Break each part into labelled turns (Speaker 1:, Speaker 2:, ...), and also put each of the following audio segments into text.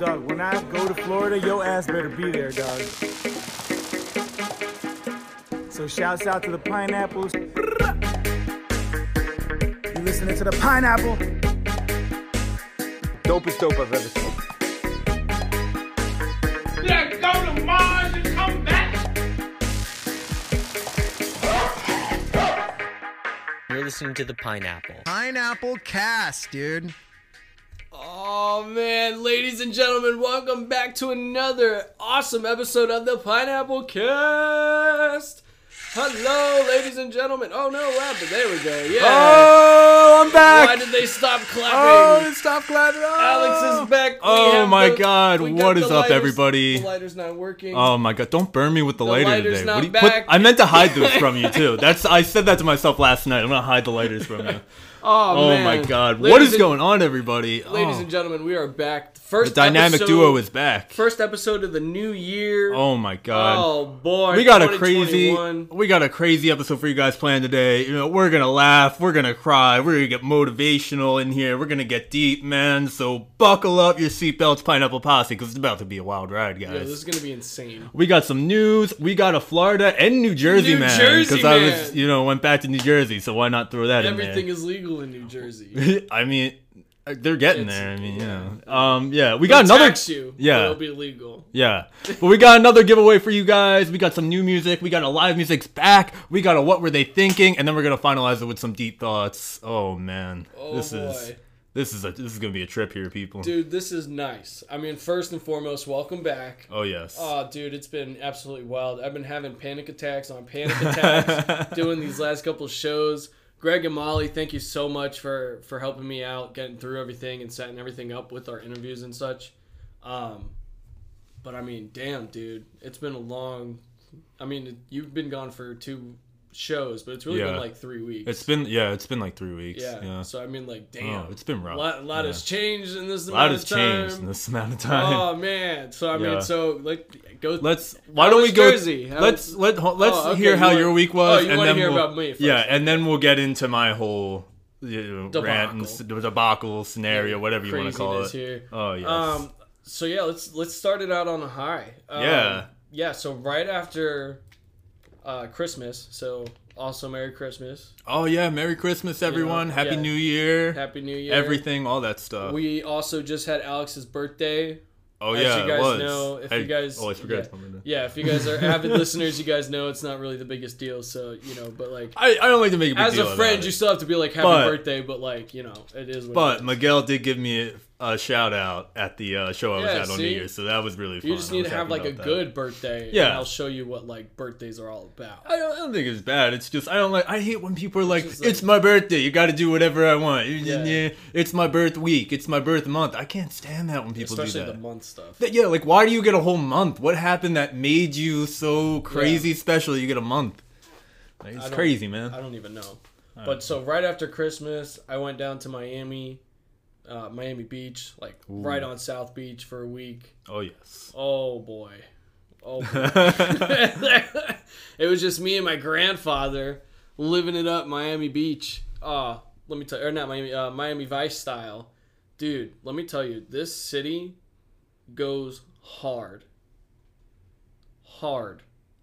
Speaker 1: Dog, when I go to Florida, your ass better be there, dog. So shouts out to the pineapples. You listening to the pineapple?
Speaker 2: Dopest dope I've ever seen.
Speaker 3: Let's go to Mars and come back.
Speaker 4: You're listening to The Pineapple.
Speaker 5: Pineapple Cast, dude.
Speaker 6: Oh man, ladies and gentlemen, welcome back to another awesome episode of the Pineapple Cast. Hello, ladies and gentlemen. Oh no, what happened? There we go. Yeah.
Speaker 2: Oh, I'm back.
Speaker 6: Why did they stop
Speaker 2: Oh,
Speaker 6: clapping?
Speaker 2: stop clapping. Oh.
Speaker 6: Alex is back. We
Speaker 7: Oh,
Speaker 6: have
Speaker 7: my
Speaker 6: the-
Speaker 7: God.
Speaker 6: we
Speaker 7: What
Speaker 6: got
Speaker 7: is
Speaker 6: the
Speaker 7: up,
Speaker 6: lighters-
Speaker 7: everybody?
Speaker 6: The lighter's not working.
Speaker 7: Oh my god, don't burn me with the, lighter
Speaker 6: lighter's
Speaker 7: today.
Speaker 6: not
Speaker 7: What do you
Speaker 6: back.
Speaker 7: put? I meant to hide those from you too. That's I said that to myself last night. I'm gonna hide the lighters from you. Oh,
Speaker 6: man.
Speaker 7: my god,
Speaker 6: Ladies
Speaker 7: what is
Speaker 6: and-
Speaker 7: going on, everybody?
Speaker 6: Ladies
Speaker 7: Oh,
Speaker 6: and gentlemen, we are back. First
Speaker 7: the dynamic
Speaker 6: episode-
Speaker 7: duo is back.
Speaker 6: first episode of the new year.
Speaker 7: Oh my god,
Speaker 6: Oh, boy,
Speaker 7: we got a crazy,
Speaker 6: 2021.
Speaker 7: we got a crazy episode for you guys planned today. You know, we're gonna laugh, we're gonna cry, we're gonna get motivational in here, we're gonna get deep, man. So buckle up your seatbelts, pineapple posse, because it's about to be a wild ride, guys.
Speaker 6: Yeah, this is gonna be insane.
Speaker 7: We got some news. We got a Florida and New Jersey
Speaker 6: New
Speaker 7: man
Speaker 6: Jersey
Speaker 7: I
Speaker 6: man.
Speaker 7: was, you know, went back to New Jersey, so why not throw that
Speaker 6: Everything
Speaker 7: in
Speaker 6: is legal in New Jersey.
Speaker 7: there? I mean, they're getting
Speaker 6: It's-
Speaker 7: there. I mean, yeah. Um, yeah, we got
Speaker 6: They'll
Speaker 7: another.
Speaker 6: tax you. but
Speaker 7: Yeah.
Speaker 6: it'll be legal.
Speaker 7: Yeah, but we got another giveaway for you guys. We got some new music. We got a live music's back. We got a what were they thinking, and then we're gonna finalize it with some deep thoughts. Oh man,
Speaker 6: Oh,
Speaker 7: this is
Speaker 6: boy.
Speaker 7: this is a this is gonna be a trip here, people.
Speaker 6: Dude, this is nice. I mean, first and foremost, welcome back.
Speaker 7: Oh yes.
Speaker 6: Oh, dude, it's been absolutely wild. I've been having panic attacks on panic attacks doing these last couple shows. Greg and Molly, thank you so much for for helping me out, getting through everything and setting everything up with our interviews and such. Um, but I mean, damn, dude, it's been a long. I mean, you've been gone for two shows, but it's really been
Speaker 7: Yeah.
Speaker 6: like three weeks.
Speaker 7: it's been yeah, it's been like three weeks.
Speaker 6: yeah. So I mean, like, damn,
Speaker 7: Oh, it's been
Speaker 6: a
Speaker 7: rough.
Speaker 6: lot, a lot
Speaker 7: Yeah.
Speaker 6: has changed in this
Speaker 7: a lot
Speaker 6: amount
Speaker 7: has
Speaker 6: of time.
Speaker 7: changed in this amount of time.
Speaker 6: Oh man! So I mean,
Speaker 7: Yeah.
Speaker 6: so like, go.
Speaker 7: Let's. Why
Speaker 6: How
Speaker 7: don't
Speaker 6: was
Speaker 7: we go?
Speaker 6: Jersey? How
Speaker 7: let's
Speaker 6: was-
Speaker 7: let ho- let's
Speaker 6: Oh, okay,
Speaker 7: hear
Speaker 6: you
Speaker 7: how
Speaker 6: want-
Speaker 7: your week was,
Speaker 6: oh, you
Speaker 7: and
Speaker 6: wanna
Speaker 7: then
Speaker 6: hear
Speaker 7: we'll,
Speaker 6: about me first.
Speaker 7: Yeah, and then we'll get into my whole you know, rant and s- debacle scenario, whatever you want to call it.
Speaker 6: Craziness here.
Speaker 7: Oh yes.
Speaker 6: Um. So yeah, let's let's start it out on a high. Um,
Speaker 7: Yeah.
Speaker 6: Yeah. So right after uh, Christmas, so also Merry Christmas,
Speaker 7: oh yeah. Merry Christmas, everyone. Happy
Speaker 6: yeah.
Speaker 7: New Year.
Speaker 6: Happy New Year,
Speaker 7: Everything, all that stuff.
Speaker 6: We also just had Alex's birthday.
Speaker 7: oh
Speaker 6: as
Speaker 7: yeah,
Speaker 6: you
Speaker 7: it
Speaker 6: guys
Speaker 7: was. oh,
Speaker 6: know, if
Speaker 7: I
Speaker 6: you guys,
Speaker 7: always forget.
Speaker 6: yeah, yeah, if you guys are avid listeners, you guys know it's not really the biggest deal. So you know, but like
Speaker 7: I, I don't like to make a big
Speaker 6: as
Speaker 7: deal
Speaker 6: a
Speaker 7: about
Speaker 6: friend,
Speaker 7: it.
Speaker 6: you still have to be like happy
Speaker 7: But-
Speaker 6: birthday, but like you know, it is. What it
Speaker 7: But
Speaker 6: is.
Speaker 7: Miguel did give me a, a shout out at the uh, show I was
Speaker 6: Yeah,
Speaker 7: at on
Speaker 6: see?
Speaker 7: New Year's, so that was really fun.
Speaker 6: you just
Speaker 7: I
Speaker 6: need
Speaker 7: was
Speaker 6: to have
Speaker 7: happy
Speaker 6: like a
Speaker 7: about that.
Speaker 6: good birthday.
Speaker 7: Yeah.
Speaker 6: and I'll show you what like birthdays are all about.
Speaker 7: I don't, I don't think it's bad. It's just I don't like. I hate when people are like,
Speaker 6: just
Speaker 7: "It's,
Speaker 6: like-
Speaker 7: my birthday. You got to do whatever I want. You just-
Speaker 6: Yeah.
Speaker 7: yeah, It's my birth week. It's my birth month. I can't stand that when people
Speaker 6: Especially
Speaker 7: do
Speaker 6: the
Speaker 7: that.
Speaker 6: month stuff.
Speaker 7: That- yeah, like why do you get a whole month? What happened that made you so crazy special? You get a month. Like, it's
Speaker 6: don't-
Speaker 7: crazy,
Speaker 6: I
Speaker 7: man.
Speaker 6: don't even know. But so right after Christmas, I went down to Miami, uh, Miami Beach, like right on South Beach for a week.
Speaker 7: Oh yes.
Speaker 6: Oh boy. Oh boy. it was just me and my grandfather living it up Miami Beach. Uh, let me tell or not Miami uh, Miami Vice style. Dude, let me tell you, this city goes hard. Hard.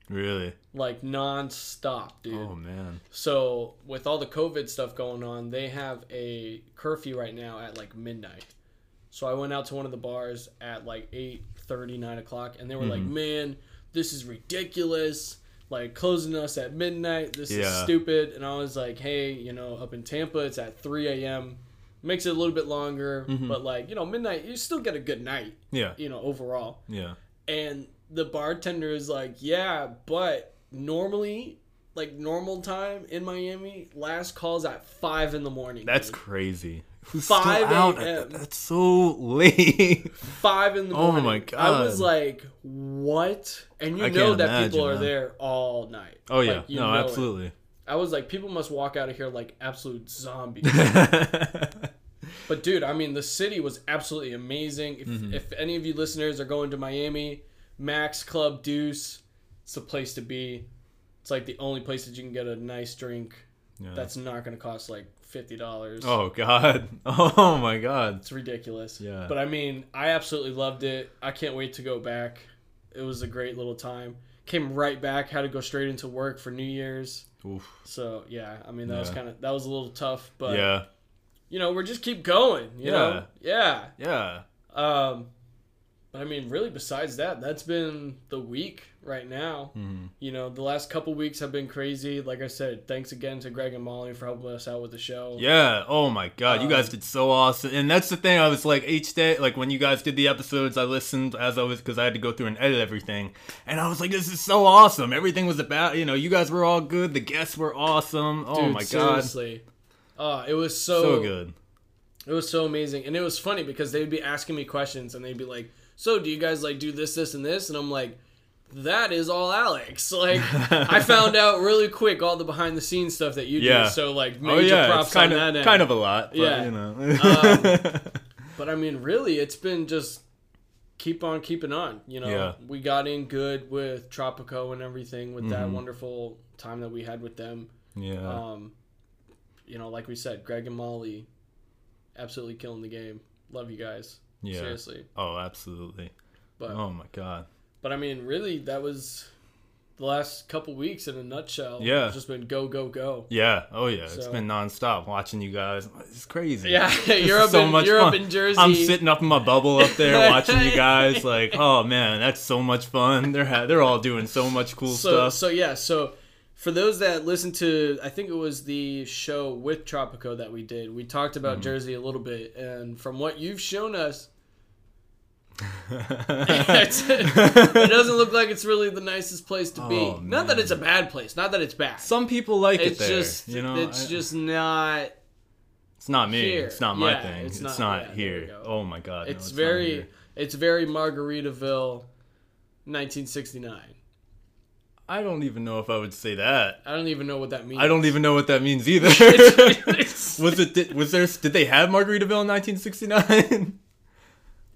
Speaker 7: Really?
Speaker 6: Like non-stop, dude.
Speaker 7: Oh man.
Speaker 6: So with all the COVID stuff going on, they have a curfew right now at like midnight. So I went out to one of the bars at like 8 9 o'clock and they were like, Man, this is ridiculous. Like closing us at midnight, this is
Speaker 7: Yeah.
Speaker 6: stupid. And I was like, Hey, you know, up in Tampa it's at three AM. Makes it a little bit longer, but like, you know, midnight you still get a good night,
Speaker 7: Yeah.
Speaker 6: you know, overall
Speaker 7: Yeah.
Speaker 6: and the bartender is like, "Yeah, but normally, like normal time in Miami, last calls at five in the morning.
Speaker 7: That's
Speaker 6: dude.
Speaker 7: crazy. Who's
Speaker 6: 5
Speaker 7: still out?
Speaker 6: a.m..
Speaker 7: At, that's so late.
Speaker 6: five in the
Speaker 7: Oh
Speaker 6: morning.
Speaker 7: my
Speaker 6: I was
Speaker 7: God.
Speaker 6: like, "What?" And you
Speaker 7: I
Speaker 6: know
Speaker 7: can't
Speaker 6: that people
Speaker 7: imagine
Speaker 6: are
Speaker 7: that.
Speaker 6: there all night.
Speaker 7: oh yeah.
Speaker 6: Like, you
Speaker 7: no,
Speaker 6: know it.
Speaker 7: absolutely.
Speaker 6: I was like, people must walk out of here like absolute zombies. But dude, I mean, the city was absolutely amazing. If,
Speaker 7: Mm-hmm.
Speaker 6: if any of you listeners are going to Miami, Max Club Deuce, it's the place to be. It's like the only place that you can get a nice drink
Speaker 7: Yeah.
Speaker 6: that's not going to cost like fifty dollars.
Speaker 7: Oh God. Oh my God.
Speaker 6: It's ridiculous.
Speaker 7: Yeah.
Speaker 6: But I mean, I absolutely loved it. I can't wait to go back. It was a great little time. Came right back. Had to go straight into work for New Year's.
Speaker 7: Oof.
Speaker 6: So yeah, I mean that was
Speaker 7: Yeah.
Speaker 6: kind of that was a little tough, but
Speaker 7: Yeah.
Speaker 6: you know we're just keep going. You know, yeah.
Speaker 7: Yeah.
Speaker 6: Um, but I mean, really, besides that, that's been the week right now.
Speaker 7: Mm-hmm.
Speaker 6: You know, the last couple weeks have been crazy. Like I said, thanks again to Greg and Molly for helping us out with the show.
Speaker 7: Yeah. Oh my God. you
Speaker 6: Um,
Speaker 7: guys did so awesome. And that's the thing. I was like each day, like when you guys did the episodes, I listened as I was because I had to go through and edit everything. And I was like, this is so awesome. Everything was about, you know, you guys were all good. The guests were awesome. Oh
Speaker 6: Dude,
Speaker 7: my God.
Speaker 6: seriously. Uh, it was so,
Speaker 7: So good.
Speaker 6: It was so amazing, and it was funny because they'd be asking me questions, and they'd be like, "So, do you guys like do this, this, and this?" And I'm like, "That is all Alex." Like, I found out really quick all the behind the scenes stuff that you
Speaker 7: Yeah.
Speaker 6: do. So, like,
Speaker 7: Oh
Speaker 6: major
Speaker 7: yeah.
Speaker 6: props
Speaker 7: It's kind
Speaker 6: on that
Speaker 7: of
Speaker 6: end.
Speaker 7: kind of a lot. But,
Speaker 6: Yeah. Um,
Speaker 7: You know.
Speaker 6: But I mean, really, it's been just keep on keeping on. You know,
Speaker 7: Yeah.
Speaker 6: we got in good with Tropico and everything with that wonderful time that we had with them.
Speaker 7: Mm-hmm. yeah.
Speaker 6: Um, you know, like we said, Greg and Molly, absolutely killing the game. Love you guys.
Speaker 7: Yeah.
Speaker 6: Seriously.
Speaker 7: oh, absolutely.
Speaker 6: But
Speaker 7: Oh my God.
Speaker 6: but I mean, really, that was the last couple weeks in a nutshell.
Speaker 7: Yeah.
Speaker 6: It's just been go go go.
Speaker 7: Yeah. Oh yeah. It's
Speaker 6: So-
Speaker 7: been nonstop watching you guys. It's crazy.
Speaker 6: Yeah,
Speaker 7: This
Speaker 6: you're
Speaker 7: is
Speaker 6: up in you're up in Jersey.
Speaker 7: I'm sitting up in my bubble up there watching you guys. Like, oh man, that's so much fun. They're ha- they're all doing so much cool
Speaker 6: so,
Speaker 7: stuff.
Speaker 6: So yeah, so for those that listen to, I think it was the show with Tropico that we did. We talked about
Speaker 7: Mm-hmm.
Speaker 6: Jersey a little bit, and from what you've shown us, it's- it doesn't look like it's really the nicest place to be.
Speaker 7: Oh,
Speaker 6: not that it's a bad place, not that it's bad.
Speaker 7: Some people like
Speaker 6: it's
Speaker 7: it there.
Speaker 6: just
Speaker 7: you know,
Speaker 6: it's
Speaker 7: I-
Speaker 6: just not.
Speaker 7: it's not me.
Speaker 6: here.
Speaker 7: It's not my
Speaker 6: Yeah,
Speaker 7: thing.
Speaker 6: it's not-
Speaker 7: It's, not
Speaker 6: yeah, there we
Speaker 7: here.
Speaker 6: go.
Speaker 7: Oh my god. no,
Speaker 6: It's,
Speaker 7: not
Speaker 6: very
Speaker 7: here.
Speaker 6: it's very Margaritaville, 1969.
Speaker 7: I don't even know if I would say that.
Speaker 6: I don't even know what that means.
Speaker 7: I don't even know what that means either. was it? Did, was there? Did they have Margaritaville in 1969?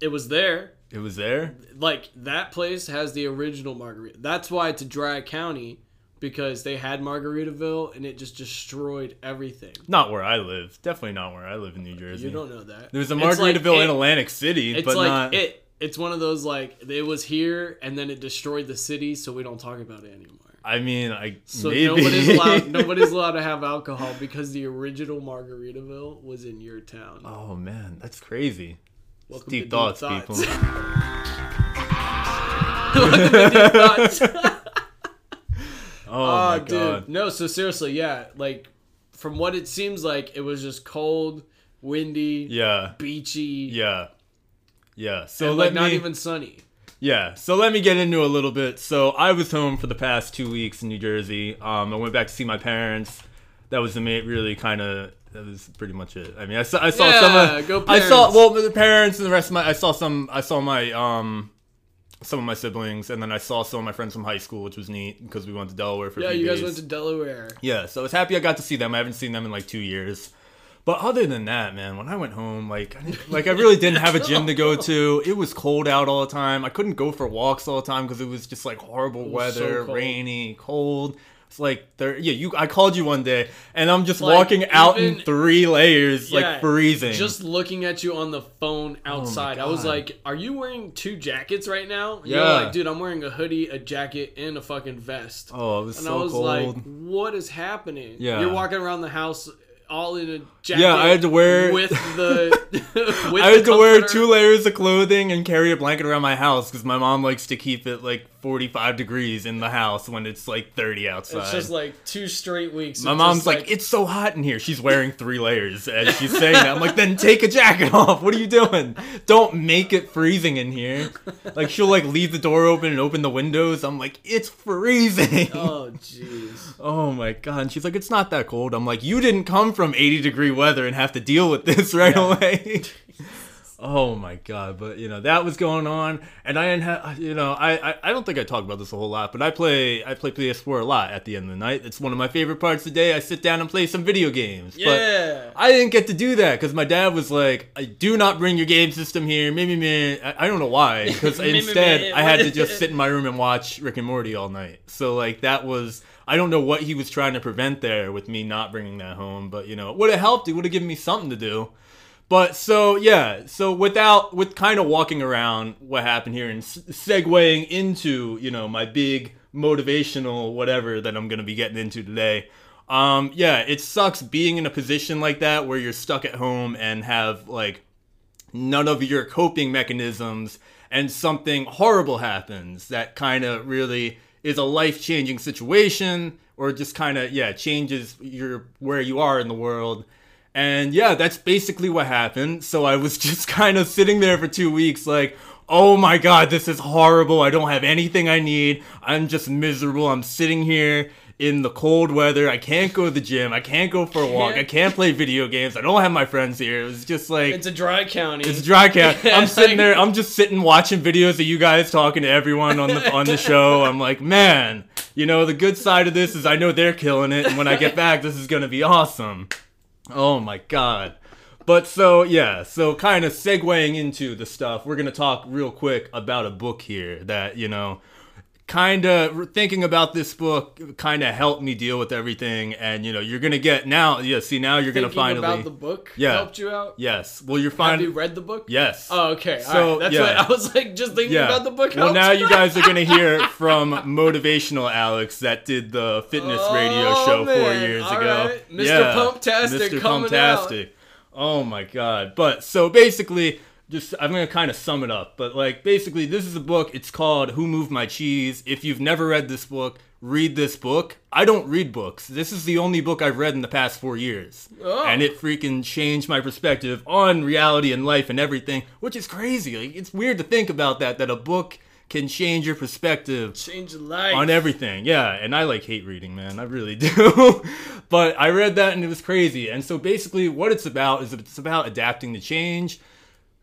Speaker 6: It was there.
Speaker 7: it was there.
Speaker 6: like that place has the original margarita. That's why it's a dry county because they had Margaritaville and it just destroyed everything.
Speaker 7: Not where I live. Definitely not where I live in New Jersey.
Speaker 6: You don't know that.
Speaker 7: There's a
Speaker 6: It's like
Speaker 7: Margaritaville
Speaker 6: it-
Speaker 7: in Atlantic City,
Speaker 6: It's
Speaker 7: but
Speaker 6: like
Speaker 7: not.
Speaker 6: it. It's one of those like it was here and then it destroyed the city, so we don't talk about it anymore.
Speaker 7: I mean, I
Speaker 6: So
Speaker 7: maybe.
Speaker 6: nobody's allowed. Nobody's allowed to have alcohol because the original Margaritaville was in your town.
Speaker 7: oh man, that's crazy.
Speaker 6: Welcome to
Speaker 7: Deep thoughts, people.
Speaker 6: Welcome to deep thoughts.
Speaker 7: Oh my
Speaker 6: Oh,
Speaker 7: god.
Speaker 6: dude. No, so seriously, yeah. Like, from what it seems like, it was just cold, windy,
Speaker 7: Yeah.
Speaker 6: beachy,
Speaker 7: Yeah. Yeah. So
Speaker 6: and,
Speaker 7: let
Speaker 6: like
Speaker 7: me.
Speaker 6: not even sunny.
Speaker 7: Yeah, so let me get into a little bit. So I was home for the past two weeks in New Jersey. Um, I went back to see my parents. That was the main, really kind of that was pretty much it. I mean, I saw, I saw
Speaker 6: Yeah,
Speaker 7: some. Of,
Speaker 6: go
Speaker 7: I saw
Speaker 6: parents.
Speaker 7: well the parents and the rest of my. I saw some. I saw my um, some of my siblings, and then I saw some of my friends from high school, which was neat because we went to Delaware for. a
Speaker 6: Yeah,
Speaker 7: few
Speaker 6: you guys
Speaker 7: days.
Speaker 6: went to Delaware.
Speaker 7: Yeah, so I was happy I got to see them. I haven't seen them in like two years. But other than that, man, when I went home, like, I didn't- like I really didn't have a gym to go to. It was cold out all the time. I couldn't go for walks all the time because it was just like horrible
Speaker 6: was so
Speaker 7: weather,
Speaker 6: cold.
Speaker 7: rainy, cold. It's like there, yeah. You, I called you one day, and I'm just
Speaker 6: Like,
Speaker 7: walking out in
Speaker 6: even-
Speaker 7: three layers,
Speaker 6: Yeah,
Speaker 7: like freezing. Oh
Speaker 6: Just looking at you on the phone outside, I was
Speaker 7: God.
Speaker 6: like, "Are you wearing two jackets right now?" And You're
Speaker 7: Yeah.
Speaker 6: like, dude, I'm wearing a hoodie, a jacket, and a fucking vest.
Speaker 7: oh, it was
Speaker 6: and
Speaker 7: so
Speaker 6: I was
Speaker 7: cold.
Speaker 6: like, "What is happening?"
Speaker 7: Yeah.
Speaker 6: you're walking around the house all in a jacket.
Speaker 7: Yeah, I had to wear-
Speaker 6: with the. with
Speaker 7: I had
Speaker 6: the
Speaker 7: to wear
Speaker 6: comforter.
Speaker 7: two layers of clothing and carry a blanket around my house because my mom likes to keep it like 45 degrees in the house when it's like 30 outside.
Speaker 6: It's just like two straight weeks.
Speaker 7: my
Speaker 6: of
Speaker 7: mom's
Speaker 6: just,
Speaker 7: like, it's so hot in here. She's wearing three layers as she's saying that. I'm like, then take a jacket off. What are you doing? Don't make it freezing in here. Like she'll like leave the door open and open the windows. I'm like, it's freezing. Oh,
Speaker 6: oh jeez.
Speaker 7: my god. And she's like, it's not that cold. I'm like, you didn't come from 80 degree weather and have to deal with this right away. Oh my god! But you know that was going on, and I didn't have. You know, I, I I don't think I talk about this a whole lot, but I play I play PS4 a lot at the end of the night. It's one of my favorite parts of the day. I sit down and play some video games.
Speaker 6: Yeah.
Speaker 7: But I didn't get to do that because my dad was like, "I do not bring your game system here." Maybe man, I, I don't know why. Because
Speaker 6: Meh, meh,
Speaker 7: instead,
Speaker 6: meh.
Speaker 7: I had to just sit in my room and watch Rick and Morty all night. So like that was. I don't know what he was trying to prevent there with me not bringing that home, but you know, it would have helped. It would have given me something to do. But so yeah, so without with kind of walking around what happened here and s- segueing into you know my big motivational whatever that I'm gonna be getting into today. Um, yeah, it sucks being in a position like that where you're stuck at home and have like none of your coping mechanisms and something horrible happens that kind of really is a life-changing situation or just kind of yeah changes your where you are in the world and yeah that's basically what happened so i was just kind of sitting there for two weeks like oh my god this is horrible i don't have anything i need i'm just miserable i'm sitting here in the cold weather i can't go to the gym i can't go for a walk i can't play video games i don't have my friends here it was just like
Speaker 6: It's a dry county.
Speaker 7: it's dry count.
Speaker 6: Yeah,
Speaker 7: I'm sitting
Speaker 6: like-
Speaker 7: there. I'm just sitting watching videos of you guys talking to everyone on the on the show. I'm like, man, you know, the good side of this is I know they're killing it, and when I get back, this is gonna be awesome. Oh my god. But so yeah, so kind of segueing into the stuff, we're gonna talk real quick about a book here that you know kind of thinking about this book kind of helped me deal with everything and you know you're gonna get now yeah see now you're
Speaker 6: Thinking
Speaker 7: gonna finally
Speaker 6: about the book
Speaker 7: Yeah.
Speaker 6: helped you out.
Speaker 7: yes well you're
Speaker 6: Have
Speaker 7: finally
Speaker 6: you read the book?
Speaker 7: yes
Speaker 6: Oh, okay.
Speaker 7: So,
Speaker 6: all right. That's
Speaker 7: yeah.
Speaker 6: what I was like. Just thinking about the book. helped.
Speaker 7: Well, now you guys are gonna hear from motivational Alex that did the fitness radio
Speaker 6: Oh,
Speaker 7: show four
Speaker 6: man.
Speaker 7: years
Speaker 6: All
Speaker 7: ago.
Speaker 6: right. Mr. Pumptastic
Speaker 7: Mr.
Speaker 6: coming out.
Speaker 7: Pumptastic. Oh my god! But so basically, just I'm gonna kind of sum it up. But like basically, this is a book. It's called Who Moved My Cheese. If you've never read this book. Read this book. I don't read books. This is the only book I've read in the past four years.
Speaker 6: Oh.
Speaker 7: And it freaking changed my perspective on reality and life and everything, which is crazy. Like, it's weird to think about that, that a book can change your perspective
Speaker 6: change your life.
Speaker 7: on everything. Yeah, and I like hate reading, man. I really do. but I read that and it was crazy. And so basically, what it's about is it's about adapting to change.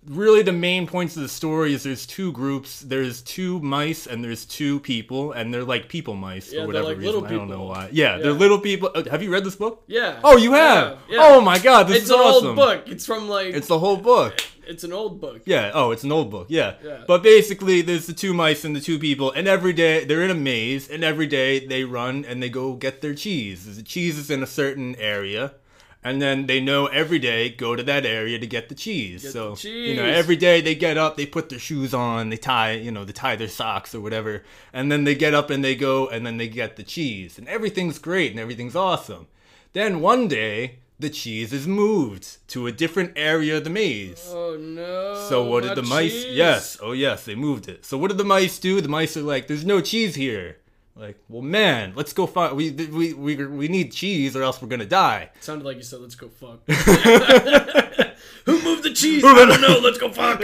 Speaker 7: Really, the main points of the story is there's two groups. There's two mice and there's two people, and they're like people mice
Speaker 6: Yeah,
Speaker 7: for
Speaker 6: they're
Speaker 7: whatever
Speaker 6: like
Speaker 7: reason.
Speaker 6: little
Speaker 7: I don't know
Speaker 6: people.
Speaker 7: why. Yeah, they're
Speaker 6: Yeah.
Speaker 7: little people. uh, Have you read this book?
Speaker 6: Yeah.
Speaker 7: Oh, you have.
Speaker 6: Yeah, yeah.
Speaker 7: Oh my God, this
Speaker 6: it's
Speaker 7: is
Speaker 6: an
Speaker 7: awesome.
Speaker 6: old book. It's from like.
Speaker 7: It's the whole book.
Speaker 6: it's an old book.
Speaker 7: Yeah. Oh, it's an old book. Yeah.
Speaker 6: Yeah.
Speaker 7: But basically, there's the two mice and the two people, and every day they're in a maze, and every day they run and they go get their cheese. The cheese is in a certain area, and then they know every day go to that area to get the cheese.
Speaker 6: Get
Speaker 7: so
Speaker 6: the
Speaker 7: you know,
Speaker 6: cheese.
Speaker 7: every day they get up, they put their shoes on, they tie, you know, they tie their socks or whatever, and then they get up and they go, and then they get the cheese, and everything's great and everything's awesome. Then one day. The cheese is moved to a different area of the maze.
Speaker 6: Oh no.
Speaker 7: So what
Speaker 6: my
Speaker 7: did the mice?
Speaker 6: cheese.
Speaker 7: Yes. Oh yes, they moved it. So what did the mice do? The mice are like, "There's no cheese here." Like, well, man, let's go find. We we we we need cheese, or else we're gonna die.
Speaker 6: Sounded like you said, "Let's go fuck." Who moved the cheese? I don't know. Let's go fuck.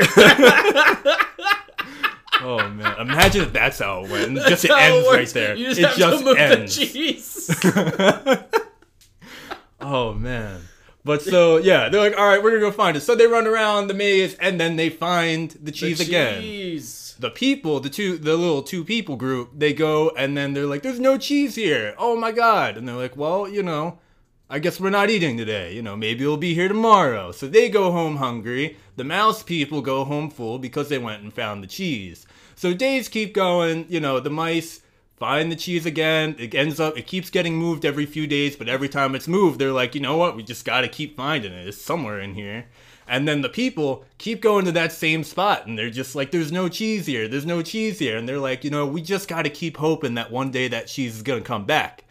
Speaker 7: Oh man, imagine if that's how it went. Just it
Speaker 6: How it
Speaker 7: ends right
Speaker 6: works.
Speaker 7: there.
Speaker 6: You just
Speaker 7: it
Speaker 6: have
Speaker 7: just
Speaker 6: to move
Speaker 7: ends.
Speaker 6: the cheese.
Speaker 7: Oh man. But so yeah, they're like, all right, we're gonna go find it. So they run around the maze, and then they find the cheese again.
Speaker 6: Cheese.
Speaker 7: the people, the two, the little two people group, they go and then they're like, "There's no cheese here! Oh my god!" And they're like, "Well, you know, I guess we're not eating today. You know, maybe it'll be here tomorrow." So they go home hungry. The mouse people go home full because they went and found the cheese. So days keep going. You know, the mice find the cheese again. It ends up, it keeps getting moved every few days, but every time it's moved, they're like, you know what? We just got to keep finding it. It's somewhere in here. And then the people keep going to that same spot and they're just like, there's no cheese here. There's no cheese here. And they're like, you know, we just got to keep hoping that one day that cheese is going to come back.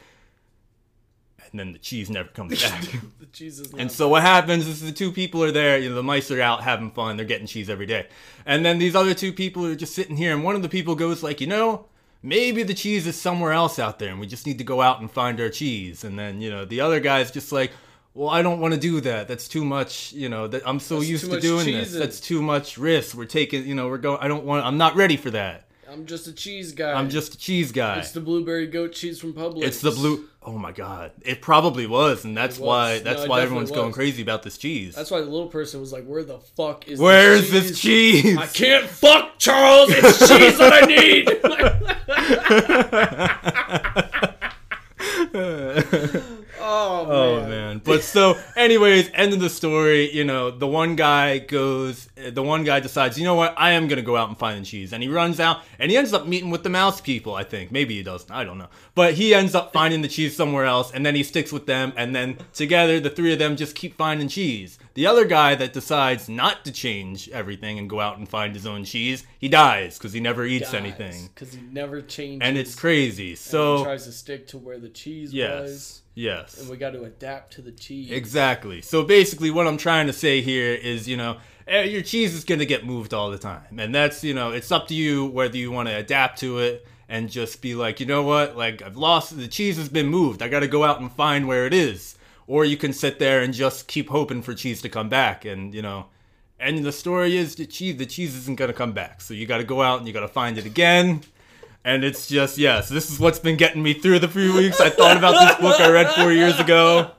Speaker 7: And then the cheese never comes back.
Speaker 6: The cheese is.
Speaker 7: And
Speaker 6: not-
Speaker 7: so what happens is the two people are there, you know, the mice are out having fun, they're getting cheese every day. And then these other two people are just sitting here, and one of the people goes like, you know, maybe the cheese is somewhere else out there, and we just need to go out and find our cheese. And then, you know, the other guy's just like, well, I don't want to do that. That's too much, you know, that I'm so
Speaker 6: That's
Speaker 7: used
Speaker 6: too
Speaker 7: to
Speaker 6: much
Speaker 7: doing this.
Speaker 6: cheeses."
Speaker 7: That's too much risk. We're taking, you know, we're going, I don't want, I'm not ready for that.
Speaker 6: I'm just a cheese guy.
Speaker 7: I'm just a cheese guy.
Speaker 6: It's the blueberry goat cheese from Publix.
Speaker 7: It's the blue. Oh my god, it probably was, and that's
Speaker 6: was.
Speaker 7: why
Speaker 6: No,
Speaker 7: that's
Speaker 6: it
Speaker 7: why
Speaker 6: definitely
Speaker 7: everyone's going
Speaker 6: was.
Speaker 7: crazy about this cheese.
Speaker 6: That's why the little person was like, "Where the fuck is
Speaker 7: Where is
Speaker 6: this
Speaker 7: this cheese?
Speaker 6: I can't fuck Charles. It's cheese that I need. oh,
Speaker 7: Oh man. But so anyways, end of the story, you know, the one guy goes the one guy decides, "You know what? I am going to go out and find the cheese." And he runs out and he ends up meeting with the mouse people, I think. Maybe he doesn't. I don't know. But he ends up finding the cheese somewhere else and then he sticks with them and then together the three of them just keep finding cheese. The other guy that decides not to change everything and go out and find his own cheese, he dies cuz he never eats anything.
Speaker 6: because he never changes.
Speaker 7: And it's crazy.
Speaker 6: he
Speaker 7: So
Speaker 6: tries to stick to where the cheese was.
Speaker 7: yes. Yes.
Speaker 6: And we got to adapt to the cheese.
Speaker 7: Exactly. So basically, what I'm trying to say here is, you know, eh, your cheese is going to get moved all the time. And that's, you know, it's up to you whether you want to adapt to it and just be like, you know what, like, I've lost, the cheese has been moved. I got to go out and find where it is. Or you can sit there and just keep hoping for cheese to come back. And, you know, and the story is the cheese, the cheese isn't going to come back. So you got to go out and you got to find it again. And it's just, yes, this is what's been getting me through the few weeks. I thought about this book I read four years ago.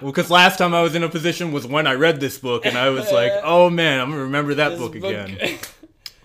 Speaker 7: Well, because last time I was in a position was when I read this book, and I was like, oh man, I'm gonna remember that book again.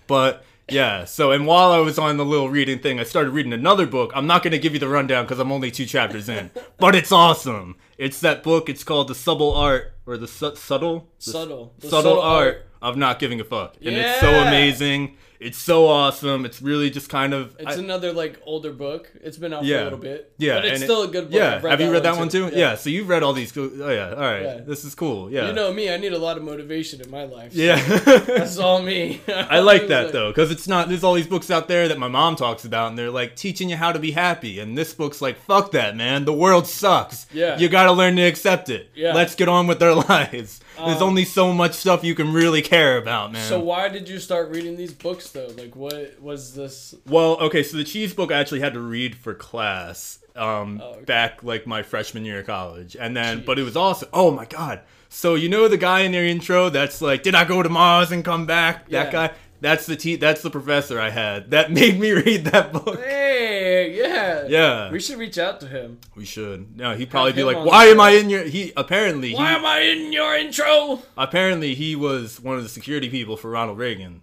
Speaker 7: but yeah, so and while I was on the little reading thing, I started reading another book. I'm not gonna give you the rundown because I'm only two chapters in, but it's awesome. It's that book. It's called The Subtle Art or the Su- Subtle The
Speaker 6: Subtle. The
Speaker 7: Subtle, Art of Not Giving a Fuck, and it's so
Speaker 6: Yeah.
Speaker 7: amazing. It's so awesome. It's really just kind of
Speaker 6: It's
Speaker 7: I-
Speaker 6: another like older book. It's been out for a little bit.
Speaker 7: Yeah,
Speaker 6: but it's
Speaker 7: and it-
Speaker 6: still a good book.
Speaker 7: Yeah,
Speaker 6: I've
Speaker 7: have you read that one too? Yeah.
Speaker 6: Yeah.
Speaker 7: so you've read all these. Cool, oh yeah, all right,
Speaker 6: Yeah.
Speaker 7: this is cool. Yeah,
Speaker 6: You know me. I need a lot of motivation in my life. so
Speaker 7: yeah.
Speaker 6: that's all me.
Speaker 7: I like that though, because it's not. There's all these books out there that my mom talks about, and they're like teaching you how to be happy. And this book's like, fuck that, man. The world sucks.
Speaker 6: Yeah.
Speaker 7: You gotta learn to accept it.
Speaker 6: Yeah. Um,
Speaker 7: Let's get on with our lives. there's only so much stuff you can really care about, man.
Speaker 6: So why did you start reading these books though? Like, what was this?
Speaker 7: Well, okay, so the cheese book I actually had to read for class um,
Speaker 6: Oh, okay.
Speaker 7: back like my freshman year of college. And then, but it was also, oh my God. So, you know, the guy in their intro that's like, Did I go to Mars and come back? That
Speaker 6: Yeah.
Speaker 7: guy. That's the te- that's the professor I had that made me read that book.
Speaker 6: Hey, yeah,
Speaker 7: Yeah.
Speaker 6: We should reach out to him.
Speaker 7: We should. No, he'd probably be
Speaker 6: him
Speaker 7: like,
Speaker 6: on
Speaker 7: "Why
Speaker 6: the
Speaker 7: am I
Speaker 6: show.
Speaker 7: in your?" He apparently
Speaker 6: Why
Speaker 7: he,
Speaker 6: am I in your intro?
Speaker 7: apparently he was one of the security people for Ronald Reagan.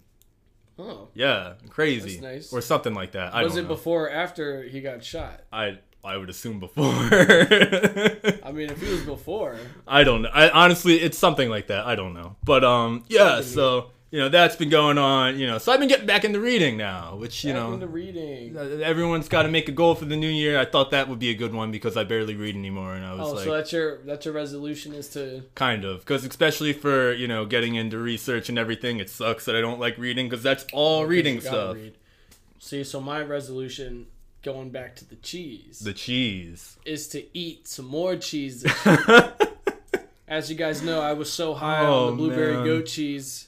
Speaker 6: Oh,
Speaker 7: Yeah, crazy
Speaker 6: That's nice.
Speaker 7: or something like that. I
Speaker 6: was
Speaker 7: don't
Speaker 6: it
Speaker 7: know.
Speaker 6: before or after he got shot?
Speaker 7: I I would assume before.
Speaker 6: I mean, if it was before,
Speaker 7: I don't know. I honestly, it's something like that. I don't know. But um, yeah. So you know, that's been going on. You know, so I've been getting back into reading now, which you
Speaker 6: back into
Speaker 7: know, uh,
Speaker 6: reading.
Speaker 7: everyone's got to make a goal for the new year. I thought that would be a good one because I barely read anymore, and I was
Speaker 6: Oh,
Speaker 7: like,
Speaker 6: so that's your that's your resolution is to
Speaker 7: kind of, because especially for you know, getting into research and everything, it sucks that I don't like reading because that's all reading
Speaker 6: you gotta
Speaker 7: stuff.
Speaker 6: read. See, so my resolution going back to the cheese
Speaker 7: The cheese.
Speaker 6: is to eat some more cheese. As you guys know, I was so high
Speaker 7: Oh,
Speaker 6: on the blueberry
Speaker 7: man.
Speaker 6: goat cheese.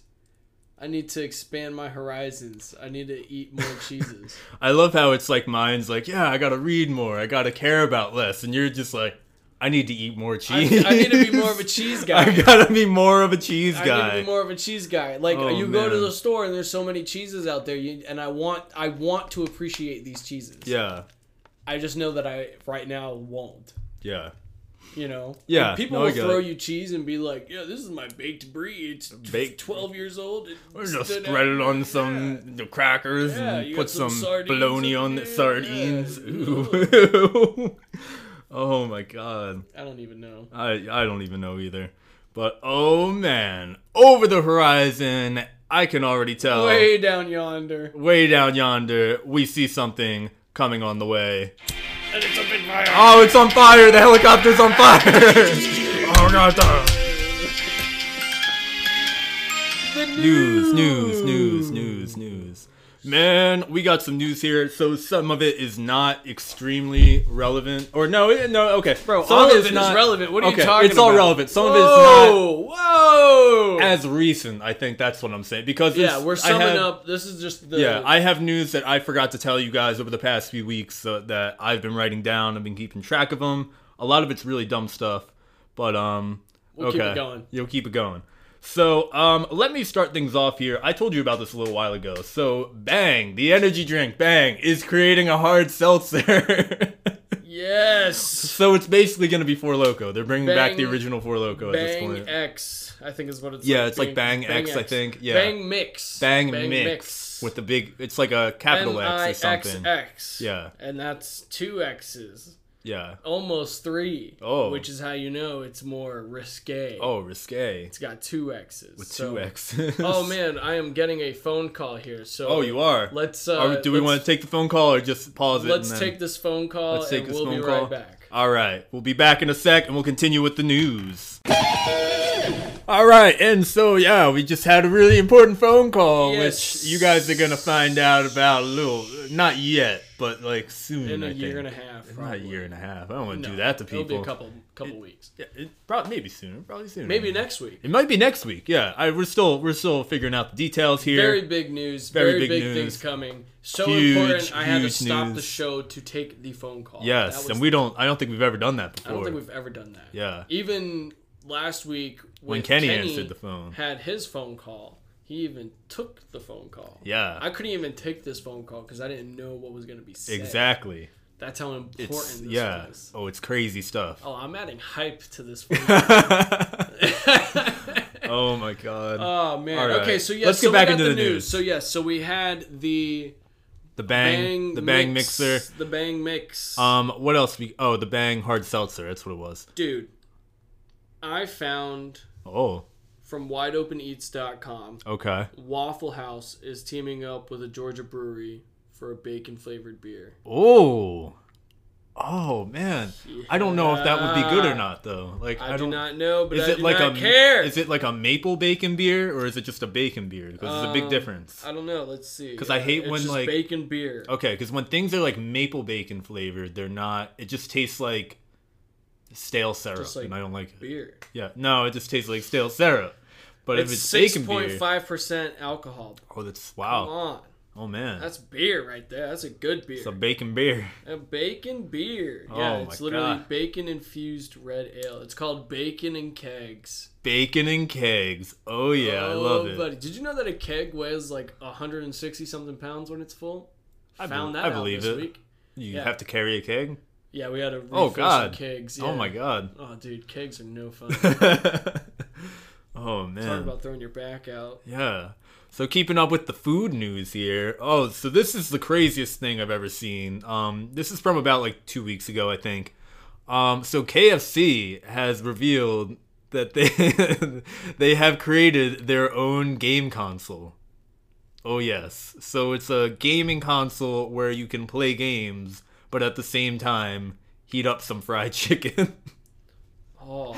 Speaker 6: I need to expand my horizons. I need to eat more cheeses.
Speaker 7: I love how it's like mine's like, yeah, I gotta read more, I gotta care about less, and you're just like, I need to eat more cheese.
Speaker 6: I need to be more of a cheese guy.
Speaker 7: I gotta be more of a cheese guy.
Speaker 6: I need to be more of a cheese guy. Like
Speaker 7: Oh,
Speaker 6: you go to
Speaker 7: man.
Speaker 6: the store and there's so many cheeses out there, you, and I want I want to appreciate these cheeses.
Speaker 7: yeah,
Speaker 6: I just know that I right now won't.
Speaker 7: yeah,
Speaker 6: You know,
Speaker 7: Yeah,
Speaker 6: Like, people
Speaker 7: no, I
Speaker 6: will
Speaker 7: get
Speaker 6: throw
Speaker 7: it.
Speaker 6: you cheese and be like, "Yeah, this is my baked brie. It's
Speaker 7: Baked.
Speaker 6: baked. twelve years old. It
Speaker 7: Or just
Speaker 6: stood
Speaker 7: spread
Speaker 6: out."
Speaker 7: it on some crackers
Speaker 6: Yeah,
Speaker 7: and
Speaker 6: you
Speaker 7: put
Speaker 6: got some
Speaker 7: some,
Speaker 6: sardines
Speaker 7: bologna
Speaker 6: up
Speaker 7: on
Speaker 6: in
Speaker 7: the
Speaker 6: there,
Speaker 7: sardines.
Speaker 6: yeah.
Speaker 7: Ooh. oh my god,
Speaker 6: I don't even know.
Speaker 7: I I don't even know either. But oh man, over the horizon, I can already tell.
Speaker 6: Way down yonder.
Speaker 7: way down yonder, we see something coming on the way.
Speaker 3: And it's a bit my
Speaker 7: Oh, it's on fire! The helicopter's on fire! oh god! the-
Speaker 6: The
Speaker 7: News, news, news, news, news. Man, we got some news here. So some of it is not extremely relevant, or no, it- no, okay, bro. Some
Speaker 6: all
Speaker 7: of
Speaker 6: of
Speaker 7: it's
Speaker 6: it is
Speaker 7: not
Speaker 6: relevant. What are you
Speaker 7: okay,
Speaker 6: talking
Speaker 7: It's all
Speaker 6: about?
Speaker 7: relevant. Some of it is not
Speaker 6: Whoa, whoa.
Speaker 7: as recent. I think that's what I'm saying because
Speaker 6: yeah,
Speaker 7: it's-
Speaker 6: we're
Speaker 7: I
Speaker 6: summing
Speaker 7: have-
Speaker 6: up. This is just the
Speaker 7: Yeah, I have news that I forgot to tell you guys over the past few weeks uh, that I've been writing down. I've been keeping track of them. A lot of it's really dumb stuff, but um,
Speaker 6: We'll
Speaker 7: okay,
Speaker 6: keep it going.
Speaker 7: You'll keep it going. So um, let me start things off here. I told you about this a little while ago. So Bang, the energy drink Bang, is creating a hard seltzer.
Speaker 6: Yes.
Speaker 7: So it's basically going to be Four Loco. They're bringing back the
Speaker 6: Bang-
Speaker 7: original Four Loco at this
Speaker 6: Bang
Speaker 7: point.
Speaker 6: X, I think is what it's.
Speaker 7: Yeah,
Speaker 6: like
Speaker 7: it's like Bang X, I think. Yeah.
Speaker 6: Bang Mix.
Speaker 7: Bang, mix, with the big. It's like a capital X or something.
Speaker 6: M-I-X-X.
Speaker 7: Yeah.
Speaker 6: And that's two X's,
Speaker 7: Yeah.
Speaker 6: almost three.
Speaker 7: Oh.
Speaker 6: Which is how you know it's more risque.
Speaker 7: Oh, risque.
Speaker 6: It's got two X's.
Speaker 7: With
Speaker 6: so-
Speaker 7: two X's.
Speaker 6: Oh man, I am getting a phone call here. So.
Speaker 7: Oh, you are.
Speaker 6: Let's. Uh,
Speaker 7: Are we- do we
Speaker 6: let's-
Speaker 7: want to take the phone call or just pause it?
Speaker 6: Let's
Speaker 7: and then-
Speaker 6: take this phone call
Speaker 7: Let's take
Speaker 6: and
Speaker 7: this
Speaker 6: we'll
Speaker 7: phone
Speaker 6: be
Speaker 7: call.
Speaker 6: right back.
Speaker 7: All right, we'll be back in a sec, and we'll continue with the news. All right, and so yeah, we just had a really important phone call,
Speaker 6: Yes.
Speaker 7: which you guys are gonna find out about a little, not yet, but like soon.
Speaker 6: In a
Speaker 7: I
Speaker 6: year
Speaker 7: think.
Speaker 6: and a half.
Speaker 7: Not a
Speaker 6: probably.
Speaker 7: year and a half. I don't want to
Speaker 6: No,
Speaker 7: do that to people.
Speaker 6: It'll be a couple couple weeks.
Speaker 7: Yeah, it, probably, maybe sooner. Probably sooner.
Speaker 6: Maybe next week.
Speaker 7: It might be next week. Yeah, I, we're still we're still figuring out the details here.
Speaker 6: Very big news.
Speaker 7: Very
Speaker 6: Very,
Speaker 7: big
Speaker 6: big,
Speaker 7: news.
Speaker 6: things coming. So
Speaker 7: Huge,
Speaker 6: important. I had to
Speaker 7: huge
Speaker 6: stop the
Speaker 7: news.
Speaker 6: show to take the phone call. That
Speaker 7: yes,
Speaker 6: was-
Speaker 7: and we don't. I don't think we've ever done that before.
Speaker 6: I don't think we've ever done that.
Speaker 7: Yeah.
Speaker 6: Even last week
Speaker 7: When
Speaker 6: with
Speaker 7: Kenny answered the phone.
Speaker 6: had his phone call. He even took the phone call.
Speaker 7: Yeah.
Speaker 6: I couldn't even take this phone call because I didn't know what was going to be said.
Speaker 7: exactly.
Speaker 6: That's how important
Speaker 7: It's
Speaker 6: this
Speaker 7: yeah.
Speaker 6: was.
Speaker 7: Oh, it's crazy stuff.
Speaker 6: Oh, I'm adding hype to this phone call.
Speaker 7: Oh my god.
Speaker 6: Oh man.
Speaker 7: All right.
Speaker 6: Okay, so yes,
Speaker 7: Let's get
Speaker 6: so
Speaker 7: back
Speaker 6: we got
Speaker 7: into
Speaker 6: the,
Speaker 7: the
Speaker 6: news.
Speaker 7: news.
Speaker 6: So yes, so we had the
Speaker 7: the bang,
Speaker 6: bang,
Speaker 7: the bang
Speaker 6: mix-
Speaker 7: mixer.
Speaker 6: the bang mix.
Speaker 7: Um, what else? We, oh, the bang hard seltzer. That's what it was.
Speaker 6: Dude, I found
Speaker 7: Oh,
Speaker 6: from wideopeneats.com
Speaker 7: okay.
Speaker 6: Waffle House is teaming up with a Georgia brewery for a bacon flavored beer.
Speaker 7: Oh, oh man. I don't know if that would be good or not though. Like I,
Speaker 6: I, do
Speaker 7: don't.
Speaker 6: not know, but
Speaker 7: is
Speaker 6: I
Speaker 7: it
Speaker 6: do
Speaker 7: like
Speaker 6: not
Speaker 7: a
Speaker 6: care.
Speaker 7: is it like a maple bacon beer or is it just a bacon beer? Because there's a big
Speaker 6: Um,
Speaker 7: difference.
Speaker 6: I don't know. Let's see.
Speaker 7: 'Cause I hate
Speaker 6: It's
Speaker 7: when,
Speaker 6: just
Speaker 7: like-
Speaker 6: bacon beer.
Speaker 7: Okay, because when things are like maple bacon flavored, they're not. It just tastes like stale syrup,
Speaker 6: Just like
Speaker 7: and I don't like it.
Speaker 6: Beer.
Speaker 7: Yeah, no, it just tastes like stale syrup. But if
Speaker 6: It's
Speaker 7: it's
Speaker 6: six
Speaker 7: bacon
Speaker 6: point
Speaker 7: beer,
Speaker 6: five percent alcohol.
Speaker 7: oh, that's
Speaker 6: Come
Speaker 7: wow.
Speaker 6: on,
Speaker 7: Oh man,
Speaker 6: that's beer right there. That's a good beer.
Speaker 7: it's a bacon beer.
Speaker 6: A bacon beer.
Speaker 7: Oh
Speaker 6: yeah,
Speaker 7: my
Speaker 6: it's literally
Speaker 7: God.
Speaker 6: bacon infused red ale. It's called Bacon and Kegs.
Speaker 7: Bacon and kegs. Oh yeah, I love it.
Speaker 6: buddy. Did you know that a keg weighs like 160 something pounds when it's full? I found
Speaker 7: be-
Speaker 6: that
Speaker 7: I
Speaker 6: out
Speaker 7: believe
Speaker 6: this
Speaker 7: it.
Speaker 6: week.
Speaker 7: You
Speaker 6: yeah.
Speaker 7: have to carry a keg.
Speaker 6: Yeah, we had a
Speaker 7: Oh,
Speaker 6: refill some
Speaker 7: God.
Speaker 6: kegs.
Speaker 7: Oh
Speaker 6: yeah.
Speaker 7: my god.
Speaker 6: Oh dude, kegs are no fun.
Speaker 7: oh man.
Speaker 6: Talk about throwing your back out.
Speaker 7: Yeah. So keeping up with the food news here. Oh, so this is the craziest thing I've ever seen. Um, this is from about like two weeks ago, I think. Um, so KFC has revealed that they they have created their own game console. Oh yes. So it's a gaming console where you can play games, but at the same time heat up some fried chicken.
Speaker 6: Oh,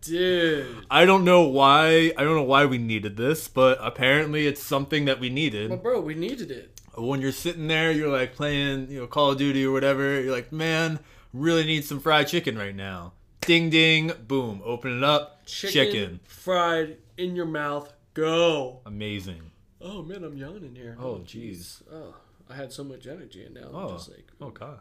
Speaker 6: dude.
Speaker 7: I don't know why I don't know why we needed this, but apparently it's something that we needed.
Speaker 6: But bro, we needed it.
Speaker 7: when you're sitting there, you're like playing, you know, Call of Duty or whatever. You're like, man, really need some fried chicken right now. Ding ding, boom, open it up, chicken.
Speaker 6: fried in your mouth. Go.
Speaker 7: Amazing.
Speaker 6: Oh man, I'm yawning here.
Speaker 7: Oh jeez.
Speaker 6: Oh, I had so much energy, and now
Speaker 7: Oh.
Speaker 6: I'm just like,
Speaker 7: Oh god.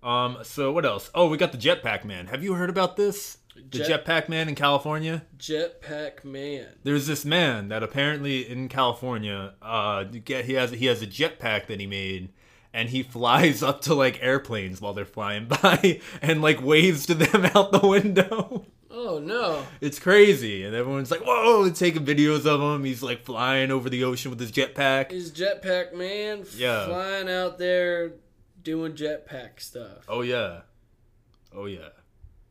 Speaker 7: Um. So what else? Oh, we got the Jetpack Man. Have you heard about this? The
Speaker 6: Jet-
Speaker 7: Jetpack Man in California.
Speaker 6: Jetpack Man.
Speaker 7: There's this man that apparently in California, uh, you get he has he has a jetpack that he made, and he flies up to like airplanes while they're flying by, and like waves to them out the window.
Speaker 6: Oh no.
Speaker 7: It's crazy, and everyone's like, "Whoa!" They're taking videos of him. He's like flying over the ocean with his jetpack.
Speaker 6: Is Jetpack Man
Speaker 7: Yeah.
Speaker 6: flying out there doing jetpack stuff?
Speaker 7: Oh yeah, oh yeah,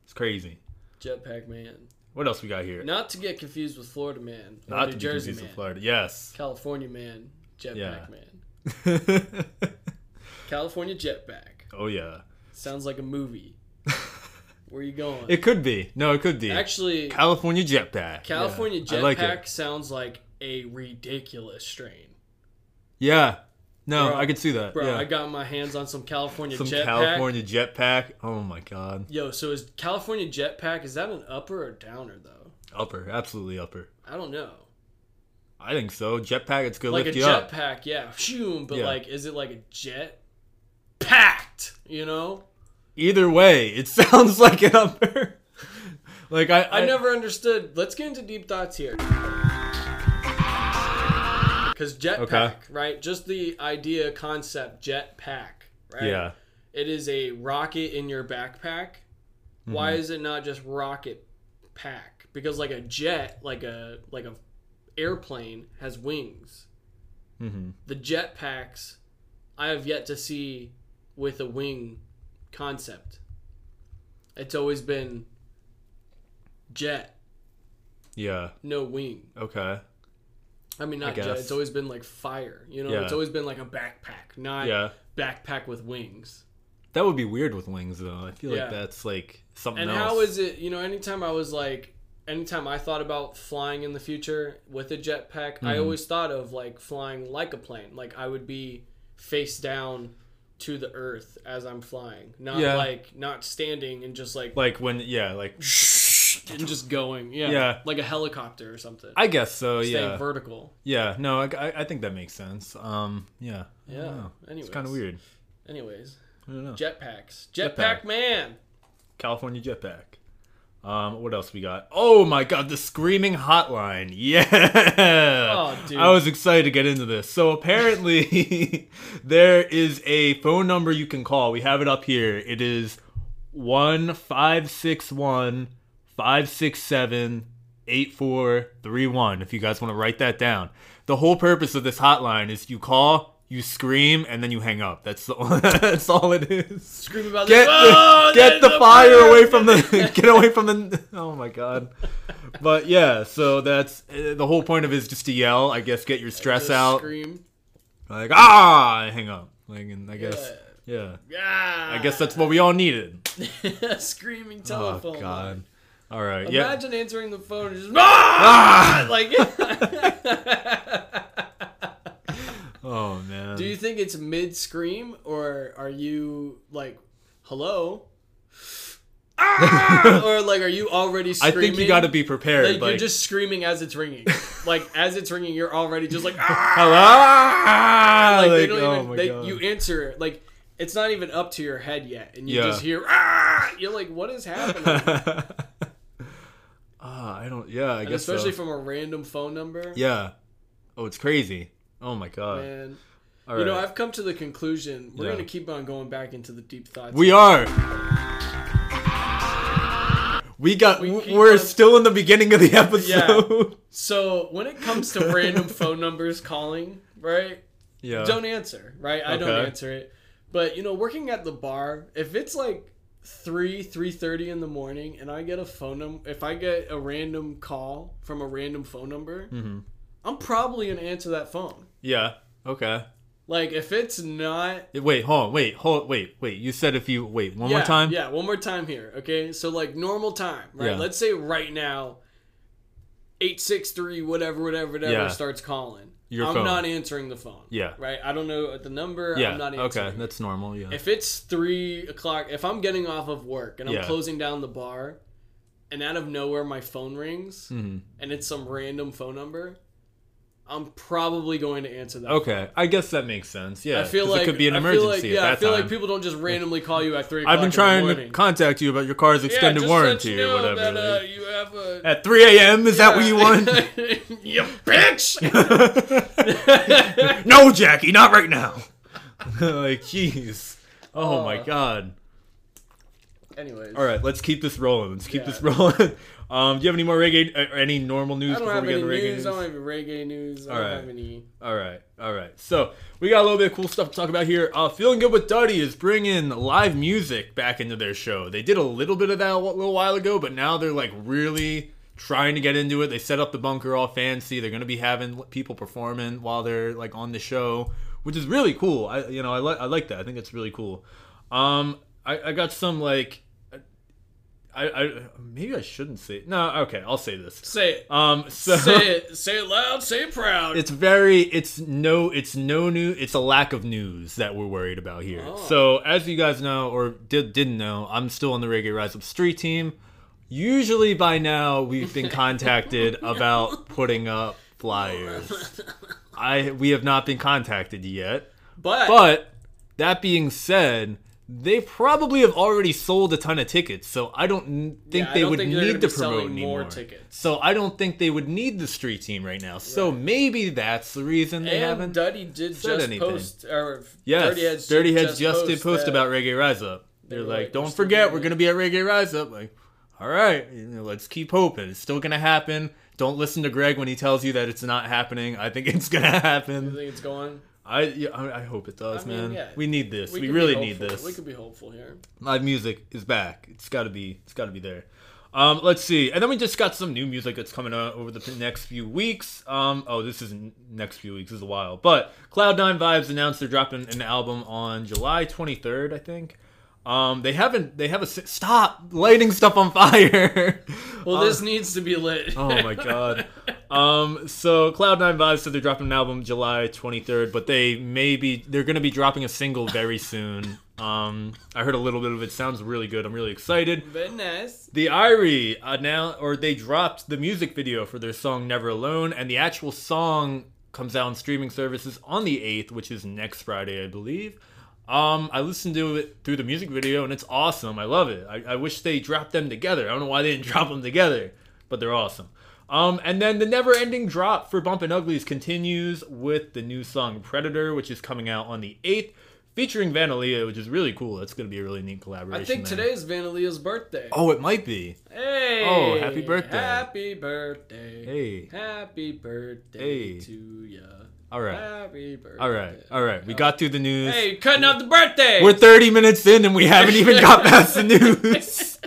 Speaker 7: it's crazy.
Speaker 6: Jetpack Man.
Speaker 7: What else we got here?
Speaker 6: Not to get confused with Florida Man, or
Speaker 7: Not
Speaker 6: New
Speaker 7: to be
Speaker 6: Jersey
Speaker 7: confused
Speaker 6: Man,
Speaker 7: with Florida. Yes.
Speaker 6: California Man, Jetpack
Speaker 7: Yeah.
Speaker 6: Man, California Jetpack.
Speaker 7: oh yeah,
Speaker 6: Sounds like a movie. Where you going?
Speaker 7: it could be. No, it could be.
Speaker 6: Actually,
Speaker 7: California jetpack.
Speaker 6: California
Speaker 7: yeah.
Speaker 6: Jetpack
Speaker 7: I like it.
Speaker 6: sounds like a ridiculous strain.
Speaker 7: Yeah. No,
Speaker 6: Bro,
Speaker 7: I could see that.
Speaker 6: Bro,
Speaker 7: yeah.
Speaker 6: I got my hands on some California
Speaker 7: some
Speaker 6: Jetpack.
Speaker 7: California jetpack. Oh my god.
Speaker 6: Yo, so is California Jetpack is that an upper or downer though?
Speaker 7: Upper, absolutely upper.
Speaker 6: I don't know.
Speaker 7: I think so. Jetpack it's gonna
Speaker 6: Like
Speaker 7: lift
Speaker 6: a
Speaker 7: you up.
Speaker 6: jetpack, yeah, phew, but
Speaker 7: Yeah.
Speaker 6: like, is it like a jet packed? You know,
Speaker 7: Either way, it sounds like an upper. like I,
Speaker 6: I, never understood. Let's get into deep thoughts here. Because jetpack,
Speaker 7: Okay.
Speaker 6: right? Just the idea, concept, jetpack, right?
Speaker 7: Yeah.
Speaker 6: It is a rocket in your backpack. Why
Speaker 7: Mm-hmm.
Speaker 6: is it not just rocket pack? Because like a jet, like a like a airplane has wings.
Speaker 7: Mm-hmm.
Speaker 6: The jet packs, I have yet to see with a wing concept. It's always been jet,
Speaker 7: Yeah.
Speaker 6: no wing.
Speaker 7: Okay.
Speaker 6: I mean, not jet.
Speaker 7: guess.
Speaker 6: It's always been like fire. You know,
Speaker 7: Yeah.
Speaker 6: it's always been like a backpack, not
Speaker 7: Yeah.
Speaker 6: backpack with wings.
Speaker 7: That would be weird with wings, though. I feel
Speaker 6: Yeah.
Speaker 7: like that's like something
Speaker 6: And
Speaker 7: else.
Speaker 6: how is it? You know, anytime I was like, anytime I thought about flying in the future with a jetpack,
Speaker 7: Mm-hmm.
Speaker 6: I always thought of like flying like a plane. Like I would be face down to the earth as I'm flying, not
Speaker 7: Yeah.
Speaker 6: like not standing and just like,
Speaker 7: like when? Yeah, like
Speaker 6: and just going. Yeah,
Speaker 7: Yeah.
Speaker 6: like a helicopter or something.
Speaker 7: I guess so.
Speaker 6: Staying
Speaker 7: yeah,
Speaker 6: vertical.
Speaker 7: yeah. No, I, I, I think that makes sense. Um, yeah. I don't
Speaker 6: Yeah,
Speaker 7: know. it's
Speaker 6: anyways.
Speaker 7: kind of weird.
Speaker 6: Anyways,
Speaker 7: I don't know.
Speaker 6: jetpacks.
Speaker 7: Jetpack.
Speaker 6: Jetpack man.
Speaker 7: California jetpack. Um, what else we got? Oh my god, the screaming hotline. Yeah.
Speaker 6: Oh, dude.
Speaker 7: I was excited to get into this. So apparently there is a phone number you can call. We have it up here. It is 1561 567 8431 if you guys want to write that down. The whole purpose of this hotline is you call, you scream, and then you hang up. That's the that's all it is
Speaker 6: Scream about this.
Speaker 7: get the, get the fire, away from the get away from the oh my god but yeah so that's uh, the whole point of it is just to yell i guess get your stress
Speaker 6: Just
Speaker 7: out
Speaker 6: Scream.
Speaker 7: like ah and hang up like and i guess yeah
Speaker 6: Yeah.
Speaker 7: i guess that's what we all needed
Speaker 6: screaming
Speaker 7: oh
Speaker 6: telephone.
Speaker 7: god all right yeah
Speaker 6: Imagine answering the phone and just ah!
Speaker 7: ah!
Speaker 6: like.
Speaker 7: oh man
Speaker 6: Do you think it's mid scream or are you like, hello? Ah! or like, are you already
Speaker 7: i
Speaker 6: screaming?
Speaker 7: think you got to be prepared
Speaker 6: Like,
Speaker 7: like
Speaker 6: you're just screaming as it's ringing. like as it's ringing, you're already just like ah! Like,
Speaker 7: hello like,
Speaker 6: they don't
Speaker 7: oh
Speaker 6: even.
Speaker 7: my
Speaker 6: they,
Speaker 7: god
Speaker 6: you answer it like. It's not even up to your head yet, and you
Speaker 7: Yeah.
Speaker 6: just hear ah! You're like, what is happening?
Speaker 7: ah i don't yeah i
Speaker 6: And
Speaker 7: guess so.
Speaker 6: especially from a random phone number.
Speaker 7: Yeah. Oh, it's crazy. Oh my god.
Speaker 6: Man.
Speaker 7: All
Speaker 6: You know,
Speaker 7: right.
Speaker 6: I've come to the conclusion we're
Speaker 7: Yeah.
Speaker 6: going to keep on going back into the deep thoughts.
Speaker 7: we are. We got.
Speaker 6: We keep
Speaker 7: We are
Speaker 6: on-
Speaker 7: still in the beginning of the episode.
Speaker 6: so, when it comes to random phone numbers calling, right?
Speaker 7: Yeah.
Speaker 6: Don't answer, right? I don't
Speaker 7: Okay.
Speaker 6: answer it. But, you know, working at the bar, if it's like 3 3:30 in the morning and I get a phone number, if I get a random call from a random phone number,
Speaker 7: Mm-hmm.
Speaker 6: I'm probably going to answer that phone.
Speaker 7: yeah. Okay.
Speaker 6: Like if it's not
Speaker 7: Wait. Hold. On, wait. Hold. Wait. Wait. You said if you wait one
Speaker 6: yeah,
Speaker 7: more time.
Speaker 6: Yeah, one more time here. Okay, so like normal time, right?
Speaker 7: Yeah.
Speaker 6: Let's say right now, eight six three whatever whatever whatever
Speaker 7: Yeah.
Speaker 6: starts calling.
Speaker 7: Your
Speaker 6: I'm
Speaker 7: phone.
Speaker 6: not answering the phone.
Speaker 7: Yeah.
Speaker 6: Right. I don't know the number.
Speaker 7: Yeah.
Speaker 6: I'm not answering.
Speaker 7: okay. That's normal. Yeah.
Speaker 6: If it's three o'clock, if I'm getting off of work and I'm
Speaker 7: Yeah.
Speaker 6: closing down the bar, and out of nowhere my phone rings
Speaker 7: Mm-hmm.
Speaker 6: and it's some random phone number, I'm probably going to answer that.
Speaker 7: okay. I guess that makes sense. Yeah.
Speaker 6: I feel
Speaker 7: 'cause
Speaker 6: like
Speaker 7: it could be an
Speaker 6: I feel
Speaker 7: emergency
Speaker 6: like- yeah,
Speaker 7: at that
Speaker 6: I feel
Speaker 7: time.
Speaker 6: like people don't just randomly call you at three.
Speaker 7: I've
Speaker 6: o'clock in
Speaker 7: been
Speaker 6: the
Speaker 7: trying to
Speaker 6: morning.
Speaker 7: contact you about your car's extended
Speaker 6: just let
Speaker 7: warranty
Speaker 6: you
Speaker 7: or
Speaker 6: know
Speaker 7: whatever.
Speaker 6: That, uh,
Speaker 7: like-
Speaker 6: you have a
Speaker 7: at 3 a.m. Is that what you want?
Speaker 6: you bitch.
Speaker 7: no, Jackie, not right now. like, jeez. Oh
Speaker 6: Uh.
Speaker 7: my god.
Speaker 6: Anyways,
Speaker 7: All right, let's keep this rolling. Let's keep this
Speaker 6: Yeah.
Speaker 7: rolling. Um, do you have any more reggae uh, or any normal news
Speaker 6: I don't
Speaker 7: before
Speaker 6: have
Speaker 7: we get
Speaker 6: any
Speaker 7: to reggae
Speaker 6: news. I don't have any reggae news. I
Speaker 7: All
Speaker 6: don't
Speaker 7: right.
Speaker 6: have any.
Speaker 7: All right, all right. So we got a little bit of cool stuff to talk about here. Uh, Feeling Good with Duddy is bringing live music back into their show. They did a little bit of that a little while ago, but now they're like really trying to get into it. They set up the bunker all fancy. They're gonna be having people performing while they're like on the show, which is really cool. I you know I like I like that. I think it's really cool. Um, I, I got some like. I, I maybe I shouldn't say no. Okay, I'll say this.
Speaker 6: Say it.
Speaker 7: Um, so
Speaker 6: say it. Say it loud. Say it proud.
Speaker 7: it's very it's no it's no new it's a lack of news that we're worried about here so as you guys know or did, didn't know i'm still on the reggae rise up street team usually by now we've been contacted about putting up flyers i we have not been contacted yet
Speaker 6: but,
Speaker 7: but that being said They probably have already sold a ton of tickets, so I don't n- think
Speaker 6: Yeah, I
Speaker 7: they
Speaker 6: don't
Speaker 7: would
Speaker 6: think they're
Speaker 7: need
Speaker 6: gonna
Speaker 7: to
Speaker 6: be selling
Speaker 7: promote
Speaker 6: more
Speaker 7: anymore.
Speaker 6: tickets.
Speaker 7: So I don't think they would need the street team right now. So maybe that's the reason they
Speaker 6: And
Speaker 7: haven't.
Speaker 6: Duddy did just
Speaker 7: said anything.
Speaker 6: post, or
Speaker 7: yes,
Speaker 6: Dirty Heads,
Speaker 7: Dirty
Speaker 6: did
Speaker 7: Heads just did post
Speaker 6: that-
Speaker 7: about Reggae Rise Up. They're
Speaker 6: were
Speaker 7: like,
Speaker 6: like, we're
Speaker 7: "Don't
Speaker 6: still
Speaker 7: forget,
Speaker 6: doing
Speaker 7: we're
Speaker 6: it."
Speaker 7: gonna be at Reggae Rise Up." Like, all right, you know, let's keep hoping. It's still gonna happen. Don't listen to Greg when he tells you that it's not happening. I think it's gonna
Speaker 6: You
Speaker 7: happen.
Speaker 6: think it's going?
Speaker 7: I yeah, I I hope it does,
Speaker 6: I mean,
Speaker 7: man.
Speaker 6: yeah.
Speaker 7: We need this. We,
Speaker 6: could be
Speaker 7: really need
Speaker 6: hopeful.
Speaker 7: this.
Speaker 6: We could be hopeful here.
Speaker 7: Live music is back. It's got to be. It's got to be there. Um, let's see. And then we just got some new music that's coming out over the next few weeks. Um, oh, this isn't next few weeks. This is a while. But Cloud9 Vibes announced they're dropping an album on July 23rd, I think. Um, they haven't. They have a s- stop lighting stuff on fire.
Speaker 6: Well,
Speaker 7: uh,
Speaker 6: this needs to be lit.
Speaker 7: Oh my god. Um, so Cloud9 Vibes said they're dropping an album July 23rd, but they may be they're gonna be dropping a single very soon. Um, I heard a little bit of it. Sounds really good. I'm really excited.
Speaker 6: Very nice.
Speaker 7: The Irie uh, now, or they dropped the music video for their song "Never Alone," and the actual song comes out on streaming services on the eighth, which is next Friday, I believe. Um, I listened to it through the music video, and it's awesome. I love it. I, I wish they dropped them together. I don't know why they didn't drop them together, but they're awesome. Um, and then the never-ending drop for Bumpin' Uglies continues with the new song "Predator," which is coming out on the eighth, featuring Vandalia, which is really cool. That's gonna be a really neat collaboration.
Speaker 6: I think
Speaker 7: there.
Speaker 6: today is Vandalia's birthday.
Speaker 7: Oh, it might be.
Speaker 6: Hey!
Speaker 7: Oh, happy birthday.
Speaker 6: Happy birthday.
Speaker 7: Hey.
Speaker 6: Happy birthday
Speaker 7: Hey.
Speaker 6: to ya.
Speaker 7: All right.
Speaker 6: Happy birthday.
Speaker 7: All right. All right. We got through the news.
Speaker 6: Hey, cutting off the birthday.
Speaker 7: We're 30 minutes in and we haven't even got past the news.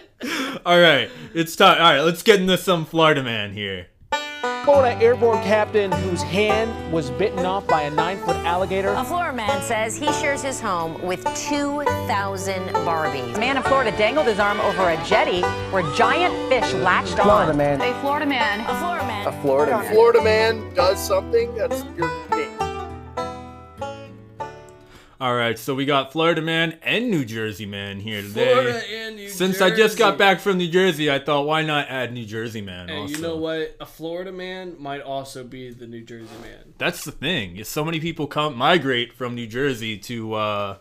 Speaker 7: All right. It's time. All right. Let's get into some Florida man here.
Speaker 8: Florida airborne captain whose hand was bitten off by a nine foot alligator.
Speaker 9: A Florida man says he shares his home with 2,000 Barbies.
Speaker 10: Man in Florida dangled his arm over a jetty where giant fish latched on.
Speaker 8: man.
Speaker 10: A Florida man.
Speaker 9: A Florida man.
Speaker 8: Florida man.
Speaker 11: Florida man does something that's your game.
Speaker 7: All right. So we got Florida man and New Jersey man here today.
Speaker 6: Florida and New
Speaker 7: Since I just got
Speaker 6: Jersey.
Speaker 7: back from New Jersey, I thought why not add New Jersey man
Speaker 6: Hey,
Speaker 7: also.
Speaker 6: you know what? A Florida man might also be the New Jersey man.
Speaker 7: That's the thing. Is so many people come migrate from New Jersey to uh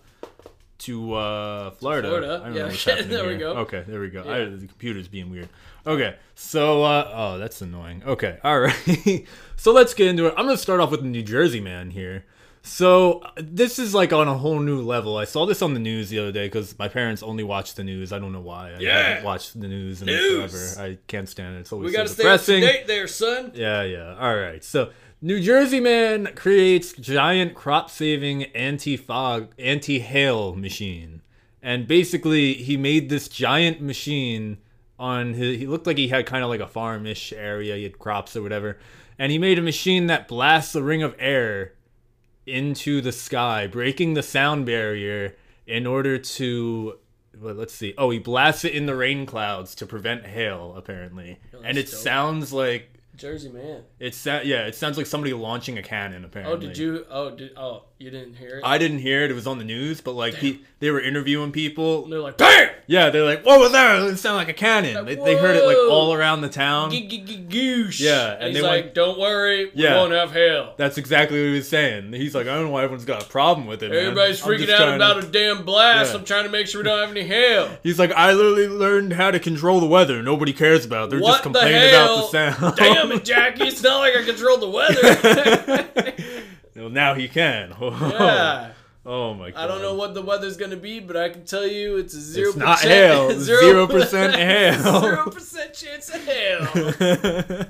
Speaker 7: to uh Florida.
Speaker 6: Florida,
Speaker 7: I don't
Speaker 6: yeah.
Speaker 7: know what's happening
Speaker 6: There we
Speaker 7: here.
Speaker 6: go.
Speaker 7: Okay, there we go. I, the computer's being weird. Okay. So uh oh, that's annoying. Okay. All right. so let's get into it. I'm going to start off with the New Jersey man here. So uh, this is like on a whole new level. I saw this on the news the other day cuz my parents only watch the news. I don't know why. I haven't watched the news in
Speaker 6: News!
Speaker 7: forever. I can't stand it. It's always
Speaker 6: We
Speaker 7: so
Speaker 6: got to stay up to
Speaker 7: depressing.
Speaker 6: date there, son.
Speaker 7: Yeah, yeah. All right. So, New Jersey man creates giant crop-saving anti-fog, anti-hail machine, and basically he made this giant machine on his. He looked like he had kind of like a farmish area. He had crops or whatever, and he made a machine that blasts a ring of air into the sky, breaking the sound barrier in order to. Well, let's see. Oh, he blasts it in the rain clouds to prevent hail, apparently. and it
Speaker 6: that's dope.
Speaker 7: sounds like
Speaker 6: Jersey man.
Speaker 7: it sound yeah, it sounds like somebody launching a cannon. Apparently.
Speaker 6: Oh, did you? Oh, did oh you didn't hear it?
Speaker 7: I didn't hear it. It was on the news, but like he, they were interviewing people.
Speaker 6: And they're like, bam!
Speaker 7: yeah, they're like, "What was that? It sounded like a cannon." They, they heard it like
Speaker 6: Whoa!
Speaker 7: all around the town.
Speaker 6: Goosh.
Speaker 7: Yeah,
Speaker 6: and,
Speaker 7: and
Speaker 6: he's
Speaker 7: they
Speaker 6: like,
Speaker 7: went-
Speaker 6: "Don't worry, we
Speaker 7: Yeah.
Speaker 6: won't have hail."
Speaker 7: That's exactly what he was saying. He's like, "I don't know why everyone's got a problem with it." man.
Speaker 6: Everybody's
Speaker 7: I'm
Speaker 6: freaking
Speaker 7: just
Speaker 6: out
Speaker 7: trying to-"
Speaker 6: about a damn blast.
Speaker 7: Yeah.
Speaker 6: I'm trying to make sure we don't have any hail.
Speaker 7: He's like, "I literally learned how to control the weather. Nobody cares about. it. They're
Speaker 6: what
Speaker 7: just complaining
Speaker 6: the hell?
Speaker 7: about the sound."
Speaker 6: Damn it, Jackie! It's not like I controlled the weather.
Speaker 7: well, now he can.
Speaker 6: yeah.
Speaker 7: Oh my god.
Speaker 6: I don't know what the weather's gonna be, but I can tell you it's a zero
Speaker 7: It's not
Speaker 6: percent
Speaker 7: hail. Zero percent
Speaker 6: Zero
Speaker 7: hail.
Speaker 6: percent chance of hail.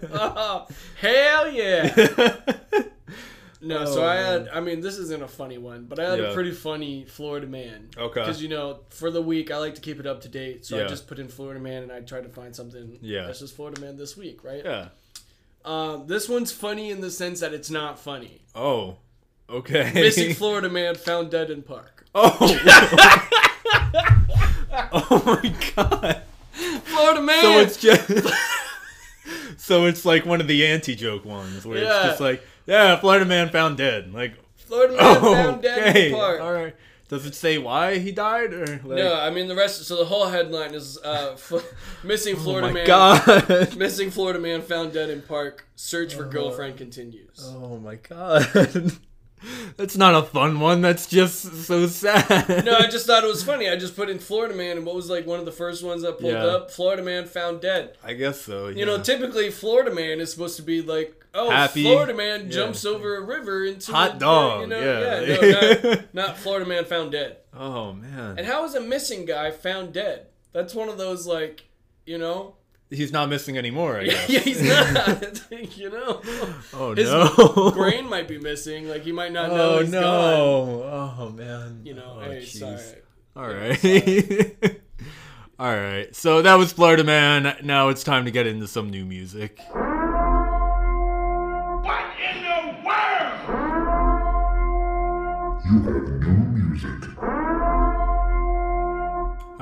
Speaker 6: oh, hell yeah. No, so I had. I mean, this isn't a funny one, but I had
Speaker 7: Oh, Yeah.
Speaker 6: a pretty funny Florida man.
Speaker 7: Okay.
Speaker 6: Because you know, for the week, I like to keep it up to date, so
Speaker 7: Yeah.
Speaker 6: I just put in Florida man, and I tried to find something.
Speaker 7: Yeah.
Speaker 6: That's just Florida man this week, right?
Speaker 7: yeah.
Speaker 6: Um, this one's funny in the sense that it's not funny.
Speaker 7: Oh. Okay.
Speaker 6: Missing Florida man found dead in park.
Speaker 7: Oh. oh my god.
Speaker 6: Florida man.
Speaker 7: So it's just So it's like one of the anti-joke ones where it's
Speaker 6: Yeah.
Speaker 7: just like, yeah, Florida man found dead. Like,
Speaker 6: Florida man
Speaker 7: oh,
Speaker 6: found dead in
Speaker 7: okay.
Speaker 6: park.
Speaker 7: All right. Does it say why he died or like
Speaker 6: No, I mean the rest. So the whole headline is uh, f- missing
Speaker 7: Oh
Speaker 6: Florida
Speaker 7: my
Speaker 6: man.
Speaker 7: god.
Speaker 6: Missing Florida man found dead in park. Search for girlfriend continues.
Speaker 7: Oh my Oh god. That's not a fun one. That's just so sad.
Speaker 6: No, I just thought it was funny. I just put in Florida Man, and what was like one of the first ones I pulled
Speaker 7: Yeah.
Speaker 6: up? Florida Man found dead.
Speaker 7: I guess so.
Speaker 6: You know,
Speaker 7: yeah.
Speaker 6: typically Florida Man is supposed to be like, oh,
Speaker 7: Happy.
Speaker 6: Florida Man
Speaker 7: Yeah.
Speaker 6: jumps over a river into
Speaker 7: Hot
Speaker 6: a,
Speaker 7: dog,
Speaker 6: You know,
Speaker 7: yeah.
Speaker 6: no, not, not Florida Man found dead.
Speaker 7: oh man,
Speaker 6: And how is a missing guy found dead? That's one of those like, you know,
Speaker 7: he's not missing anymore. I guess.
Speaker 6: yeah, he's not. you know,
Speaker 7: Oh
Speaker 6: his
Speaker 7: no.
Speaker 6: brain might be missing. Like he might not know.
Speaker 7: Oh
Speaker 6: he's
Speaker 7: no.
Speaker 6: Gone.
Speaker 7: Oh man.
Speaker 6: You know,
Speaker 7: Oh,
Speaker 6: hey,
Speaker 7: jeez.
Speaker 6: it's all right.
Speaker 7: All right. All right. So that was Florida Man. Now it's time to get into some new music.
Speaker 3: What in the world?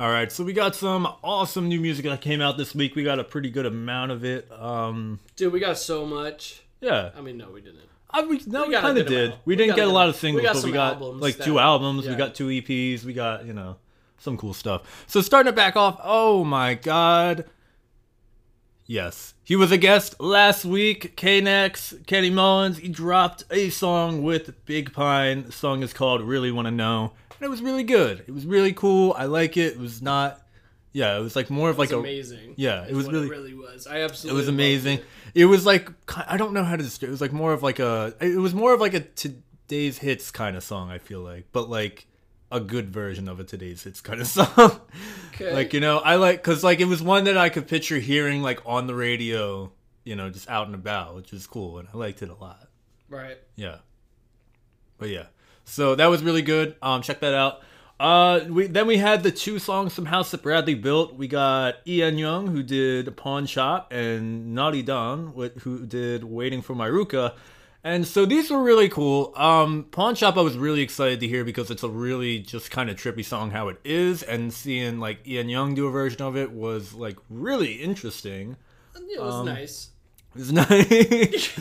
Speaker 7: All right. So we got some awesome new music that came out this week. We got a pretty good amount of it. Um
Speaker 6: Dude, we got so much.
Speaker 7: yeah.
Speaker 6: I mean, no, we didn't.
Speaker 7: I, Uh, we no,
Speaker 6: We
Speaker 7: we,
Speaker 6: got a
Speaker 7: kind of
Speaker 6: good amount.
Speaker 7: did. We,
Speaker 6: We
Speaker 7: didn't
Speaker 6: got
Speaker 7: get
Speaker 6: a
Speaker 7: a
Speaker 6: good
Speaker 7: lot
Speaker 6: amount.
Speaker 7: of singles,
Speaker 6: We got
Speaker 7: but we
Speaker 6: some
Speaker 7: got
Speaker 6: albums
Speaker 7: like
Speaker 6: that-
Speaker 7: two albums.
Speaker 6: yeah.
Speaker 7: We got two EPs. We got you know some cool stuff. So starting it back off. Oh my God. Yes, he was a guest last week. K-Nex, Kenny Mullins. He dropped a song with Big Pine. The song is called "Really Want to Know," and it was really good. It was really cool. I like it. It was not. Yeah, it was like more of like
Speaker 6: It's
Speaker 7: a
Speaker 6: amazing.
Speaker 7: yeah, it
Speaker 6: is
Speaker 7: was
Speaker 6: what
Speaker 7: really-
Speaker 6: it really was. I absolutely.
Speaker 7: it was
Speaker 6: loved
Speaker 7: amazing.
Speaker 6: it.
Speaker 7: It was like I don't know how to describe. It was like more of like a. It was more of like a today's hits kind of song. I feel like, but like a good version of a today's hits kind of song.
Speaker 6: Okay.
Speaker 7: like you know, I like because like it was one that I could picture hearing like on the radio, you know, just out and about, which is cool, and I liked it a lot.
Speaker 6: right.
Speaker 7: Yeah. But yeah. So that was really good. Um check that out. Uh we then we had the two songs from House that Bradley built. We got Ian Young who did Pawn Shop and Naughty Don wh- who did Waiting for My Ruka. And so these were really cool. Um Pawn Shop I was really excited to hear because it's a really just kind of trippy song how it is and seeing like Ian Young do a version of it was like really interesting.
Speaker 6: It
Speaker 7: um,
Speaker 6: was nice.
Speaker 7: It's nice.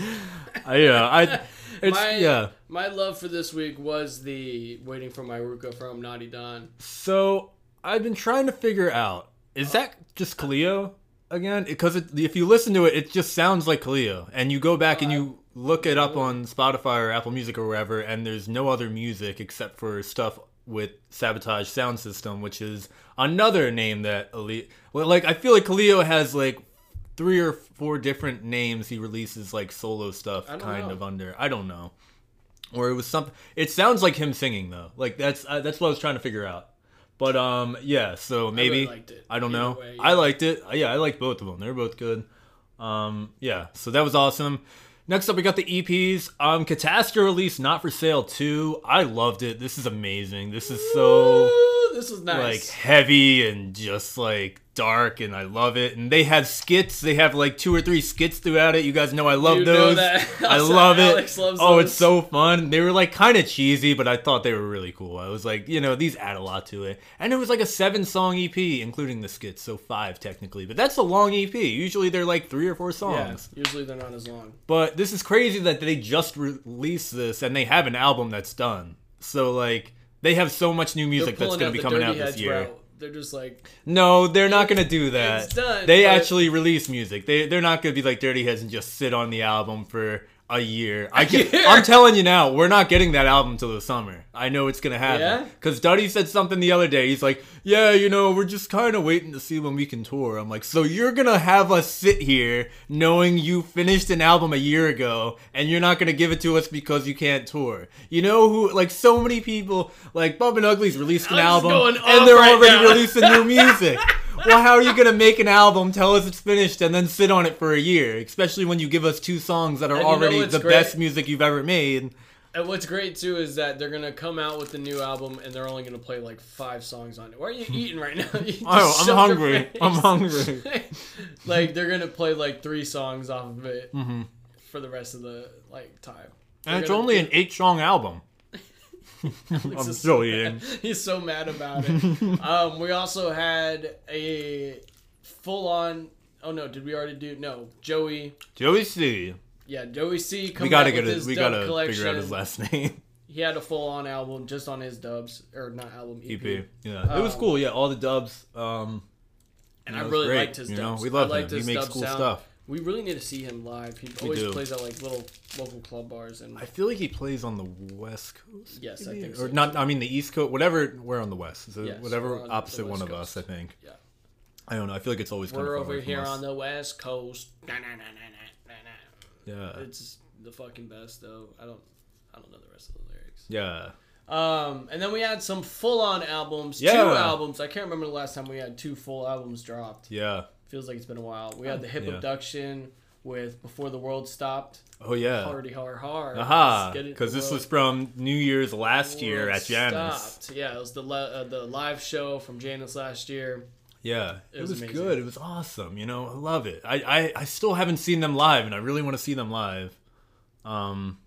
Speaker 7: yeah, I it's
Speaker 6: My,
Speaker 7: yeah.
Speaker 6: My love for this week was the waiting for my Ruka from Naughty Don.
Speaker 7: So I've been trying to figure out is that just Cleo again? Because it, if you listen to it, it just sounds like Cleo, and you go back and you look it up on Spotify or Apple Music or wherever, and there's no other music except for stuff with Sabotage Sound System, which is another name that Elite. Well, like I feel like Cleo has like three or four different names he releases like solo stuff
Speaker 6: don't
Speaker 7: kind
Speaker 6: know.
Speaker 7: of under. I don't know. Or it was something. It sounds like him singing though. Like that's uh, that's what I was trying to figure out. But um, yeah. So maybe I,
Speaker 6: liked it.
Speaker 7: don't
Speaker 6: Either
Speaker 7: know.
Speaker 6: way,
Speaker 7: I liked it. Uh, Yeah, I liked both of them. They're both good. Um, yeah. So that was awesome. Next up, we got the EPs. Um, Catastrophe release, not for sale too. I loved it. This is amazing. This is so
Speaker 6: Ooh, this was
Speaker 7: like
Speaker 6: nice.
Speaker 7: heavy and just like dark and I love it. And they have skits. They have like two or three skits throughout it. You guys know I love
Speaker 6: You know
Speaker 7: those.
Speaker 6: that.
Speaker 7: I love
Speaker 6: Alex
Speaker 7: it.
Speaker 6: loves
Speaker 7: oh,
Speaker 6: those.
Speaker 7: it's so fun. They were like kind of cheesy, but I thought they were really cool. I was like, you know, these add a lot to it. And it was like a seven song EP, including the skits, so five technically. But that's a long EP. Usually they're like three or four
Speaker 6: yeah,
Speaker 7: songs.
Speaker 6: usually they're not as long.
Speaker 7: But this is crazy that they just released this and they have an album that's done. So like they have so much new
Speaker 6: They're
Speaker 7: music that's
Speaker 6: pulling out
Speaker 7: going to be
Speaker 6: the
Speaker 7: coming
Speaker 6: Dirty
Speaker 7: out this
Speaker 6: Heads
Speaker 7: year.
Speaker 6: route. They're just like,
Speaker 7: No, they're not gonna do that.
Speaker 6: it's done,
Speaker 7: they
Speaker 6: but-
Speaker 7: actually release music. They they're not gonna be like Dirty Heads and just sit on the album for a year. I can, I'm telling you now, we're not getting that album till the summer. I know it's gonna happen.
Speaker 6: Yeah?
Speaker 7: Cause Duddy said something the other day. He's like, "Yeah, you know, we're just kind of waiting to see when we can tour." I'm like, "So you're gonna have us sit here knowing you finished an album a year ago, and you're not gonna give it to us because you can't tour?" You know who? Like so many people, like Bump and Ugly's released an
Speaker 6: I'm just
Speaker 7: album,
Speaker 6: going off
Speaker 7: and they're
Speaker 6: right
Speaker 7: already
Speaker 6: now.
Speaker 7: releasing new music. Well, how are you gonna make an album, tell us it's finished, and then sit on it for a year? Especially when you give us two songs that are
Speaker 6: And you know
Speaker 7: already
Speaker 6: what's
Speaker 7: the
Speaker 6: great?
Speaker 7: best music you've ever made.
Speaker 6: And what's great too is that they're gonna come out with the new album and they're only gonna play like five songs on it. Why are you eating right now? You
Speaker 7: Oh,
Speaker 6: just shoved
Speaker 7: I'm
Speaker 6: your
Speaker 7: hungry.
Speaker 6: face.
Speaker 7: I'm hungry.
Speaker 6: like they're gonna play like three songs off of it
Speaker 7: Mm-hmm.
Speaker 6: for the rest of the like time.
Speaker 7: And it's
Speaker 6: gonna
Speaker 7: only
Speaker 6: do-
Speaker 7: an eight song album.
Speaker 6: Alex
Speaker 7: I'm
Speaker 6: is
Speaker 7: still
Speaker 6: so
Speaker 7: eating.
Speaker 6: mad. He's so mad about it. um, we also had a full on. Oh no, did we already do no Joey?
Speaker 7: Joey C.
Speaker 6: Yeah, Joey C. Come
Speaker 7: We gotta
Speaker 6: back
Speaker 7: get
Speaker 6: with
Speaker 7: it.
Speaker 6: his
Speaker 7: We
Speaker 6: dub
Speaker 7: gotta figure out
Speaker 6: collection.
Speaker 7: his last name.
Speaker 6: He had a full on album just on his dubs or not album E EP.
Speaker 7: EP. E Yeah, it was cool. Yeah, all the dubs. Um,
Speaker 6: And
Speaker 7: that
Speaker 6: I
Speaker 7: was
Speaker 6: really
Speaker 7: great,
Speaker 6: liked his
Speaker 7: you
Speaker 6: dubs.
Speaker 7: know? We
Speaker 6: I
Speaker 7: love
Speaker 6: liked
Speaker 7: him. He
Speaker 6: his
Speaker 7: makes
Speaker 6: dub
Speaker 7: cool
Speaker 6: sound.
Speaker 7: stuff.
Speaker 6: We really need to see him live. He always
Speaker 7: do.
Speaker 6: plays at like little local club bars and
Speaker 7: I feel like he plays on the West Coast.
Speaker 6: Yes, I
Speaker 7: maybe?
Speaker 6: think so,
Speaker 7: Or not. I mean the East Coast. Whatever. We're on the West. So
Speaker 6: Yes, we're
Speaker 7: whatever
Speaker 6: on the
Speaker 7: opposite
Speaker 6: West
Speaker 7: one of
Speaker 6: Coast.
Speaker 7: us. I think.
Speaker 6: Yeah.
Speaker 7: I don't know. I feel like it's always. kinda
Speaker 6: we're
Speaker 7: far
Speaker 6: over
Speaker 7: away from
Speaker 6: here
Speaker 7: us.
Speaker 6: on the West Coast. Na, na, na, na, na, na,
Speaker 7: Yeah.
Speaker 6: na. It's the fucking best though. I don't I don't know the rest of the lyrics.
Speaker 7: Yeah.
Speaker 6: Um, and then we had some full on albums. Two
Speaker 7: Yeah.
Speaker 6: albums. I can't remember the last time we had two full albums dropped.
Speaker 7: Yeah.
Speaker 6: Feels like it's been a while. We had the Hip
Speaker 7: Yeah.
Speaker 6: Abduction with Before the World Stopped.
Speaker 7: Oh yeah.
Speaker 6: Hardy har har.
Speaker 7: Aha.
Speaker 6: Let's get it-
Speaker 7: Because this
Speaker 6: World
Speaker 7: was from New Year's last year
Speaker 6: World
Speaker 7: at Janus.
Speaker 6: Stopped. Yeah, it was the li- uh, the live show from Janus last year.
Speaker 7: Yeah, it,
Speaker 6: was
Speaker 7: was,
Speaker 6: amazing.
Speaker 7: good. It was awesome. You know, I love it. I, I, I still haven't seen them live, and I really want to see them live. Um,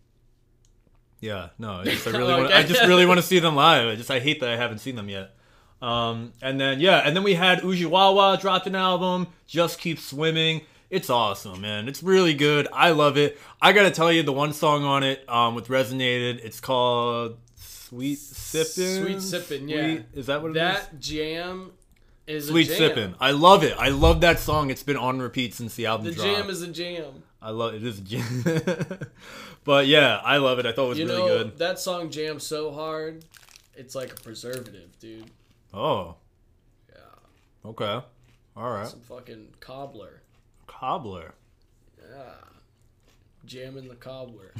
Speaker 7: yeah, no, I just, I really, want, I
Speaker 6: Okay.
Speaker 7: just really want to see them live. I just I hate that I haven't seen them yet. Um, and then yeah, and then we had Ujiwawa dropped an album, Just Keep Swimming. It's awesome, man. It's really good. I love it. I gotta tell you, the one song on it um with resonated. It's called Sweet Sippin'.
Speaker 6: Sweet Sippin', yeah.
Speaker 7: Sweet- is that what it is?
Speaker 6: That jam is
Speaker 7: Sweet
Speaker 6: a jam.
Speaker 7: Sippin'. I love it. I love that song. It's been on repeat since the album
Speaker 6: The
Speaker 7: dropped.
Speaker 6: jam is a jam.
Speaker 7: I love it. Is a jam. but yeah, I love it. I thought it was
Speaker 6: you
Speaker 7: really
Speaker 6: know
Speaker 7: good.
Speaker 6: that song jams so hard, it's like a preservative, dude.
Speaker 7: Oh. Yeah. Okay. All right.
Speaker 6: Some fucking cobbler
Speaker 7: Cobbler.
Speaker 6: jamming the cobbler.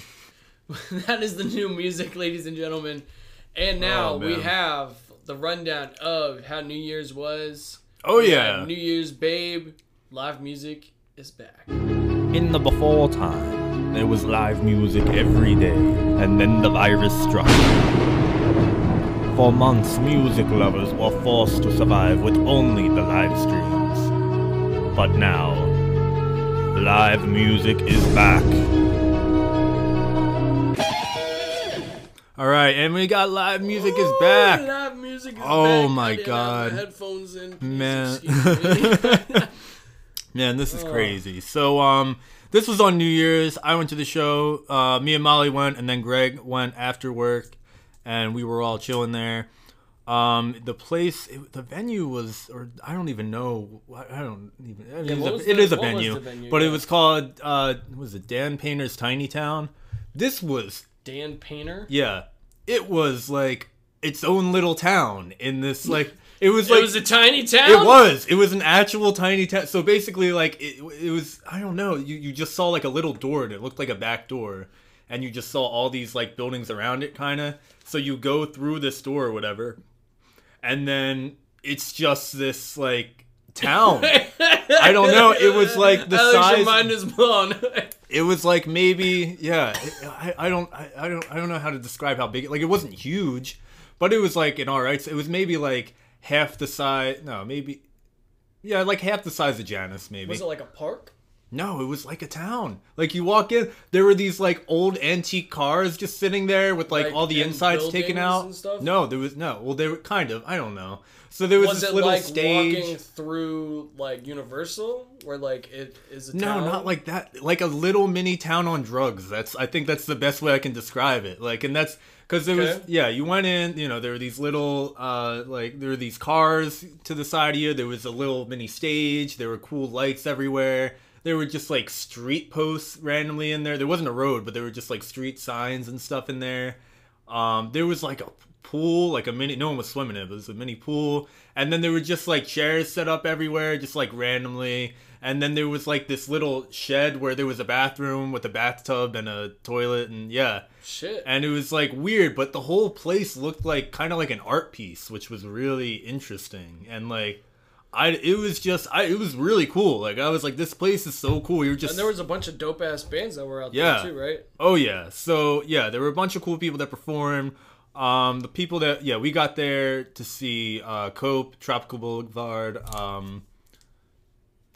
Speaker 6: that is the new music, ladies and gentlemen. And now
Speaker 7: Oh,
Speaker 6: we
Speaker 7: man.
Speaker 6: have the rundown of how New Year's was.
Speaker 7: Oh
Speaker 6: We
Speaker 7: yeah.
Speaker 6: had New Year's Babe live music is back.
Speaker 2: In the before time, there was live music every day, and then the virus struck. For months, music lovers were forced to survive with only the live streams. But now, live music is back.
Speaker 7: All right, and we got live music is back.
Speaker 6: Live music is
Speaker 7: Oh,
Speaker 6: back. I
Speaker 7: my
Speaker 6: didn't have
Speaker 7: God.
Speaker 6: my headphones in. Please
Speaker 7: Man.
Speaker 6: excuse me.
Speaker 7: Man, this is crazy. So um. This was on New Year's. I went to the show. Uh, me and Molly went, and then Greg went after work, and we were all chilling there. Um, the place, it, the venue was, or I don't even know. I I don't even. I mean, it's
Speaker 6: what
Speaker 7: a-
Speaker 6: was
Speaker 7: it
Speaker 6: the-
Speaker 7: is a
Speaker 6: what was
Speaker 7: venue,
Speaker 6: the venue?
Speaker 7: but
Speaker 6: Yeah.
Speaker 7: it was called. Uh, what was it Dan Painter's Tiny Town? This was
Speaker 6: Dan Painter.
Speaker 7: yeah. It was like its own little town in this like. It was
Speaker 6: It
Speaker 7: like
Speaker 6: was a tiny town.
Speaker 7: it was. It was an actual tiny town. So basically, like it, it was. I don't know. You you just saw like a little door, and it looked like a back door, and you just saw all these like buildings around it, kind of. So you go through this door or whatever, and then it's just this like town. I don't know. It was like the
Speaker 6: Alex, your
Speaker 7: size.
Speaker 6: mind is blown.
Speaker 7: it was like maybe yeah. it- I, I don't I, I don't I don't know how to describe how big. it Like it wasn't huge, but it was like an all right. It was maybe like half the size. No, maybe. Yeah, like half the size of Janus, maybe.
Speaker 6: was it like a park?
Speaker 7: No, it was like a town. Like you walk in, there were these like old antique cars just sitting there with like,
Speaker 6: Like,
Speaker 7: all the
Speaker 6: and
Speaker 7: insides taken
Speaker 6: buildings
Speaker 7: out.
Speaker 6: and stuff?
Speaker 7: No, there was no. Well, they were kind of. I don't know. So there was,
Speaker 6: Was
Speaker 7: this
Speaker 6: it
Speaker 7: little
Speaker 6: like
Speaker 7: stage.
Speaker 6: walking through like Universal, where like it is a
Speaker 7: no,
Speaker 6: town?
Speaker 7: not like that. Like a little mini town on drugs. That's I think that's the best way I can describe it. Like, and that's because there was
Speaker 6: Okay.
Speaker 7: yeah. You went in. You know, there were these little uh like there were these cars to the side of you. There was a little mini stage. There were cool lights everywhere. There were just like street posts randomly in there. There wasn't a road, but there were just like street signs and stuff in there. Um, there was like a pool, like a mini. No one was swimming in it, but it was a mini pool. And then there were just like chairs set up everywhere, just like randomly. And then there was like this little shed where there was a bathroom with a bathtub and a toilet, and yeah.
Speaker 6: shit.
Speaker 7: And it was like weird, but the whole place looked like kind of like an art piece, which was really interesting. And like, I it was just I it was really cool. Like I was like, this place is so cool. You're just
Speaker 6: And there was a bunch of dope ass bands that were out
Speaker 7: Yeah.
Speaker 6: there too, right?
Speaker 7: Oh yeah. So yeah, there were a bunch of cool people that performed. Um, the people that yeah, we got there to see uh, Cope, Tropical Boulevard, um,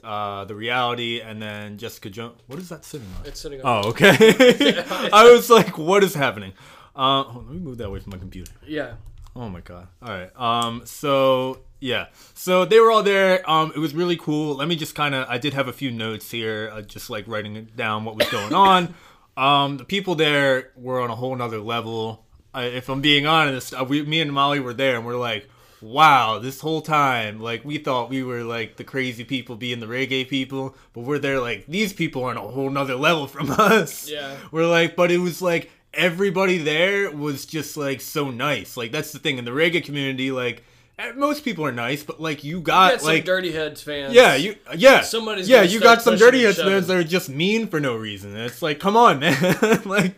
Speaker 7: uh, the Reality, and then Jessica Jones. What is that sitting on?
Speaker 6: It's sitting on.
Speaker 7: Oh okay. I was like, what is happening? Uh, hold on, let me move that away from my computer.
Speaker 6: Yeah.
Speaker 7: Oh my god. All right. Um so yeah. So they were all there. Um it was really cool. Let me just kind of I did have a few notes here uh, just like writing down what was going on. um the people there were on a whole nother level. I, if I'm being honest, uh, we me and Molly were there and we're like wow, this whole time, like we thought we were like the crazy people being the reggae people, but we're there like these people are on a whole nother level from us.
Speaker 6: Yeah.
Speaker 7: We're like, but it was like everybody there was just like so nice. Like that's the thing in the reggae community, like eh, most people are nice, but like you
Speaker 6: You
Speaker 7: got
Speaker 6: got
Speaker 7: Uh, like
Speaker 6: some dirty heads fans.
Speaker 7: yeah, you yeah.
Speaker 6: Somebody's
Speaker 7: yeah,
Speaker 6: gonna
Speaker 7: you
Speaker 6: start
Speaker 7: got some
Speaker 6: pushing
Speaker 7: dirty
Speaker 6: and
Speaker 7: hits
Speaker 6: shoving.
Speaker 7: that are just mean for no reason. And it's like, come on, man. like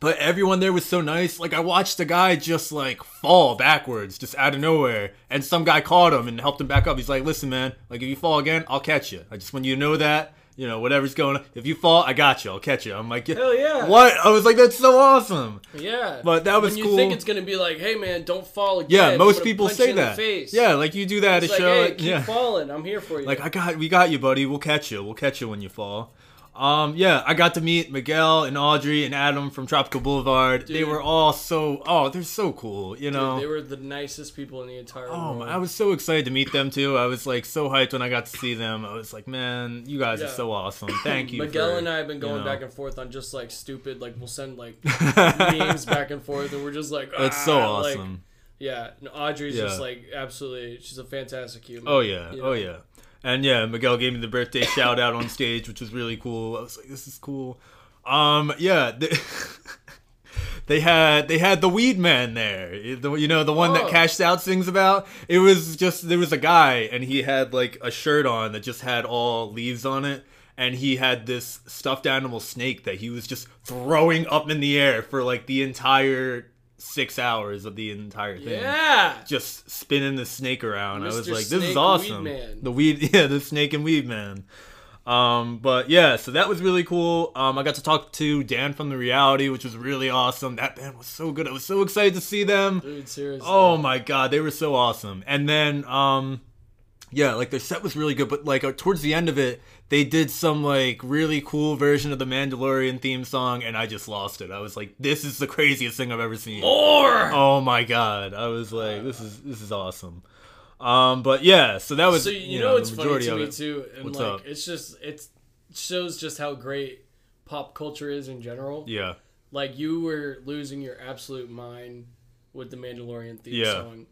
Speaker 7: but everyone there was so nice. Like I watched a guy just like fall backwards just out of nowhere and some guy caught him and helped him back up. He's like, "Listen, man, like if you fall again, I'll catch you. I just want you to know that." You know, whatever's going on. If you fall, I got you. I'll catch you. I'm like,
Speaker 6: Hell yeah.
Speaker 7: What? I was like, that's so awesome.
Speaker 6: Yeah.
Speaker 7: But that was
Speaker 6: when you
Speaker 7: cool.
Speaker 6: think it's gonna be like, hey man, don't fall again.
Speaker 7: Yeah,
Speaker 6: I'm
Speaker 7: most
Speaker 6: gonna
Speaker 7: people
Speaker 6: punch you
Speaker 7: say
Speaker 6: in the
Speaker 7: that.
Speaker 6: face.
Speaker 7: Yeah, like you do that
Speaker 6: It's
Speaker 7: at
Speaker 6: like,
Speaker 7: show.
Speaker 6: hey, keep
Speaker 7: yeah.
Speaker 6: falling. I'm here for you.
Speaker 7: Like I got, we got you, buddy. We'll catch you. We'll catch you when you fall. Um, yeah, I got to meet Miguel and Audrey and Adam from Tropical Boulevard. They
Speaker 6: Dude.
Speaker 7: were all so, oh, they're so cool.
Speaker 6: Dude,
Speaker 7: You know,
Speaker 6: they were the nicest people in the entire
Speaker 7: Oh,
Speaker 6: world.
Speaker 7: man, I was so excited to meet them too. I was like so hyped when I got to see them. I was like, man, you guys
Speaker 6: Yeah.
Speaker 7: are so awesome. Thank you.
Speaker 6: Miguel
Speaker 7: for,
Speaker 6: and I have been going
Speaker 7: know.
Speaker 6: back and forth on just like stupid, like we'll send like memes back and forth, and we're just like,
Speaker 7: That's so
Speaker 6: "Ah," like,
Speaker 7: awesome.
Speaker 6: yeah, and Audrey's just
Speaker 7: Yeah.
Speaker 6: like absolutely, she's a fantastic human.
Speaker 7: Oh yeah,
Speaker 6: you know?
Speaker 7: oh yeah. And yeah, Miguel gave me the birthday shout out on stage, which was really cool. I was like, this is cool. Um, yeah, they, they had they had the weed man there, the, you know, the one
Speaker 6: Oh.
Speaker 7: that Cashed Out sings about. It was just there was a guy, and he had like a shirt on that just had all leaves on it. And he had this stuffed animal snake that he was just throwing up in the air for like the entire six hours of the entire thing
Speaker 6: yeah,
Speaker 7: just spinning the snake around. I was
Speaker 6: Mr.
Speaker 7: like, this
Speaker 6: Snake
Speaker 7: is awesome.
Speaker 6: Weed Man.
Speaker 7: The weed, yeah, the snake and weed man. Um, but yeah, so that was really cool. Um, I got to talk to Dan from the Reality, which was really awesome. That band was so good. I was so excited to see them.
Speaker 6: dude, seriously.
Speaker 7: Oh my god, they were so awesome. And then um yeah, like their set was really good, but like uh, towards the end of it, they did some like really cool version of the Mandalorian theme song and I just lost it. I was like, this is the craziest thing I've ever seen. More! Oh my god. I was like, this is this is awesome. Um but yeah, so that was
Speaker 6: so you, know, it's
Speaker 7: the
Speaker 6: funny
Speaker 7: majority
Speaker 6: to
Speaker 7: of
Speaker 6: me
Speaker 7: it.
Speaker 6: too, and
Speaker 7: What's
Speaker 6: like
Speaker 7: up?
Speaker 6: it's just it shows just how great pop culture is in general.
Speaker 7: Yeah.
Speaker 6: like you were losing your absolute mind with the Mandalorian theme
Speaker 7: Yeah.
Speaker 6: song,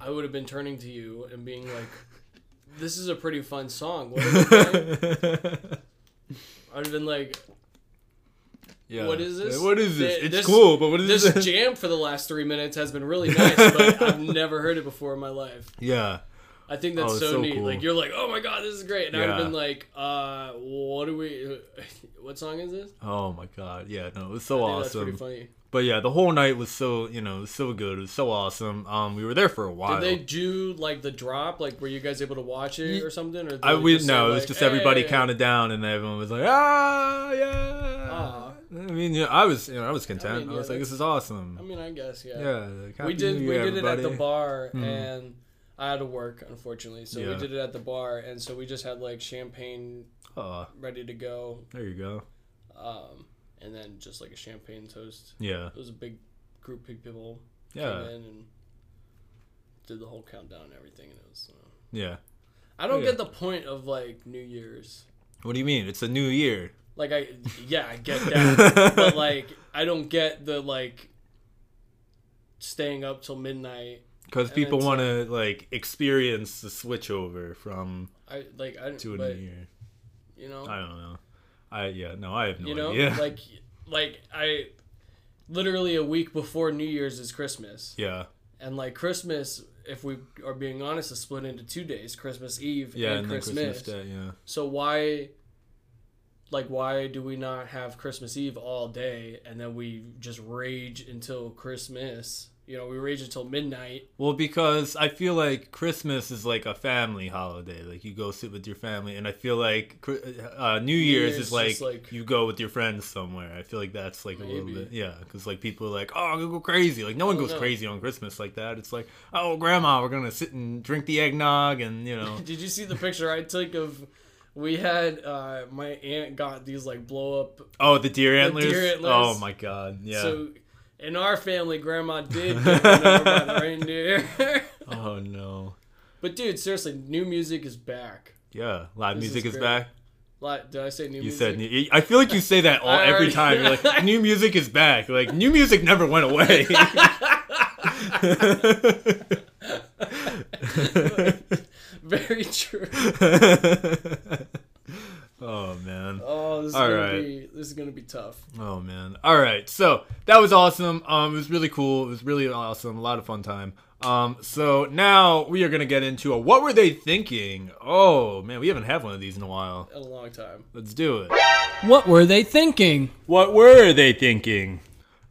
Speaker 6: I would have been turning to you and being like, "This is a pretty fun song." What is it called? I'd have been like,
Speaker 7: Yeah.
Speaker 6: "What is this?
Speaker 7: What is this?
Speaker 6: Th-
Speaker 7: it's cool, but what is
Speaker 6: this?"
Speaker 7: this?
Speaker 6: jam for the last three minutes has been really nice, but I've never heard it before in my life.
Speaker 7: yeah.
Speaker 6: I think that's
Speaker 7: Oh,
Speaker 6: so,
Speaker 7: so
Speaker 6: neat.
Speaker 7: cool.
Speaker 6: Like you're like, "Oh my god, this is great," and I'd have
Speaker 7: Yeah.
Speaker 6: been like, "Uh, what do we? What song is this?"
Speaker 7: Oh my god. Yeah, no, it was so
Speaker 6: Yeah,
Speaker 7: awesome.
Speaker 6: That's pretty funny.
Speaker 7: But yeah, the whole night was so you know so good. It was so awesome. Um, we were there for a while.
Speaker 6: Did they do like the drop? Like, were you guys able to watch it or something? Or did
Speaker 7: I
Speaker 6: they
Speaker 7: we
Speaker 6: just say,
Speaker 7: no, it was
Speaker 6: like,
Speaker 7: just everybody
Speaker 6: "Hey!"
Speaker 7: counted down, and everyone was like, ah, yeah. I mean, yeah, I was you know I was content. I,
Speaker 6: Ah. mean, yeah,
Speaker 7: was like,
Speaker 6: that's-
Speaker 7: this is awesome.
Speaker 6: I mean, I guess yeah.
Speaker 7: yeah, like,
Speaker 6: we
Speaker 7: Happy
Speaker 6: did.
Speaker 7: New
Speaker 6: we
Speaker 7: Year,
Speaker 6: did it at the
Speaker 7: everybody. Hmm.
Speaker 6: bar, and I had to work unfortunately, so we
Speaker 7: Yeah.
Speaker 6: did it at the bar, and so we just had like champagne
Speaker 7: Aw,
Speaker 6: ready to go,
Speaker 7: there you go.
Speaker 6: and then just like a champagne toast.
Speaker 7: Yeah,
Speaker 6: It was a big group of people
Speaker 7: Yeah.
Speaker 6: came in and did the whole countdown and everything, and it was. Uh,
Speaker 7: yeah.
Speaker 6: I don't
Speaker 7: yeah.
Speaker 6: get the point of like New Year's.
Speaker 7: What do you mean? It's a new year.
Speaker 6: Like I, yeah, I get that, but like I don't get the like staying up till midnight.
Speaker 7: Because
Speaker 6: And
Speaker 7: people
Speaker 6: it's uh,
Speaker 7: want to like experience the switch over from
Speaker 6: I like I
Speaker 7: to a
Speaker 6: but,
Speaker 7: new year.
Speaker 6: You know,
Speaker 7: I don't know. I yeah no I have no
Speaker 6: you know,
Speaker 7: idea.
Speaker 6: like like I literally a week before New Year's is Christmas,
Speaker 7: yeah
Speaker 6: and like Christmas, if we are being honest, is split into two days: Christmas Eve
Speaker 7: yeah
Speaker 6: and,
Speaker 7: and then
Speaker 6: Christmas.
Speaker 7: Christmas Day yeah.
Speaker 6: So why? Like why do we not have Christmas Eve all day and then we just rage until Christmas? You know, we rage until midnight
Speaker 7: Well, because I feel like Christmas is like a family holiday. Like you go sit with your family, and I feel like Chri- uh, New Year's
Speaker 6: Year's
Speaker 7: is like,
Speaker 6: just like-
Speaker 7: you go with your friends somewhere. I feel like that's like a
Speaker 6: Maybe. Oh,
Speaker 7: little bit, yeah. Because like people are like, oh, I'm gonna go crazy. Like no one goes
Speaker 6: know.
Speaker 7: crazy on Christmas like that. It's like, oh, grandma, we're gonna sit and drink the eggnog, and you know,
Speaker 6: Did you see the picture I took of? We had uh, my aunt got these like blow up.
Speaker 7: oh, the deer
Speaker 6: deer
Speaker 7: antlers.
Speaker 6: antlers.
Speaker 7: Oh my god, yeah.
Speaker 6: So in our family, grandma did get run over by the reindeer.
Speaker 7: oh no,
Speaker 6: but dude, seriously, new music is back.
Speaker 7: yeah. Live
Speaker 6: This is
Speaker 7: music is,
Speaker 6: great.
Speaker 7: back.
Speaker 6: Like, did I say new
Speaker 7: You
Speaker 6: music?
Speaker 7: said new, I feel like you say that all
Speaker 6: I
Speaker 7: every
Speaker 6: already-
Speaker 7: time. You're like, new music is back. Like new music never went away.
Speaker 6: Very true.
Speaker 7: oh man.
Speaker 6: Oh, this is
Speaker 7: All
Speaker 6: gonna
Speaker 7: right.
Speaker 6: be this is gonna be tough.
Speaker 7: Oh man. All right. So that was awesome. Um, it was really cool. It was really awesome. A lot of fun time. Um, so now we are gonna get into a what were they thinking? Oh man, we haven't had one of these in a while.
Speaker 6: In a long time.
Speaker 7: Let's do it.
Speaker 12: What were they thinking?
Speaker 7: What were they thinking?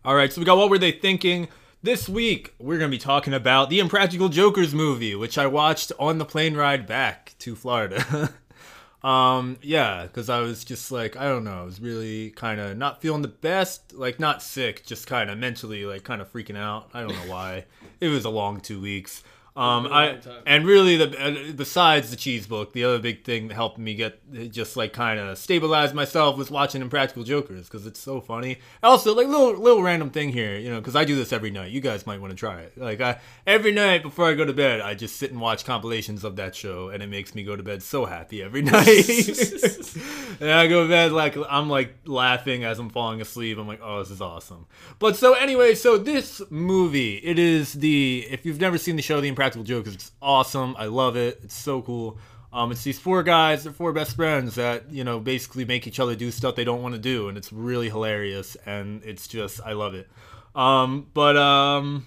Speaker 7: All right, so we got what were they thinking? This week we're gonna be talking about the Impractical Jokers movie, which I watched on the plane ride back to Florida. um, yeah, because I was just like, I don't know, I was really kind of not feeling the best, like not sick, just kind of mentally like kind of freaking out. I don't know why. it was a long two weeks. Um,
Speaker 6: It's been a
Speaker 7: I
Speaker 6: long time.
Speaker 7: and really the uh, besides the cheese book, the other big thing that helped me get uh, just like kind of stabilize myself was watching Impractical Jokers because it's so funny. Also, like little little random thing here, you know, because I do this every night. You guys might want to try it. Like I every night before I go to bed, I just sit and watch compilations of that show, and it makes me go to bed so happy every night. and I go to bed like I'm like laughing as I'm falling asleep. I'm like, oh, this is awesome. But so anyway, so this movie, it is the if you've never seen the show, The Impractical Jokers, it's awesome. I love it. It's so cool. Um, it's these four guys, they're four best friends that you know basically make each other do stuff they don't want to do, and it's really hilarious. And it's just I love it. Um, but um,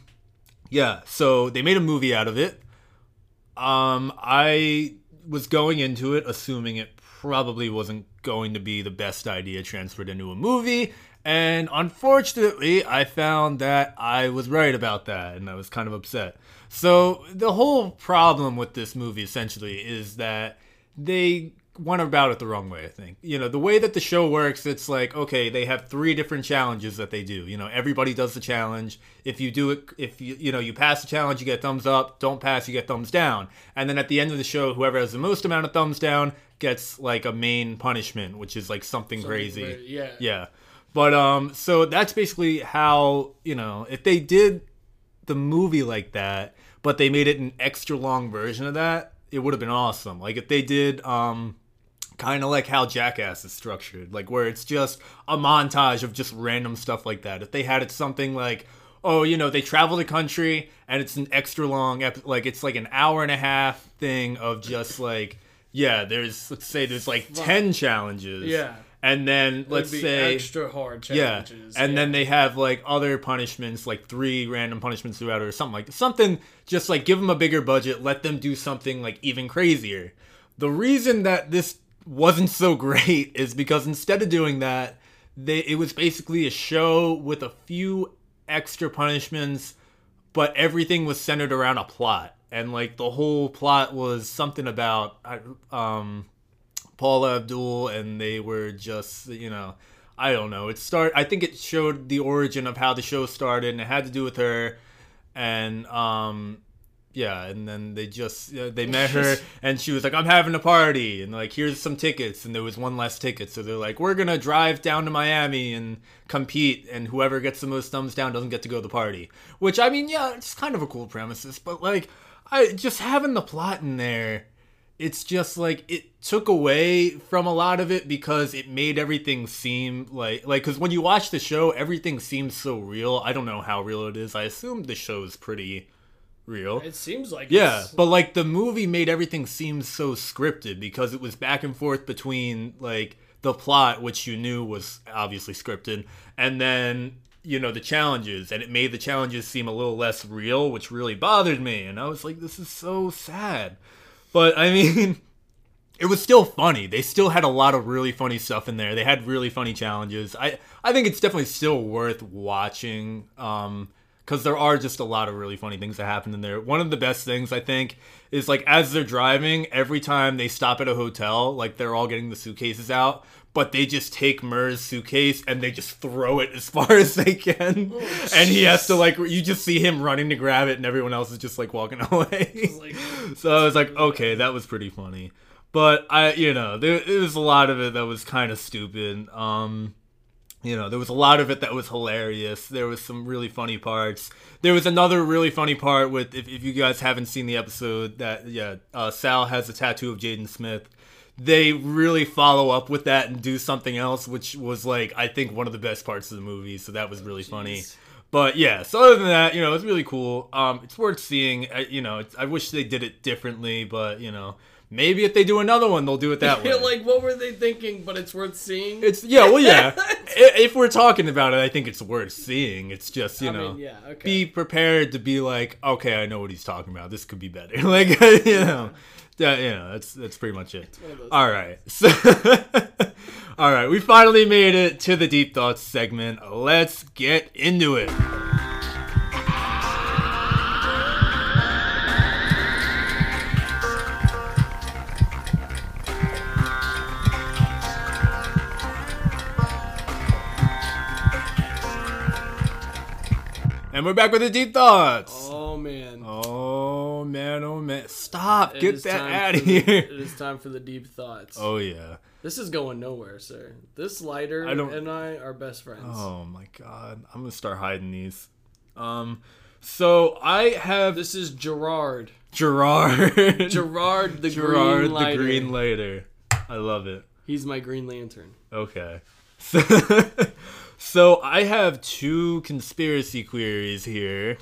Speaker 7: yeah, so they made a movie out of it. Um, I was going into it assuming it probably wasn't going to be the best idea transferred into a movie, and unfortunately, I found that I was right about that, and I was kind of upset. So, the whole problem with this movie essentially is that they went about it the wrong way, I think. You know, the way that the show works, it's like, okay, they have three different challenges that they do. You know, everybody does the challenge. If you do it, if you, you know, you pass the challenge, you get thumbs up. Don't pass, you get thumbs down. And then at the end of the show, whoever has the most amount of thumbs down gets like a main punishment, which is like something, crazy.
Speaker 6: very- yeah.
Speaker 7: Yeah. But um so that's basically how, you know, if they did the movie like that, but they made it an extra long version of that, it would have been awesome. Like if they did um kind of like how Jackass is structured, like where it's just a montage of just random stuff like that. If they had it something like Oh, you know, they travel the country and it's an extra long, ep- like, it's like an hour and a half thing of just like, yeah, there's, let's say there's like 10 challenges.
Speaker 6: Yeah.
Speaker 7: And then, let's
Speaker 6: It'd be
Speaker 7: say,
Speaker 6: extra hard
Speaker 7: yeah,
Speaker 6: challenges.
Speaker 7: and then they have like other punishments, like three random punishments throughout, or something like something. Just like give them a bigger budget, let them do something like even crazier. The reason that this wasn't so great is because instead of doing that, they it was basically a show with a few extra punishments, but everything was centered around a plot, and like the whole plot was something about I- um Paula Abdul, and they were just, you know, I don't know. It start. I think it showed the origin of how the show started, and it had to do with her, and um, yeah, and then they just uh, they met her, and she was like, "I'm having a party," and like, "Here's some tickets," and there was one less ticket, so they're like, "We're gonna drive down to Miami and compete, and whoever gets the most thumbs down doesn't get to go to the party." Which I mean, yeah, it's kind of a cool premises, but like, I just having the plot in there it's just like it took away from a lot of it because it made everything seem like like because when you watch the show everything seems so real i don't know how real it is i assume the show is pretty real
Speaker 6: it seems like
Speaker 7: yeah
Speaker 6: it's-
Speaker 7: but like the movie made everything seem so scripted because it was back and forth between like the plot which you knew was obviously scripted and then you know the challenges and it made the challenges seem a little less real which really bothered me and i was like this is so sad but I mean, it was still funny. They still had a lot of really funny stuff in there. They had really funny challenges. I I think it's definitely still worth watching. Um, because there are just a lot of really funny things that happen in there. One of the best things I think is like as they're driving, every time they stop at a hotel, like they're all getting the suitcases out, but they just take Murr's suitcase and they just throw it as far as they can, and he has to like you just see him running to grab it, and everyone else is just like walking away. so I was like, okay, that was pretty funny. But I, you know, there it was a lot of it that was kind of stupid. Um, you know, there was a lot of it that was hilarious. There was some really funny parts. There was another really funny part with if, if you guys haven't seen the episode that yeah, uh, Sal has a tattoo of Jaden Smith. They really follow up with that and do something else, which was like I think one of the best parts of the movie. So that was really funny. But yeah, so other than that, you know, it's really cool. Um, it's worth seeing. I, you know, it's, I wish they did it differently, but you know, maybe if they do another one, they'll do it that way.
Speaker 6: like, what were they thinking? But it's worth seeing.
Speaker 7: It's yeah, well, yeah. I- if we're talking about it, I think it's worth seeing. It's just you
Speaker 6: I mean,
Speaker 7: know,
Speaker 6: yeah, okay.
Speaker 7: be prepared to be like, okay, I know what he's talking about. This could be better. like you know, yeah, you know, that's that's pretty much it. All right, so all right, we finally made it to the deep thoughts segment. Let's get into it. And we're back with the deep thoughts.
Speaker 6: oh man,
Speaker 7: Oh man, oh man. Stop.
Speaker 6: It
Speaker 7: Get
Speaker 6: is
Speaker 7: that
Speaker 6: time
Speaker 7: out
Speaker 6: for
Speaker 7: of
Speaker 6: the-
Speaker 7: here.
Speaker 6: it is time for the deep thoughts.
Speaker 7: Oh yeah.
Speaker 6: This is going nowhere, sir. This lighter
Speaker 7: I don't-
Speaker 6: and I are best friends.
Speaker 7: Oh my god. I'm gonna start hiding these. Um so I have
Speaker 6: This is Gerard.
Speaker 7: Gerard.
Speaker 6: Gerard the
Speaker 7: Gerard
Speaker 6: Green Lighter.
Speaker 7: the Green Later. I love it.
Speaker 6: He's my Green Lantern.
Speaker 7: Okay. So, so I have two conspiracy queries here.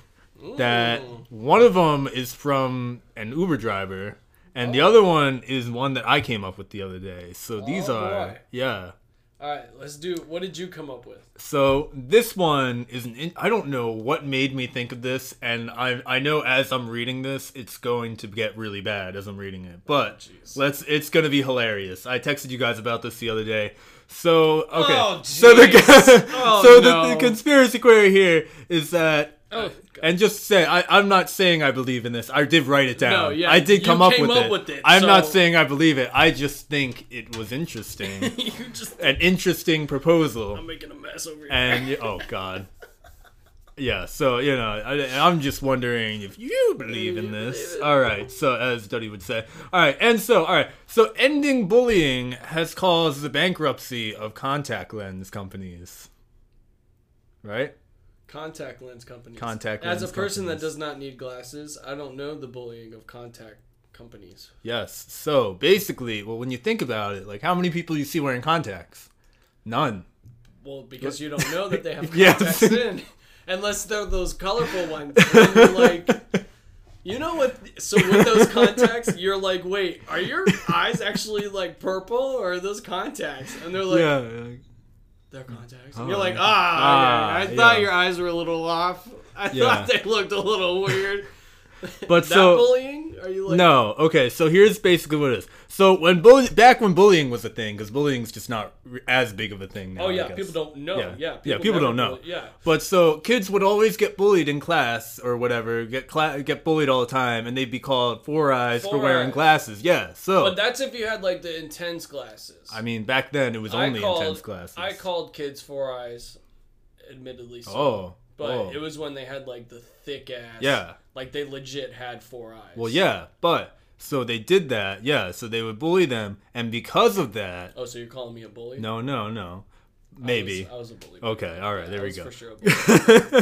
Speaker 7: That one of them is from an Uber driver, and the other one is one that I came up with the other day. So these are
Speaker 6: boy.
Speaker 7: yeah.
Speaker 6: All right, let's do. What did you come up with?
Speaker 7: So this one is an in- I don't know what made me think of this, and I I know as I'm reading this, it's going to get really bad as I'm reading it.
Speaker 6: Oh,
Speaker 7: But let's it's gonna be hilarious. I texted you guys about this the other day. So okay,
Speaker 6: Oh,
Speaker 7: so the
Speaker 6: jeez. Oh,
Speaker 7: so the,
Speaker 6: no.
Speaker 7: the conspiracy query here is that. uh,
Speaker 6: Oh,
Speaker 7: And just say I, I'm not saying I believe in this. I did write it down.
Speaker 6: No, yeah,
Speaker 7: I did
Speaker 6: you
Speaker 7: come up,
Speaker 6: came
Speaker 7: with,
Speaker 6: up
Speaker 7: it.
Speaker 6: with it,
Speaker 7: I'm not
Speaker 6: so-
Speaker 7: saying I believe it. I just think it was interesting,
Speaker 6: you just
Speaker 7: an interesting proposal
Speaker 6: I'm making a mess over here.
Speaker 7: and you- oh god yeah so you know I, i'm just wondering if you believe in this all right so as duddy would say all right and so all right so ending bullying has caused the bankruptcy of contact lens companies right
Speaker 6: contact lens companies.
Speaker 7: Contact
Speaker 6: As
Speaker 7: lens
Speaker 6: a person
Speaker 7: companies.
Speaker 6: that does not need glasses, I don't know the bullying of contact companies.
Speaker 7: yes so basically well when you think about it like how many people you see wearing contacts none
Speaker 6: Well, because you don't know that they have
Speaker 7: Yes.
Speaker 6: contacts in, unless they're those colorful ones. And you're like, you know what? So with those contacts, you're like, wait, are your eyes actually like purple, or are those contacts? And they're like,
Speaker 7: yeah Oh,
Speaker 6: they're contacts. And you're like, ah,
Speaker 7: Ah,
Speaker 6: okay. I thought
Speaker 7: yeah.
Speaker 6: your eyes were a little off. I
Speaker 7: Yeah.
Speaker 6: thought they looked a little weird. That
Speaker 7: but so
Speaker 6: bullying? Are you like
Speaker 7: no okay so here's basically what it is so when bully back when bullying was a thing because bullying's just not r- as big of a thing now,
Speaker 6: Oh
Speaker 7: I
Speaker 6: yeah,
Speaker 7: guess.
Speaker 6: people don't know. Yeah,
Speaker 7: yeah people, don't
Speaker 6: never
Speaker 7: know
Speaker 6: bully- Yeah,
Speaker 7: but so kids would always get bullied in class or whatever get cla- get bullied all the time and they'd be called four eyes for
Speaker 6: Four
Speaker 7: wearing
Speaker 6: Eyes.
Speaker 7: glasses yeah so
Speaker 6: but that's if you had like the intense glasses.
Speaker 7: i mean back then it was only
Speaker 6: called,
Speaker 7: intense classes
Speaker 6: I called kids four eyes, admittedly. So,
Speaker 7: oh
Speaker 6: but
Speaker 7: oh.
Speaker 6: it was when they had like the thick ass.
Speaker 7: Yeah.
Speaker 6: like they legit had four eyes.
Speaker 7: well yeah but so they did that yeah so they would bully them and because of that
Speaker 6: Oh, so you're calling me a bully?
Speaker 7: no no no
Speaker 6: I was-
Speaker 7: maybe
Speaker 6: I was, a bully.
Speaker 7: Okay, all right,
Speaker 6: Yeah,
Speaker 7: there
Speaker 6: I
Speaker 7: we
Speaker 6: was
Speaker 7: go.
Speaker 6: For sure, a bully.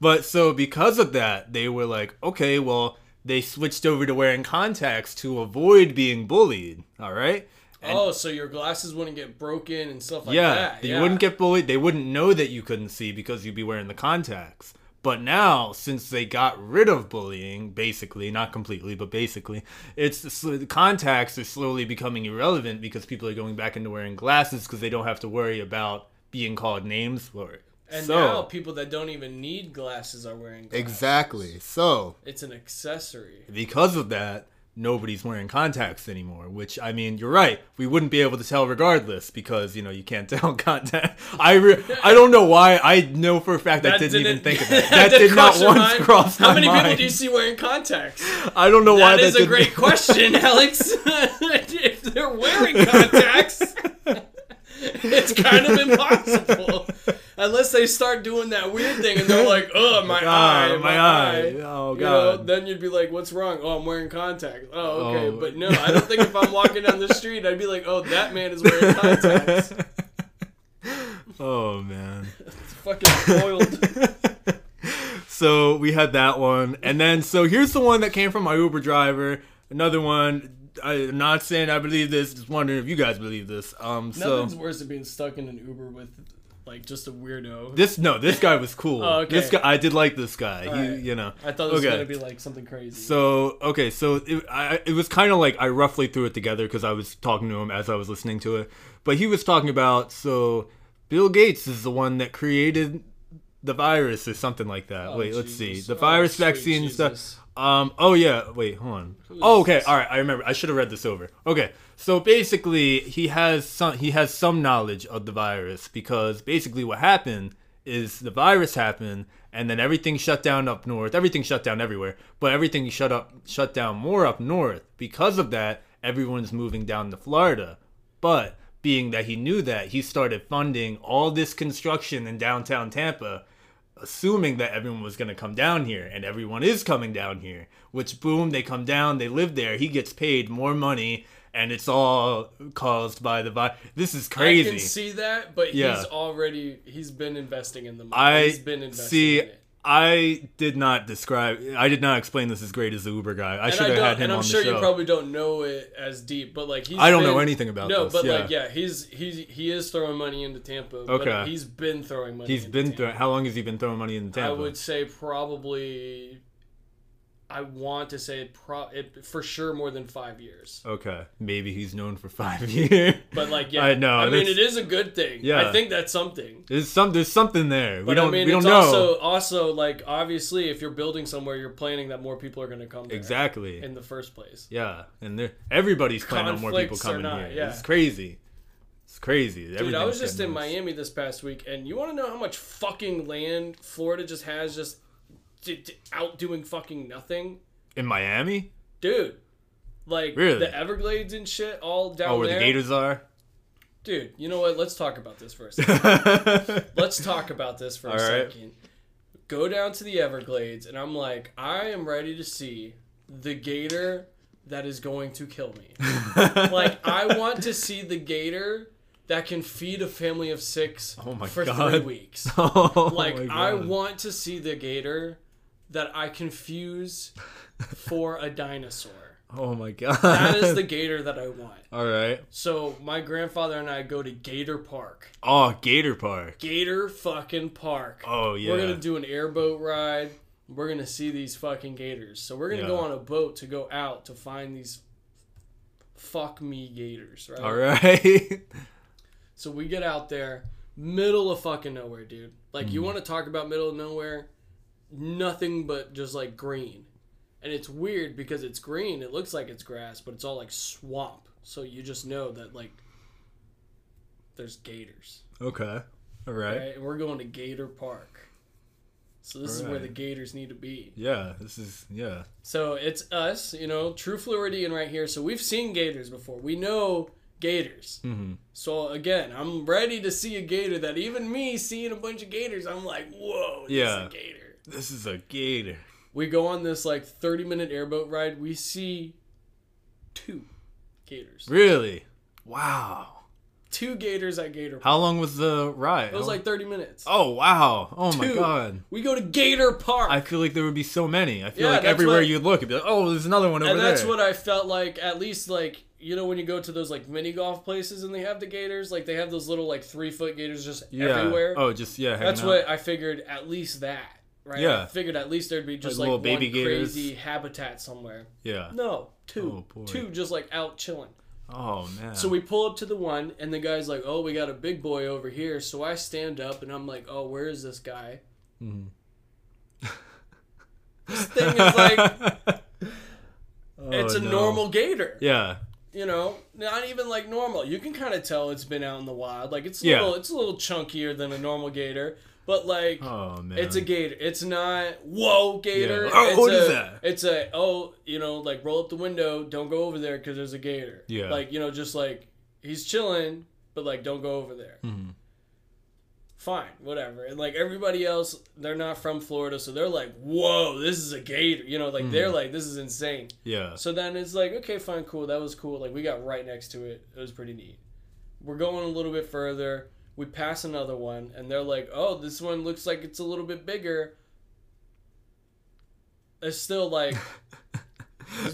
Speaker 7: but so because of that, they were like, okay, well, they switched over to wearing contacts to avoid being bullied. All right.
Speaker 6: oh, so your glasses wouldn't get broken and stuff like
Speaker 7: yeah,
Speaker 6: that.
Speaker 7: you
Speaker 6: yeah.
Speaker 7: wouldn't get bullied. They wouldn't know that you couldn't see because you'd be wearing the contacts. But now, since they got rid of bullying, basically, not completely, but basically, it's the sl- the contacts are slowly becoming irrelevant because people are going back into wearing glasses because they don't have to worry about being called names for it.
Speaker 6: And
Speaker 7: so,
Speaker 6: now people that don't even need glasses are wearing glasses.
Speaker 7: Exactly. So,
Speaker 6: It's an accessory.
Speaker 7: because of that, nobody's wearing contacts anymore, which I mean, you're right. We wouldn't be able to tell regardless because, you know, you can't tell contact. I re- I don't know why. I know for a fact I didn't, even think of that. That, did
Speaker 6: didn't
Speaker 7: not
Speaker 6: cross
Speaker 7: once
Speaker 6: your mind?
Speaker 7: cross my
Speaker 6: How many
Speaker 7: mind.
Speaker 6: people do you see wearing contacts?
Speaker 7: I don't know why
Speaker 6: that is a
Speaker 7: didn't-
Speaker 6: great question, Alex. if they're wearing contacts, it's kind of impossible. Unless they start doing that weird thing and they're like, "Oh, my
Speaker 7: God,
Speaker 6: eye,
Speaker 7: Ah, my
Speaker 6: my,
Speaker 7: eye.
Speaker 6: eye.
Speaker 7: Oh,
Speaker 6: You know,
Speaker 7: God.
Speaker 6: then you'd be like, "What's wrong? Oh, I'm wearing contacts. Oh, okay."
Speaker 7: Oh.
Speaker 6: But no, I don't think if I'm walking down the street, I'd be like, "Oh, that man is wearing contacts."
Speaker 7: Oh, man.
Speaker 6: Fucking foiled.
Speaker 7: So we had that one, and then so here's the one that came from my Uber driver. Another one. I'm not saying I believe this. Just wondering if you guys believe this. Um, so
Speaker 6: Nothing's worse than being stuck in an Uber with like just a weirdo.
Speaker 7: This no, this guy was cool.
Speaker 6: Oh, okay.
Speaker 7: This guy, I did like this guy.
Speaker 6: All
Speaker 7: he,
Speaker 6: right.
Speaker 7: you know.
Speaker 6: I thought it was
Speaker 7: Okay.
Speaker 6: gonna be like something crazy.
Speaker 7: So okay, so it, I, I- it was kind of like I roughly threw it together because I was talking to him as I was listening to it, but he was talking about so Bill Gates is the one that created the virus or something like that. wait, let's see the virus vaccine stuff. Um, oh yeah, wait, hold on. Oh, okay, all right, I remember. I should have read this over. Okay, so basically he has some he has some knowledge of the virus because basically what happened is the virus happened and then everything shut down up north. Everything shut down everywhere, but everything shut up shut down more up north. Because of that, everyone's moving down to Florida. But being that he knew that, he started funding all this construction in downtown Tampa, assuming that everyone was going to come down here and everyone is coming down here, which boom, they come down, they live there, he gets paid more money and it's all caused by the virus. This is crazy.
Speaker 6: I can see that, but
Speaker 7: Yeah.
Speaker 6: he's already he's been investing in the money.
Speaker 7: I
Speaker 6: he's been investing
Speaker 7: see.
Speaker 6: in it.
Speaker 7: I did not describe. I did not explain this as great as the Uber guy. I
Speaker 6: And
Speaker 7: should have
Speaker 6: don't-
Speaker 7: had him
Speaker 6: and I'm
Speaker 7: on
Speaker 6: sure
Speaker 7: the show.
Speaker 6: you probably don't know it as deep, but like he's
Speaker 7: I don't
Speaker 6: been-
Speaker 7: know anything about
Speaker 6: no,
Speaker 7: this,
Speaker 6: but
Speaker 7: yeah.
Speaker 6: like yeah, he's he's he is throwing money into Tampa. but
Speaker 7: Okay.
Speaker 6: he's been throwing money.
Speaker 7: He's
Speaker 6: into
Speaker 7: been throwing. How long has he been throwing money in Tampa?
Speaker 6: I would say probably. I want to say pro it, for sure more than five years.
Speaker 7: Okay, maybe he's known for five years.
Speaker 6: But like yeah,
Speaker 7: I know.
Speaker 6: I mean, it
Speaker 7: that's-
Speaker 6: is a good thing.
Speaker 7: Yeah.
Speaker 6: I think that's something.
Speaker 7: There's some. There's something there. we
Speaker 6: But
Speaker 7: don't.
Speaker 6: I mean,
Speaker 7: we don't
Speaker 6: it's
Speaker 7: know.
Speaker 6: also also like obviously if you're building somewhere, you're planning that more people are going to come. There
Speaker 7: Exactly.
Speaker 6: In the first place.
Speaker 7: yeah, and there. Everybody's planning on more people
Speaker 6: Conflicts or
Speaker 7: coming
Speaker 6: not,
Speaker 7: here.
Speaker 6: yeah.
Speaker 7: It's crazy. It's crazy.
Speaker 6: Dude, I was
Speaker 7: Everything's
Speaker 6: just in
Speaker 7: getting worse.
Speaker 6: Miami this past week, and you want to know how much fucking land Florida just has just d- d- out doing fucking nothing,
Speaker 7: In Miami.
Speaker 6: dude. Like
Speaker 7: Really?
Speaker 6: the Everglades and shit, all down
Speaker 7: Oh, where
Speaker 6: there.
Speaker 7: the Gators are.
Speaker 6: Dude, you know what? Let's talk about this for a second. Let's talk about this for
Speaker 7: All
Speaker 6: a
Speaker 7: right.
Speaker 6: second. Go down to the Everglades, and I'm like, I am ready to see the gator that is going to kill me. like, I want to see the gator that can feed a family of six
Speaker 7: Oh my
Speaker 6: for three
Speaker 7: God.
Speaker 6: weeks.
Speaker 7: Oh my
Speaker 6: like,
Speaker 7: God.
Speaker 6: I want to see the gator that I confuse for a dinosaur.
Speaker 7: Oh my god.
Speaker 6: That is the gator that I want.
Speaker 7: All right.
Speaker 6: So my grandfather and I go to Gator Park.
Speaker 7: Oh, Gator Park.
Speaker 6: Gator fucking park.
Speaker 7: Oh, yeah.
Speaker 6: We're gonna do an airboat ride. We're gonna see these fucking gators. So we're gonna go
Speaker 7: Yeah.
Speaker 6: on a boat to go out to find these fuck me gators, right?
Speaker 7: All right.
Speaker 6: So we get out there, middle of fucking nowhere, dude. Like
Speaker 7: Mm-hmm.
Speaker 6: you wanna talk about middle of nowhere? Nothing but just like green. And it's weird because it's green, it looks like it's grass, but it's all like swamp. So you just know that like there's gators.
Speaker 7: okay. All right.
Speaker 6: Right, and we're going to Gator Park. So this is where the Gators need to be.
Speaker 7: Yeah. This is yeah.
Speaker 6: So it's us, you know, true Floridian right here. So we've seen Gators before. We know Gators. Mm-hmm. So again, I'm ready to see a Gator. That even me seeing a bunch of Gators, I'm like, whoa, this is
Speaker 7: Yeah.
Speaker 6: a Gator.
Speaker 7: This is a gator.
Speaker 6: We go on this like 30 minute airboat ride. We see two Gators.
Speaker 7: Really? Wow.
Speaker 6: Two Gators at Gator. Park.
Speaker 7: How long was the
Speaker 6: It
Speaker 7: ride?
Speaker 6: was like 30 minutes.
Speaker 7: Oh wow. Oh my
Speaker 6: Two.
Speaker 7: god.
Speaker 6: We go to Gator Park.
Speaker 7: I feel like there would be so many. I feel
Speaker 6: Yeah,
Speaker 7: like
Speaker 6: that's
Speaker 7: everywhere
Speaker 6: what-
Speaker 7: you'd look, it'd be like, oh, there's another one over
Speaker 6: and that's
Speaker 7: there.
Speaker 6: what I felt like. At least like you know when you go to those like mini golf places and they have the gators, like they have those little like three foot gators just
Speaker 7: yeah.
Speaker 6: everywhere.
Speaker 7: Oh, just yeah. hanging
Speaker 6: that's
Speaker 7: out.
Speaker 6: what I figured. At least that, right?
Speaker 7: Yeah.
Speaker 6: I figured at least there'd be just like,
Speaker 7: Like little baby
Speaker 6: one
Speaker 7: gators.
Speaker 6: crazy habitat somewhere.
Speaker 7: Yeah.
Speaker 6: No,
Speaker 7: Oh,
Speaker 6: two, two
Speaker 7: boy.
Speaker 6: just like out chilling.
Speaker 7: Oh man.
Speaker 6: So we pull up to the one, and the guy's like, "Oh, we got a big boy over here." So I stand up, and I'm like, "Oh, where is this guy?"
Speaker 7: Mm-hmm.
Speaker 6: this thing is like it's a
Speaker 7: Oh, no.
Speaker 6: normal gator
Speaker 7: Yeah.
Speaker 6: you know, not even like normal. You can kind of tell it's been out in the wild. Like it's a
Speaker 7: Yeah.
Speaker 6: little, it's a little chunkier than a normal gator, but like
Speaker 7: Oh man.
Speaker 6: it's a gator. It's not whoa gator.
Speaker 7: Yeah. Oh,
Speaker 6: it's
Speaker 7: what
Speaker 6: a,
Speaker 7: is that?
Speaker 6: It's a oh, you know, like roll up the window. Don't go over there because there's a gator.
Speaker 7: Yeah.
Speaker 6: like you know, just like he's chilling, but like don't go over there.
Speaker 7: Mm-hmm.
Speaker 6: Fine, whatever. And like everybody else, they're not from Florida, so they're like, whoa, this is a gator. You know, like
Speaker 7: Mm-hmm.
Speaker 6: they're like, this is insane.
Speaker 7: Yeah.
Speaker 6: So then it's like, okay, fine, cool. That was cool. Like we got right next to it. It was pretty neat. We're going a little bit further. We pass another one, and they're like, oh, this one looks like it's a little bit bigger. It's still like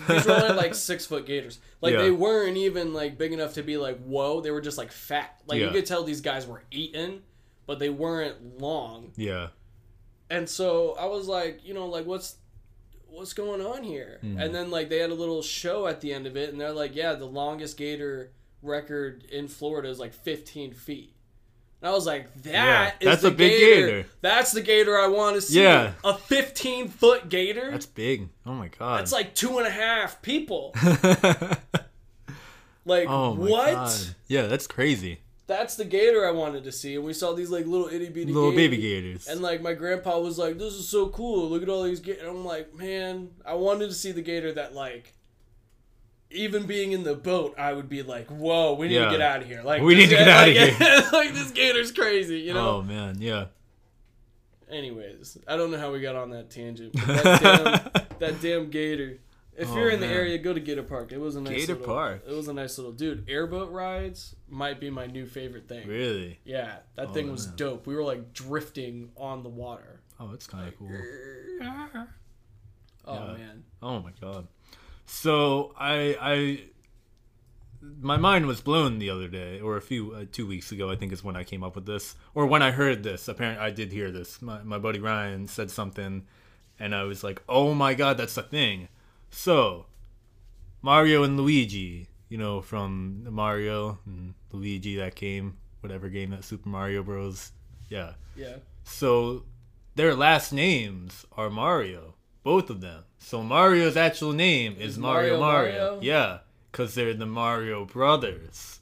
Speaker 6: these were only like six foot gators. Like
Speaker 7: Yeah.
Speaker 6: they weren't even like big enough to be like whoa. They were just like fat. Like
Speaker 7: Yeah.
Speaker 6: you could tell these guys were eaten, but they weren't long.
Speaker 7: Yeah.
Speaker 6: And so I was like, you know, like what's what's going on here?
Speaker 7: Mhm.
Speaker 6: And then like they had a little show at the end of it, and they're like, yeah, the longest gator record in Florida is like 15 feet. And I was like, that is
Speaker 7: Yeah, that's
Speaker 6: the
Speaker 7: a big
Speaker 6: gator.
Speaker 7: gator.
Speaker 6: That's the gator I want to see.
Speaker 7: Yeah.
Speaker 6: a 15 foot gator.
Speaker 7: That's big. Oh my god.
Speaker 6: That's like two and a half people. like
Speaker 7: oh my
Speaker 6: what?
Speaker 7: God. Yeah, that's crazy.
Speaker 6: That's the gator I wanted to see, and we saw these like little itty bitty
Speaker 7: Little baby gators.
Speaker 6: And like my grandpa was like, "This is so cool! Look at all these gators." I'm like, "Man, I wanted to see the gator that like." Even being in the boat, I would be like, "Whoa, we need
Speaker 7: Yeah.
Speaker 6: to get out of here!" Like
Speaker 7: We need
Speaker 6: this-
Speaker 7: to get outta
Speaker 6: like-
Speaker 7: here.
Speaker 6: like this gator's crazy, you know.
Speaker 7: Oh man, yeah.
Speaker 6: Anyways, I don't know how we got on that tangent. But that, damn, that damn gator. If
Speaker 7: Oh,
Speaker 6: you're in the
Speaker 7: man.
Speaker 6: area, go to Gator Park. It was a nice
Speaker 7: Gator
Speaker 6: little,
Speaker 7: Park.
Speaker 6: It was a nice little dude. Airboat rides might be my new favorite thing.
Speaker 7: Really?
Speaker 6: Yeah, that
Speaker 7: Oh,
Speaker 6: thing was
Speaker 7: man.
Speaker 6: dope. We were like drifting on the water.
Speaker 7: Oh, that's kind of cool.
Speaker 6: Oh
Speaker 7: Yeah.
Speaker 6: man.
Speaker 7: Oh my god. So I I my mind was blown the other day, or a few uh, two weeks ago, I think is when I came up with this, or when I heard this. Apparently, I did hear this. My my buddy Ryan said something, and I was like, "Oh my god, that's a thing." So Mario and Luigi, you know, from Mario and Luigi, that game, whatever game that Super Mario Bros. Yeah.
Speaker 6: Yeah.
Speaker 7: So their last names are Mario, both of them. So Mario's actual name is
Speaker 6: Is
Speaker 7: Mario
Speaker 6: Mario
Speaker 7: Mario.
Speaker 6: Mario?
Speaker 7: Yeah, because they're the Mario brothers.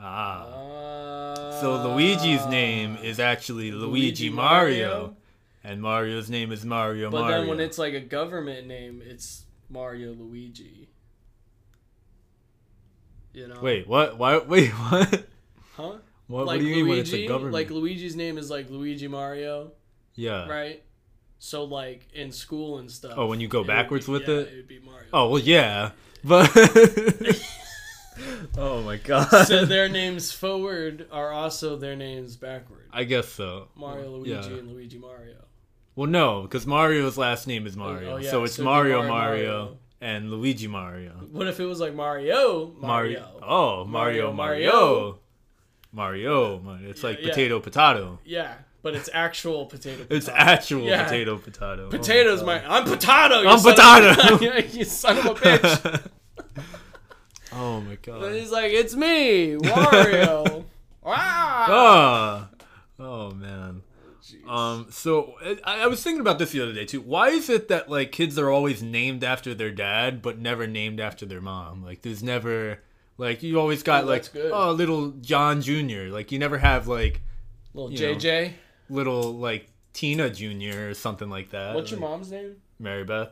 Speaker 7: Ah. so Luigi's name is actually Luigi
Speaker 6: Ah. Luigi
Speaker 7: Mario,
Speaker 6: Mario?
Speaker 7: and Mario's name is Mario
Speaker 6: But
Speaker 7: Mario.
Speaker 6: then when it's like a government name, it's Mario Luigi. You know?
Speaker 7: wait, what? Why? Wait, what?
Speaker 6: Huh? What,
Speaker 7: what do you mean when it's a government-
Speaker 6: Like Luigi's name is like Luigi Mario.
Speaker 7: Yeah.
Speaker 6: Right. So like in school and stuff.
Speaker 7: Oh, when you go
Speaker 6: it would be-
Speaker 7: backwards with
Speaker 6: yeah,
Speaker 7: it?
Speaker 6: would be Mario.
Speaker 7: Oh well, yeah, but. oh my god.
Speaker 6: so their names forward are also their names backward.
Speaker 7: I guess so.
Speaker 6: Mario Luigi
Speaker 7: Yeah.
Speaker 6: and Luigi Mario.
Speaker 7: Well, no, because Mario's last name is Mario,
Speaker 6: Oh, yeah,
Speaker 7: so it's
Speaker 6: so it'd be
Speaker 7: Mario, Mario
Speaker 6: Mario
Speaker 7: and Luigi Mario.
Speaker 6: What if it was like Mario Mario?
Speaker 7: Oh, Mario Mario.
Speaker 6: Mario.
Speaker 7: Mario. Mario. It's like
Speaker 6: yeah.
Speaker 7: potato potato.
Speaker 6: Yeah, but it's actual potato.
Speaker 7: It's
Speaker 6: potato.
Speaker 7: actual
Speaker 6: Yeah.
Speaker 7: potato potato. Oh my
Speaker 6: Potatoes, my I'm potato. You
Speaker 7: I'm
Speaker 6: son of
Speaker 7: potato.
Speaker 6: a- you son of a bitch.
Speaker 7: Oh my
Speaker 6: But
Speaker 7: god.
Speaker 6: he's like, it's me, Wario. wow.
Speaker 7: Ah. Oh man. Um so I, I was thinking about this the other day too. Why is it that like kids are always named after their dad but never named after their mom? Like there's never like you always got
Speaker 6: Oh,
Speaker 7: like
Speaker 6: that's good.
Speaker 7: oh little John Jr. Like you never have like
Speaker 6: Little
Speaker 7: you know,
Speaker 6: JJ.
Speaker 7: little like Tina Jr. or something like that.
Speaker 6: What's your
Speaker 7: Like,
Speaker 6: mom's name?
Speaker 7: Mary Beth.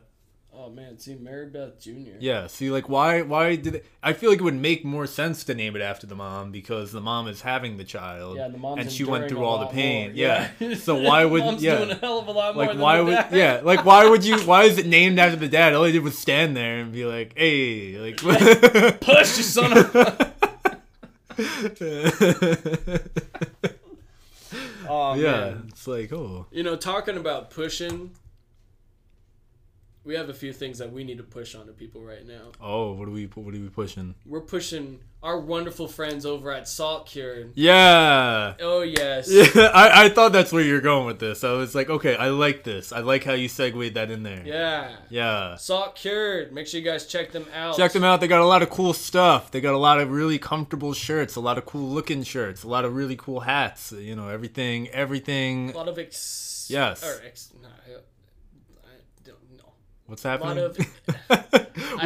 Speaker 6: Oh man, see Mary Beth Jr.
Speaker 7: Yeah. See, like, why? Why did it, I feel like it would make more sense to name it after the mom because the mom is having the child.
Speaker 6: Yeah, the mom's
Speaker 7: and she went
Speaker 6: enduring
Speaker 7: through
Speaker 6: a
Speaker 7: all the
Speaker 6: lot
Speaker 7: pain.
Speaker 6: more,
Speaker 7: Yeah.
Speaker 6: yeah.
Speaker 7: So why would
Speaker 6: Mom's
Speaker 7: yeah?
Speaker 6: doing a hell of a lot more
Speaker 7: like
Speaker 6: than
Speaker 7: why
Speaker 6: the
Speaker 7: would
Speaker 6: dad.
Speaker 7: yeah? Like why would you? Why is it named after the dad? All I did was stand there and be like, hey, like.
Speaker 6: Push you son of. Oh
Speaker 7: yeah,
Speaker 6: man.
Speaker 7: it's like oh
Speaker 6: You know, talking about pushing, we have a few things that we need to push onto people right now.
Speaker 7: oh what are we what are we pushing?
Speaker 6: We're pushing our wonderful friends over at Salt Cure.
Speaker 7: Yeah.
Speaker 6: Oh yes.
Speaker 7: Yeah, I, I thought that's where you're going with this. I was like, okay, I like this. I like how you segued that in there.
Speaker 6: Yeah.
Speaker 7: Yeah.
Speaker 6: Salt Cured. Make sure you guys check them out.
Speaker 7: Check them out. They got a lot of cool stuff. They got a lot of really comfortable shirts, a lot of cool looking shirts, a lot of really cool hats. You know, everything, everything.
Speaker 6: A lot of ex.
Speaker 7: Yes.
Speaker 6: Or ex. No, I, I don't know.
Speaker 7: What's
Speaker 6: A lot
Speaker 7: happening?
Speaker 6: of.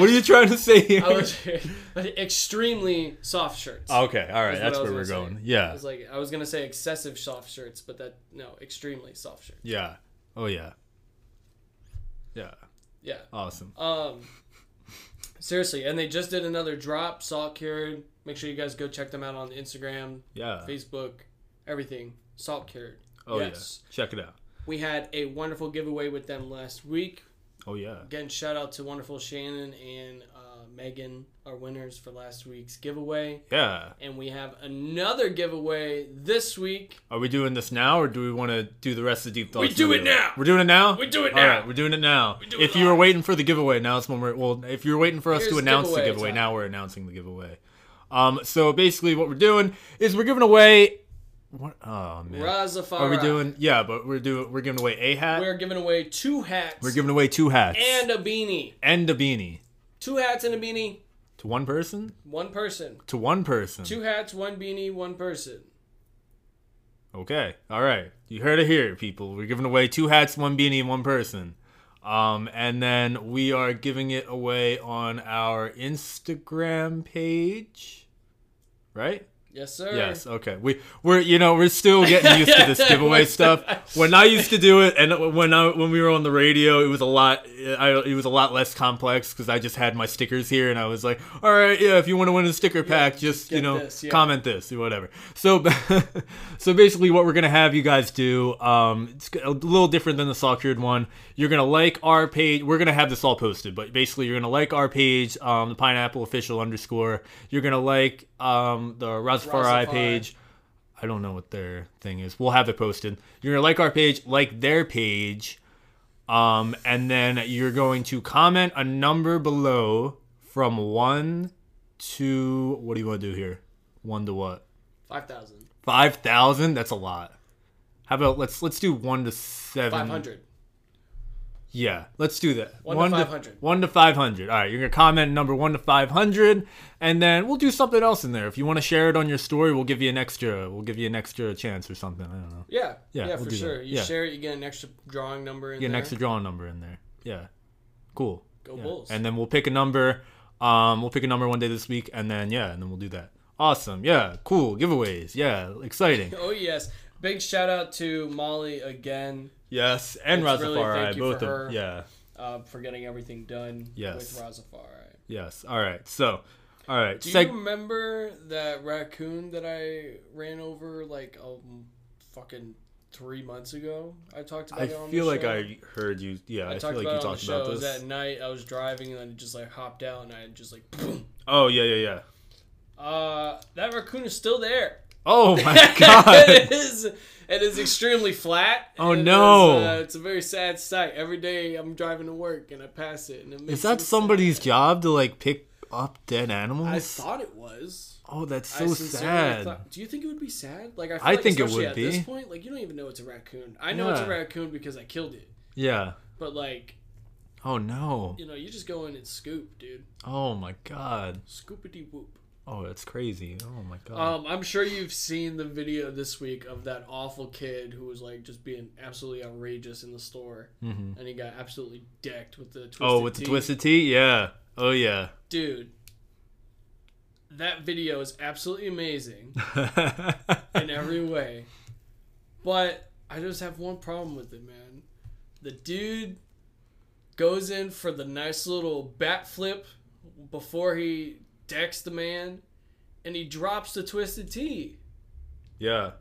Speaker 7: what are you trying to say here?
Speaker 6: I was extremely soft shirts.
Speaker 7: Okay, all right,
Speaker 6: is what
Speaker 7: that's
Speaker 6: I was
Speaker 7: where we're
Speaker 6: gonna
Speaker 7: going.
Speaker 6: say.
Speaker 7: Yeah.
Speaker 6: I was like, I was gonna say excessive soft shirts, but that no, extremely soft shirts.
Speaker 7: yeah. Oh, yeah. Yeah.
Speaker 6: Yeah.
Speaker 7: Awesome.
Speaker 6: Um, seriously, and they just did another drop, Salt Cured. Make sure you guys go check them out on Instagram,
Speaker 7: Yeah.
Speaker 6: Facebook, everything. Salt Cured.
Speaker 7: Oh,
Speaker 6: yes.
Speaker 7: yeah. Check it out.
Speaker 6: We had a wonderful giveaway with them last week.
Speaker 7: Oh, yeah.
Speaker 6: Again, shout out to wonderful Shannon and uh, Megan, our winners for last week's giveaway.
Speaker 7: Yeah.
Speaker 6: And we have another giveaway this week.
Speaker 7: Are we doing this now, or do we want to do the rest of the deep thoughts?
Speaker 6: We do it
Speaker 7: later?
Speaker 6: now.
Speaker 7: We're doing it now.
Speaker 6: We do it
Speaker 7: All
Speaker 6: now.
Speaker 7: right, we're doing it now.
Speaker 6: do it
Speaker 7: if you were
Speaker 6: live.
Speaker 7: waiting for the giveaway, now it's when we're well. If you were waiting for us to
Speaker 6: Here's
Speaker 7: announce the
Speaker 6: giveaway
Speaker 7: giveaway,
Speaker 6: time.
Speaker 7: now we're announcing the giveaway. Um, so basically, what we're doing is we're giving away What? Oh man.
Speaker 6: Razafara.
Speaker 7: Are we doing? Yeah, but we're doing. We're giving away a hat.
Speaker 6: We're giving away two hats.
Speaker 7: We're giving away two hats
Speaker 6: and a beanie.
Speaker 7: and a beanie
Speaker 6: Two hats and a beanie.
Speaker 7: to one person.
Speaker 6: One person.
Speaker 7: To one person.
Speaker 6: Two hats, one beanie, one person.
Speaker 7: Okay. All right. You heard it here, people. We're giving away two hats, one beanie, and one person. Um, and then we are giving it away on our Instagram page, right?
Speaker 6: Yes, sir.
Speaker 7: Yes. Okay. We we're you know we're still getting used to this giveaway stuff. When I used to do it, and when I when we were on the radio, it was a lot. I, it was a lot less complex because I just had my stickers here, and I was like, all right, yeah, if you want to win a sticker pack, just, you
Speaker 6: get
Speaker 7: know
Speaker 6: this, yeah.
Speaker 7: comment this or whatever. So so basically, what we're gonna have you guys do, um, it's a little different than the saw cured one. You're gonna like our page. We're gonna have this all posted, but basically, you're gonna like our page, um, the pineapple official underscore. You're gonna like um the Rastafari
Speaker 6: Rastafari.
Speaker 7: page. I don't know what their thing is. We'll have it posted. You're gonna like our page, like their page, um, and then you're going to comment a number below from one to what do you want to do here? One to what?
Speaker 6: Five thousand.
Speaker 7: Five thousand? That's a lot. How about let's let's do one to seven.
Speaker 6: Five hundred.
Speaker 7: Yeah, let's do that.
Speaker 6: One to 500.
Speaker 7: One to five hundred. All right, you're gonna comment number one to five hundred, and then we'll do something else in there. If you want to share it on your story, we'll give you an extra. We'll give you an extra chance or something. I don't know.
Speaker 6: Yeah. Yeah,
Speaker 7: Yeah, we'll
Speaker 6: for
Speaker 7: do
Speaker 6: sure.
Speaker 7: that.
Speaker 6: You
Speaker 7: Yeah.
Speaker 6: share it, you get an extra drawing number in
Speaker 7: Get an
Speaker 6: there.
Speaker 7: extra drawing number in there. Yeah, cool.
Speaker 6: Go
Speaker 7: Yeah.
Speaker 6: Bulls.
Speaker 7: And then we'll pick a number. Um, we'll pick a number one day this week, and then yeah, and then we'll do that. Awesome. Yeah. Cool. Giveaways. Yeah. Exciting.
Speaker 6: oh yes. Big shout out to Molly again
Speaker 7: Yes. And
Speaker 6: It's
Speaker 7: Rastafari.
Speaker 6: really- thank you
Speaker 7: both
Speaker 6: for
Speaker 7: of
Speaker 6: her.
Speaker 7: yeah.
Speaker 6: uh, for getting everything done
Speaker 7: Yes.
Speaker 6: with Razafari.
Speaker 7: Yes. All right. So. All right.
Speaker 6: Do you
Speaker 7: Seg-
Speaker 6: remember that raccoon that I ran over like um, fucking three months ago? I talked about
Speaker 7: I
Speaker 6: it on
Speaker 7: feel
Speaker 6: the
Speaker 7: like
Speaker 6: show.
Speaker 7: I heard you. Yeah,
Speaker 6: I
Speaker 7: I, feel
Speaker 6: talked
Speaker 7: like
Speaker 6: about
Speaker 7: you
Speaker 6: it on the
Speaker 7: talked
Speaker 6: show.
Speaker 7: about
Speaker 6: It was
Speaker 7: this.
Speaker 6: at night. I was driving and then it just like hopped out and I just like boom.
Speaker 7: Oh yeah, yeah, yeah.
Speaker 6: Uh, that raccoon is still there.
Speaker 7: Oh my god.
Speaker 6: it is. It is extremely flat.
Speaker 7: Oh,
Speaker 6: It is,
Speaker 7: no.
Speaker 6: uh, it's a very sad sight. Every day I'm driving to work and I pass it. And it makes
Speaker 7: Is that
Speaker 6: me
Speaker 7: somebody's job to like pick up dead animals?
Speaker 6: Sad. I thought it was.
Speaker 7: oh, that's
Speaker 6: I
Speaker 7: so
Speaker 6: sincerely
Speaker 7: sad.
Speaker 6: Thought, do you think it would be sad? Like I, feel
Speaker 7: I
Speaker 6: like
Speaker 7: think it
Speaker 6: especially
Speaker 7: would
Speaker 6: at This
Speaker 7: be.
Speaker 6: point, like you don't even know it's a raccoon. I know it's a
Speaker 7: Yeah.
Speaker 6: raccoon because I killed it.
Speaker 7: yeah.
Speaker 6: But like
Speaker 7: Oh no.
Speaker 6: you know, you just go in and scoop, dude.
Speaker 7: Oh my god.
Speaker 6: Scoopity whoop.
Speaker 7: Oh, that's crazy. Oh my god.
Speaker 6: Um, I'm sure you've seen the video this week of that awful kid who was like just being absolutely outrageous in the store, mm-hmm. and he got absolutely decked with the twisted
Speaker 7: oh, with the
Speaker 6: tea.
Speaker 7: twisted tea? Yeah. Oh yeah.
Speaker 6: dude. That video is absolutely amazing in every way, but I just have one problem with it, man. The dude goes in for the nice little bat flip before he decks the man, and he drops the twisted tea.
Speaker 7: yeah.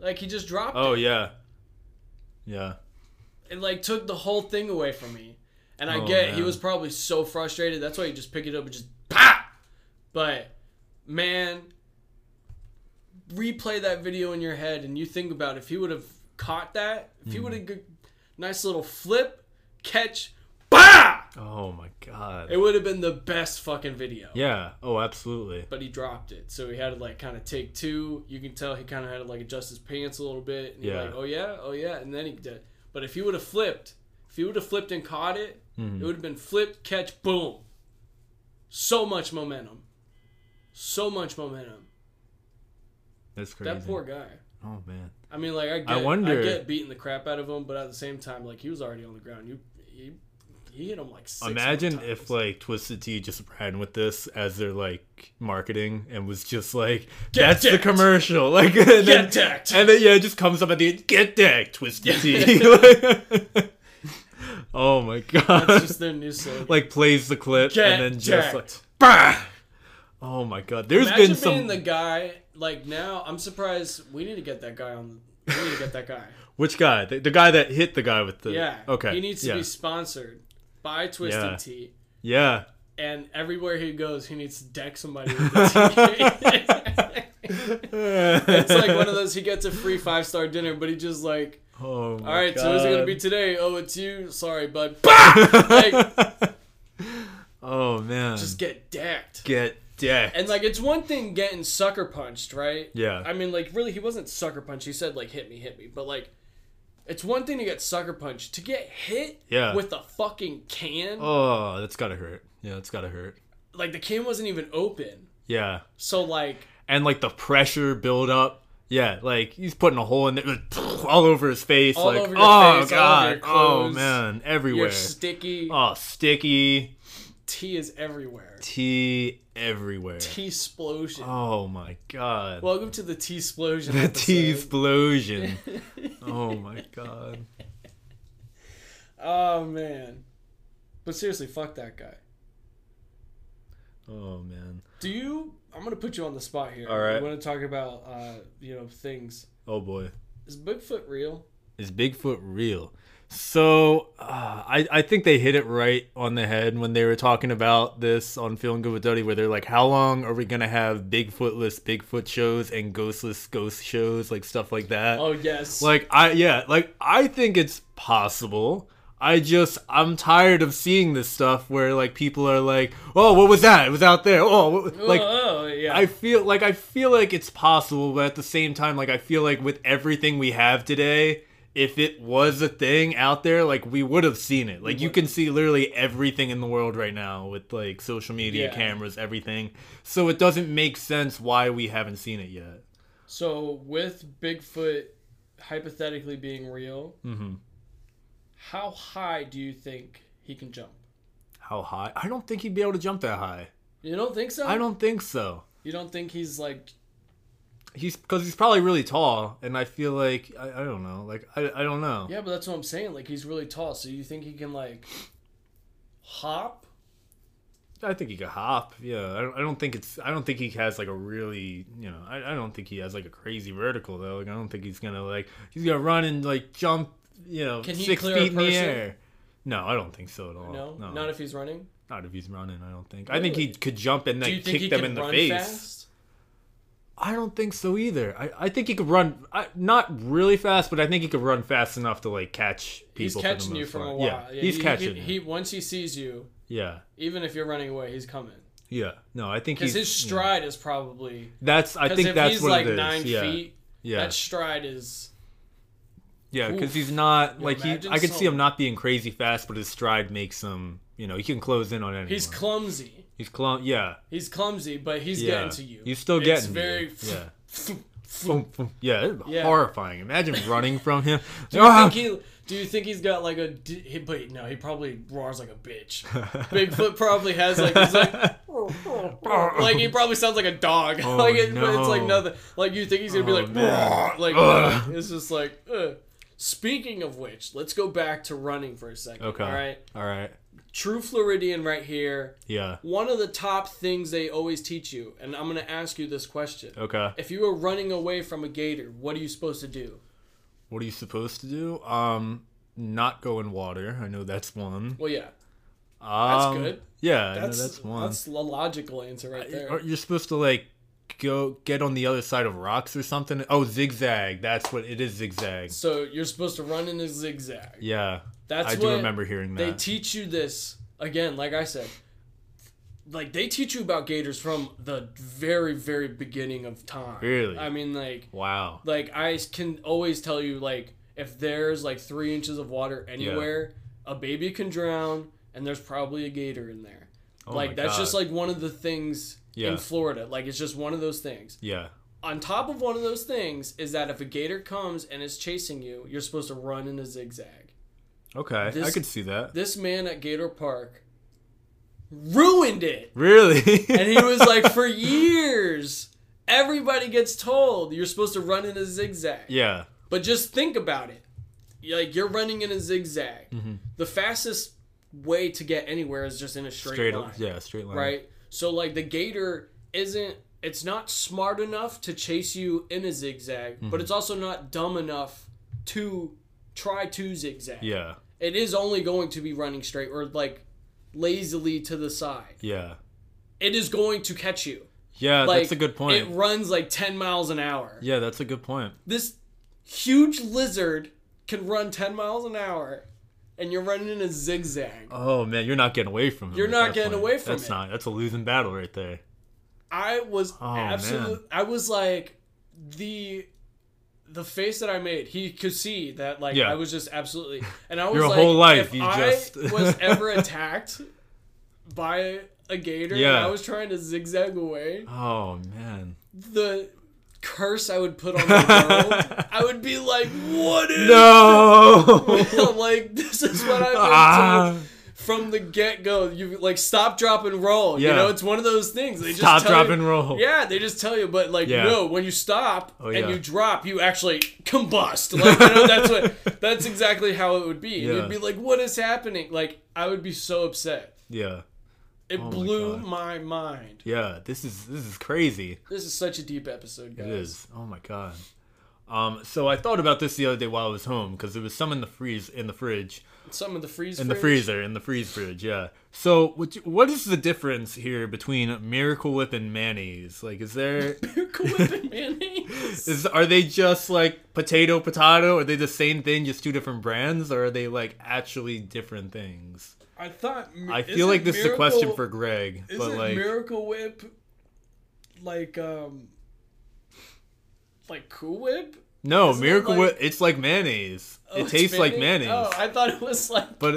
Speaker 6: Like he just dropped
Speaker 7: Oh
Speaker 6: it.
Speaker 7: yeah. Yeah.
Speaker 6: It like took the whole thing away from me. And I
Speaker 7: Oh,
Speaker 6: get he
Speaker 7: man.
Speaker 6: was probably so frustrated. That's why he just picked it up and just pop. But man, replay that video in your head and you think about if he would have caught that, if
Speaker 7: Mm-hmm.
Speaker 6: he would have g- nice little flip catch, bah!
Speaker 7: Oh my god.
Speaker 6: It would have been the best fucking video.
Speaker 7: yeah. Oh, absolutely.
Speaker 6: But he dropped it, so he had to like kind of take two. You can tell he kind of had to like adjust his pants a little bit. And
Speaker 7: Yeah.
Speaker 6: yeah. Like, oh yeah, oh yeah, and then he did. But if he would have flipped, if he would have flipped and caught it,
Speaker 7: Mm-hmm.
Speaker 6: it would have been flip, catch, boom. So much momentum. So much momentum.
Speaker 7: That's crazy.
Speaker 6: That poor guy.
Speaker 7: Oh man.
Speaker 6: I mean, like I get, I,
Speaker 7: wonder-
Speaker 6: get beating the crap out of him, but at the same time, like he was already on the ground. You, he, he hit him like. Six more
Speaker 7: Imagine
Speaker 6: times.
Speaker 7: if like Twisted Tea just ran with this as their like marketing and was just like that's
Speaker 6: decked."
Speaker 7: the commercial like and get then,
Speaker 6: decked.
Speaker 7: and then yeah it just comes up at the end get decked Twisted Tea oh my
Speaker 6: that's
Speaker 7: god
Speaker 6: just their new slogan.
Speaker 7: like plays the clip
Speaker 6: Get
Speaker 7: and then just like
Speaker 6: decked.
Speaker 7: bah! oh my god There's
Speaker 6: Imagine
Speaker 7: been some
Speaker 6: being the guy like now. I'm surprised we need to get that guy on. We need to get that guy.
Speaker 7: which guy the, the guy that hit the guy with the
Speaker 6: Yeah.
Speaker 7: okay
Speaker 6: He needs to
Speaker 7: yeah.
Speaker 6: be sponsored by Twisted
Speaker 7: Yeah.
Speaker 6: Tea,
Speaker 7: yeah
Speaker 6: and everywhere he goes, he needs to deck somebody with the tea. it's like one of those. He gets a free five star dinner, but he just like,
Speaker 7: oh my
Speaker 6: all right,
Speaker 7: god.
Speaker 6: so who's it gonna be today? Oh, it's you. Sorry, bud. Bah! like,
Speaker 7: oh man
Speaker 6: just get decked.
Speaker 7: get decked.
Speaker 6: And like it's one thing getting sucker punched, right?
Speaker 7: Yeah.
Speaker 6: I mean, like really, he wasn't sucker punched. He said like hit me, hit me. But like, it's one thing to get sucker punched. To get hit
Speaker 7: Yeah.
Speaker 6: with a fucking can,
Speaker 7: oh, that's gotta hurt. Yeah, that's gotta hurt.
Speaker 6: like the can wasn't even open.
Speaker 7: Yeah,
Speaker 6: So like,
Speaker 7: and like the pressure build up. Yeah, like he's putting a hole in there, all over his face.
Speaker 6: All
Speaker 7: like,
Speaker 6: over your
Speaker 7: oh
Speaker 6: face, all
Speaker 7: god,
Speaker 6: over your
Speaker 7: oh
Speaker 6: clothes,
Speaker 7: man, everywhere.
Speaker 6: you're sticky.
Speaker 7: oh, sticky
Speaker 6: Tea is everywhere.
Speaker 7: tea everywhere.
Speaker 6: Tea explosion.
Speaker 7: Oh my god,
Speaker 6: Welcome to the tea explosion.
Speaker 7: the tea explosion. oh my god.
Speaker 6: Oh man. But seriously, fuck that guy.
Speaker 7: Oh man.
Speaker 6: Do you? I'm gonna put you on the spot here.
Speaker 7: All right.
Speaker 6: I want to talk about, uh, you know, things.
Speaker 7: Oh boy.
Speaker 6: Is Bigfoot real?
Speaker 7: Is Bigfoot real? So uh, I I think they hit it right on the head when they were talking about this on Feeling Good with Duddy, where they're like, "How long are we gonna have Bigfootless Bigfoot shows and ghostless ghost shows, like stuff like that?"
Speaker 6: Oh yes.
Speaker 7: Like I yeah, like I think it's possible. I just I'm tired of seeing this stuff where like people are like, "Oh, what was that? It was out there." Oh, what, like
Speaker 6: oh, oh, yeah.
Speaker 7: I feel like I feel like it's possible, but at the same time, like I feel like with everything we have today, if it was a thing out there, like we would have seen it. Like you can see literally everything in the world right now with like social media,
Speaker 6: Yeah.
Speaker 7: cameras, everything. So it doesn't make sense why we haven't seen it yet.
Speaker 6: so with Bigfoot hypothetically being real,
Speaker 7: Mm-hmm.
Speaker 6: how high do you think he can jump?
Speaker 7: How high? I don't think he'd be able to jump that high.
Speaker 6: You don't think so?
Speaker 7: I don't think so.
Speaker 6: You don't think he's like?
Speaker 7: He's because he's probably really tall, and I feel like I, I don't know. Like I, I don't know.
Speaker 6: Yeah, but that's what I'm saying. Like he's really tall. So you think he can like hop?
Speaker 7: I think he could hop. Yeah, I don't, I don't think it's. I don't think he has like a really. You know, I, I don't think he has like a crazy vertical though. Like I don't think he's gonna like he's gonna run and like jump. You know,
Speaker 6: Can he
Speaker 7: six
Speaker 6: clear a
Speaker 7: feet in the
Speaker 6: person?
Speaker 7: air. No, I don't think so at all.
Speaker 6: No,
Speaker 7: no,
Speaker 6: not if he's running.
Speaker 7: not if he's running. I don't think. I think he could jump and
Speaker 6: Do you
Speaker 7: then
Speaker 6: think
Speaker 7: kick
Speaker 6: he
Speaker 7: them
Speaker 6: can
Speaker 7: in the
Speaker 6: run
Speaker 7: face.
Speaker 6: fast?
Speaker 7: I don't think so either. I, I think he could run I, not really fast, but I think he could run fast enough to like catch people.
Speaker 6: He's
Speaker 7: for the
Speaker 6: catching you
Speaker 7: most
Speaker 6: from a
Speaker 7: part.
Speaker 6: while.
Speaker 7: Yeah, he's
Speaker 6: he-
Speaker 7: catching.
Speaker 6: He,
Speaker 7: you.
Speaker 6: he once he sees you,
Speaker 7: yeah,
Speaker 6: even if you're running away, he's coming.
Speaker 7: yeah. No, I think
Speaker 6: Because
Speaker 7: he's
Speaker 6: his
Speaker 7: yeah.
Speaker 6: stride is probably.
Speaker 7: That's I
Speaker 6: Because
Speaker 7: think
Speaker 6: if
Speaker 7: that's
Speaker 6: he's
Speaker 7: what
Speaker 6: like
Speaker 7: it is.
Speaker 6: nine
Speaker 7: yeah.
Speaker 6: feet,
Speaker 7: Yeah,
Speaker 6: that stride is.
Speaker 7: yeah, because
Speaker 6: oof.
Speaker 7: he's not like he.
Speaker 6: imagine
Speaker 7: I could see
Speaker 6: someone-
Speaker 7: him not being crazy fast, but his stride makes him. You know, he can close in on anyone.
Speaker 6: He's clumsy.
Speaker 7: he's clump. Yeah,
Speaker 6: He's clumsy, but he's
Speaker 7: yeah.
Speaker 6: getting to you.
Speaker 7: He's still
Speaker 6: It's
Speaker 7: getting. to
Speaker 6: very.
Speaker 7: you. Yeah. Boom, boom. Yeah, it's
Speaker 6: Yeah.
Speaker 7: horrifying. Imagine running from him.
Speaker 6: Do you,
Speaker 7: Ah!
Speaker 6: think he, do you think he's got like a? d- He, but no, he probably roars like a bitch. Bigfoot probably has like he's like like he probably sounds like a dog. like it, but it's like
Speaker 7: Oh, no.
Speaker 6: nothing. Like you think he's gonna be like
Speaker 7: man.
Speaker 6: "Roar," like
Speaker 7: Ugh.
Speaker 6: it's just like. Ugh. Speaking of which, let's go back to running for a second.
Speaker 7: Okay.
Speaker 6: All right.
Speaker 7: All right.
Speaker 6: True Floridian right here.
Speaker 7: Yeah.
Speaker 6: One of the top things they always teach you, and I'm gonna ask you this question.
Speaker 7: Okay.
Speaker 6: If you were running away from a gator, what are you supposed to do?
Speaker 7: What are you supposed to do? Um, not go in water. I know that's one.
Speaker 6: Well, yeah.
Speaker 7: Um,
Speaker 6: good.
Speaker 7: Yeah, I know
Speaker 6: That's
Speaker 7: that's one.
Speaker 6: That's the logical answer right there.
Speaker 7: Or you're supposed to like go get on the other side of rocks or something. Oh, zigzag. That's what it is. Zigzag.
Speaker 6: so you're supposed to run in a zigzag.
Speaker 7: Yeah.
Speaker 6: That's
Speaker 7: I do
Speaker 6: what
Speaker 7: remember hearing
Speaker 6: They
Speaker 7: that.
Speaker 6: teach you this again, like I said. Like they teach you about gators from the very, very beginning of time.
Speaker 7: Really?
Speaker 6: I mean, like,
Speaker 7: wow.
Speaker 6: like I can always tell you, like, if there's like three inches of water anywhere, a baby can drown, and there's probably a gator in there. like
Speaker 7: Oh my
Speaker 6: that's
Speaker 7: God.
Speaker 6: just like one of the things
Speaker 7: Yeah.
Speaker 6: in Florida. Like it's just one of those things.
Speaker 7: Yeah.
Speaker 6: on top of one of those things is that if a gator comes and is chasing you, you're supposed to run in a zigzag.
Speaker 7: Okay. I
Speaker 6: This-
Speaker 7: could see that.
Speaker 6: This man at Gator Park ruined it.
Speaker 7: really?
Speaker 6: And he was like, for years, everybody gets told you're supposed to run in a zigzag.
Speaker 7: yeah.
Speaker 6: But just think about it. You're, Like you're running in a zigzag.
Speaker 7: Mm-hmm.
Speaker 6: The fastest way to get anywhere is just in a straight,
Speaker 7: Straight.
Speaker 6: line.
Speaker 7: Yeah. Straight line.
Speaker 6: Right? So like the gator isn't it's not smart enough to chase you in a zigzag,
Speaker 7: Mm-hmm.
Speaker 6: but it's also not dumb enough to try to zigzag.
Speaker 7: Yeah.
Speaker 6: It is only going to be running straight or like lazily to the side.
Speaker 7: Yeah.
Speaker 6: It is going to catch you.
Speaker 7: Yeah.
Speaker 6: Like
Speaker 7: that's a good
Speaker 6: It
Speaker 7: point.
Speaker 6: runs like 10 miles an hour.
Speaker 7: yeah. That's a good point.
Speaker 6: This huge lizard can run 10 miles an hour and you're running in a zigzag.
Speaker 7: Oh man, you're not getting away from him.
Speaker 6: You're
Speaker 7: at
Speaker 6: not
Speaker 7: that
Speaker 6: getting
Speaker 7: point.
Speaker 6: away from
Speaker 7: That's
Speaker 6: it.
Speaker 7: not. That's a losing battle right there.
Speaker 6: I was
Speaker 7: Oh,
Speaker 6: absolute.
Speaker 7: man.
Speaker 6: I was like the the face that I made. He could see that like
Speaker 7: Yeah.
Speaker 6: I was just absolutely. And I was
Speaker 7: Your
Speaker 6: like,
Speaker 7: whole life,
Speaker 6: if
Speaker 7: you
Speaker 6: I
Speaker 7: just-
Speaker 6: was ever attacked by a gator,
Speaker 7: Yeah.
Speaker 6: and I was trying to zigzag away.
Speaker 7: Oh man.
Speaker 6: The curse I would put on the world, I would be like, "What is
Speaker 7: No.
Speaker 6: like this is what I've been
Speaker 7: Ah.
Speaker 6: told from the get go. You like stop, drop, and roll. You
Speaker 7: Yeah.
Speaker 6: know, it's one of those things. They
Speaker 7: Stop,
Speaker 6: just tell
Speaker 7: drop,
Speaker 6: you-
Speaker 7: and roll.
Speaker 6: Yeah, they just tell you, but like
Speaker 7: Yeah.
Speaker 6: no, when you stop
Speaker 7: Oh, yeah.
Speaker 6: and you drop, you actually combust. Like you know, that's what that's exactly how it would be. And
Speaker 7: Yeah.
Speaker 6: You'd be like, what is happening? Like I would be so upset.
Speaker 7: yeah.
Speaker 6: It
Speaker 7: Oh my
Speaker 6: blew
Speaker 7: God.
Speaker 6: my, mind.
Speaker 7: Yeah. This is this is crazy.
Speaker 6: This is such a deep episode, guys.
Speaker 7: It is. Oh my god. Um. So I thought about this the other day while I was home because there was some in the freeze in the fridge.
Speaker 6: Some of the freeze
Speaker 7: in the
Speaker 6: fridge.
Speaker 7: freezer in the freeze fridge yeah so what, you- what is the difference here between miracle whip and mayonnaise like is there
Speaker 6: Miracle Whip and mayonnaise.
Speaker 7: is are they just like potato potato are they the same thing just two different brands or are they like actually different things
Speaker 6: I thought.
Speaker 7: i feel like this is a question
Speaker 6: for.
Speaker 7: for greg
Speaker 6: Is
Speaker 7: but
Speaker 6: it
Speaker 7: like
Speaker 6: Miracle Whip like um like Cool Whip?
Speaker 7: no
Speaker 6: isn't it
Speaker 7: miracle
Speaker 6: like-
Speaker 7: whip it's like mayonnaise
Speaker 6: Oh,
Speaker 7: it
Speaker 6: it's
Speaker 7: tastes like mayonnaise
Speaker 6: Oh, I thought it was like
Speaker 7: but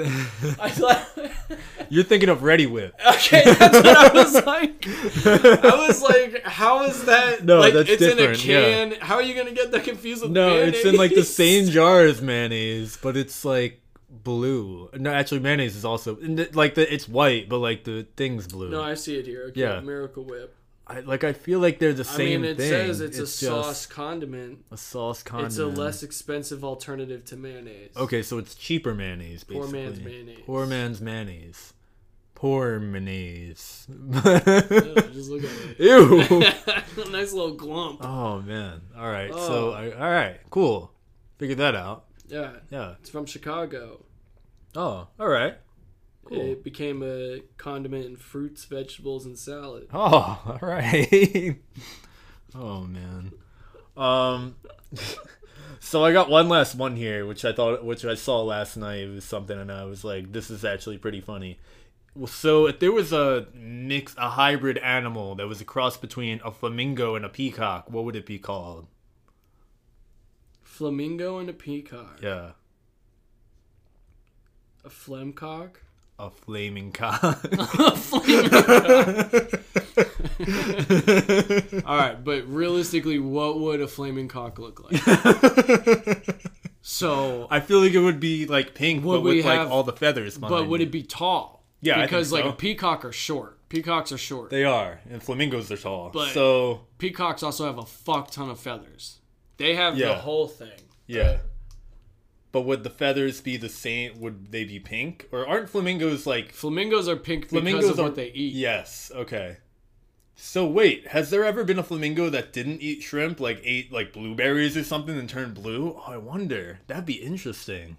Speaker 6: I thought
Speaker 7: you're thinking of ready whip
Speaker 6: Okay, that's what I was like. I was like, how is that
Speaker 7: No,
Speaker 6: like
Speaker 7: that's
Speaker 6: it's in a
Speaker 7: different, yeah.
Speaker 6: can. How are you gonna get that confused with
Speaker 7: No, it's in like the
Speaker 6: mayonnaise?
Speaker 7: same jar as mayonnaise, but it's like blue. No, actually, mayonnaise is also and it- like the it's white, but like the thing's blue.
Speaker 6: No, I see it here. Okay,
Speaker 7: Yeah.
Speaker 6: Miracle Whip.
Speaker 7: I, like I feel like they're the
Speaker 6: I
Speaker 7: same
Speaker 6: mean it
Speaker 7: thing.
Speaker 6: says it's, a
Speaker 7: just
Speaker 6: sauce condiment.
Speaker 7: a sauce condiment.
Speaker 6: It's a less expensive alternative to mayonnaise.
Speaker 7: okay, so it's cheaper mayonnaise. Basically.
Speaker 6: Poor man's mayonnaise.
Speaker 7: Poor man's mayonnaise. Poor mayonnaise.
Speaker 6: Just look at it.
Speaker 7: Ew.
Speaker 6: nice little glump.
Speaker 7: oh man. All right.
Speaker 6: Oh.
Speaker 7: So I, all right. Cool. Figured that out.
Speaker 6: Yeah.
Speaker 7: Yeah.
Speaker 6: It's from Chicago.
Speaker 7: Oh. All right. Cool.
Speaker 6: It became a condiment in fruits, vegetables, and salad.
Speaker 7: Oh, all right. oh man. Um so I got one last one here which I thought which I saw last night. It was something and I was like this is actually pretty funny. Well, so if there was a mix a hybrid animal that was a cross between a flamingo and a peacock, what would it be called?
Speaker 6: Flamingo and a peacock.
Speaker 7: Yeah.
Speaker 6: A flemcock.
Speaker 7: A flaming cock.
Speaker 6: All right, but realistically, what would a flaming cock look like? so,
Speaker 7: I feel like it would be like pink
Speaker 6: Would
Speaker 7: but with
Speaker 6: we
Speaker 7: like
Speaker 6: have-
Speaker 7: all the feathers
Speaker 6: but would it be tall?
Speaker 7: Yeah, I think
Speaker 6: because like
Speaker 7: so.
Speaker 6: a peacock are short. Peacocks are short.
Speaker 7: They are, and flamingos are tall.
Speaker 6: But-
Speaker 7: so
Speaker 6: Peacocks also have a fuck ton of feathers. They have the
Speaker 7: Yeah.
Speaker 6: whole thing.
Speaker 7: Yeah. But would the feathers be the same? Would they be pink? Or aren't flamingos like
Speaker 6: Flamingos are pink
Speaker 7: flamingos
Speaker 6: because of
Speaker 7: are,
Speaker 6: what they eat.
Speaker 7: Yes. Okay. So wait, has there ever been a flamingo that didn't eat shrimp, like ate like blueberries or something and turned blue? Oh, I wonder. That'd be interesting.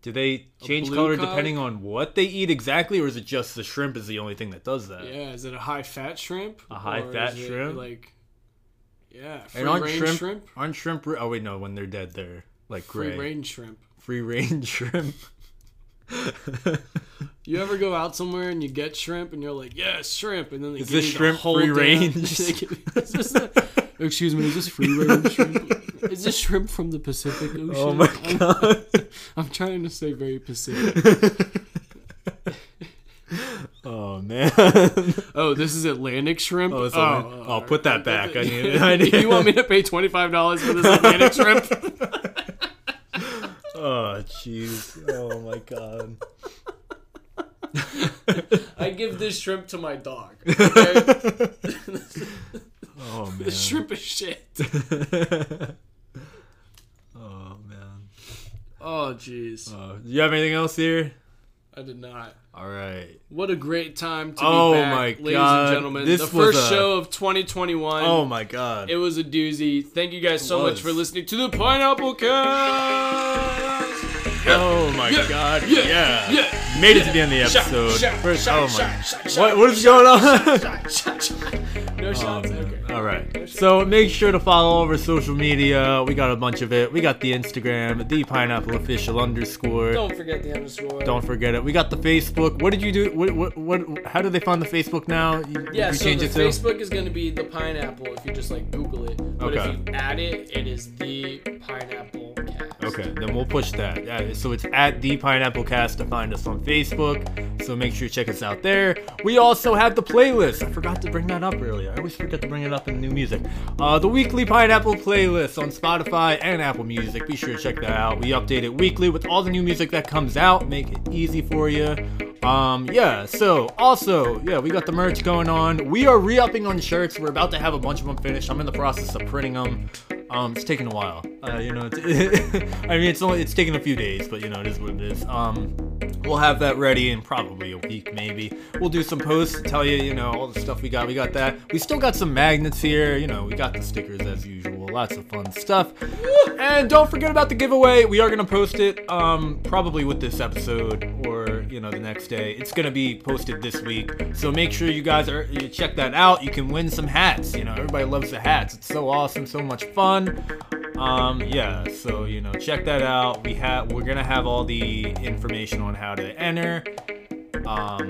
Speaker 7: Do they change
Speaker 6: blue
Speaker 7: color
Speaker 6: cock?
Speaker 7: depending on what they eat exactly, or is it just the shrimp is the only thing that does that?
Speaker 6: Yeah, is it a high fat shrimp?
Speaker 7: A high
Speaker 6: Or
Speaker 7: fat
Speaker 6: is it,
Speaker 7: shrimp?
Speaker 6: Like, yeah, free
Speaker 7: And aren't
Speaker 6: range
Speaker 7: shrimp,
Speaker 6: shrimp,
Speaker 7: aren't shrimp? re- Oh wait, no. When they're dead, they're like
Speaker 6: free
Speaker 7: gray.
Speaker 6: range shrimp.
Speaker 7: free range shrimp.
Speaker 6: You ever go out somewhere and you get shrimp and you're like, yeah, shrimp, and then they
Speaker 7: Is
Speaker 6: give
Speaker 7: this
Speaker 6: you the
Speaker 7: shrimp
Speaker 6: whole
Speaker 7: free
Speaker 6: damn-
Speaker 7: range?
Speaker 6: They give you- is this the- excuse me, is this free range shrimp? Is this shrimp from the Pacific Ocean?
Speaker 7: Oh my
Speaker 6: I'm,
Speaker 7: god.
Speaker 6: I'm trying to say very Pacific.
Speaker 7: Oh man.
Speaker 6: Oh, this is Atlantic shrimp.
Speaker 7: Oh, it's
Speaker 6: oh,
Speaker 7: Atlantic-
Speaker 6: all
Speaker 7: oh, put that back. I need it. I need
Speaker 6: you want me to pay twenty five dollars for this Atlantic shrimp?
Speaker 7: oh jeez. Oh my god.
Speaker 6: I give this shrimp to my dog. Okay?
Speaker 7: Oh man.
Speaker 6: this shrimp is shit.
Speaker 7: Oh man.
Speaker 6: Oh jeez,
Speaker 7: Uh, you have anything else here?
Speaker 6: I did not.
Speaker 7: All right.
Speaker 6: What a great time to
Speaker 7: Oh
Speaker 6: be back,
Speaker 7: my
Speaker 6: ladies
Speaker 7: God,
Speaker 6: and gentlemen.
Speaker 7: this
Speaker 6: the
Speaker 7: was
Speaker 6: first
Speaker 7: a-
Speaker 6: show of 2021.
Speaker 7: Oh my god.
Speaker 6: It was a doozy. Thank you guys so
Speaker 7: was.
Speaker 6: much for listening to the Pineapple Cast.
Speaker 7: oh my god. Yeah.
Speaker 6: yeah,
Speaker 7: Made it to the end of the episode.
Speaker 6: Shot, shot,
Speaker 7: First-
Speaker 6: shot,
Speaker 7: oh my.
Speaker 6: shot, shot,
Speaker 7: what, what is going on?
Speaker 6: shot, shot, shot.
Speaker 7: Oh,
Speaker 6: No shots? Okay.
Speaker 7: All right. So make sure to follow all of our social media. We got a bunch of it. We got the Instagram, the pineapple official underscore.
Speaker 6: Don't forget the underscore.
Speaker 7: Don't forget it. We got the Facebook. What did you do? What? What? what how do they find the Facebook now? You,
Speaker 6: Yeah,
Speaker 7: you
Speaker 6: so
Speaker 7: change
Speaker 6: the
Speaker 7: it to?
Speaker 6: Facebook is going to be the pineapple if you just like Google it. But
Speaker 7: Okay.
Speaker 6: if you add it, it is the pineapple cat.
Speaker 7: Okay, then we'll push that. Uh, so it's at the Pineapple Cast to find us on Facebook. So make sure you check us out there. We also have the playlist. I forgot to bring that up earlier. I always forget to bring it up in new music. Uh, the weekly Pineapple playlist on Spotify and Apple Music. Be sure to check that out. We update it weekly with all the new music that comes out. Make it easy for you. Um, yeah, so also, yeah, we got the merch going on. We are re upping on shirts. We're about to have a bunch of them finished. I'm in the process of printing them. Um, it's taking a while. Uh, you know, it's, I mean, it's only it's taking a few days, but you know, it is what it is. Um, we'll have that ready in probably a week, maybe. We'll do some posts, tell you, you know, all the stuff we got. We got that. We still got some magnets here. You know, we got the stickers as usual. Lots of fun stuff. And don't forget about the giveaway. We are gonna post it, um, probably with this episode or you know the next day. It's gonna be posted this week, so make sure you guys are you check that out. You can win some hats. You know, everybody loves the hats. It's so awesome, so much fun. Um, yeah, so you know, check that out. We have we're gonna have all the information on how to enter um,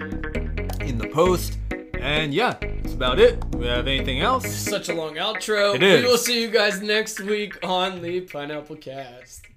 Speaker 7: in the post. And yeah, that's about it. We have anything else?
Speaker 6: Such a long outro.
Speaker 7: It is.
Speaker 6: We will see you guys next week on the Pineapple Cast.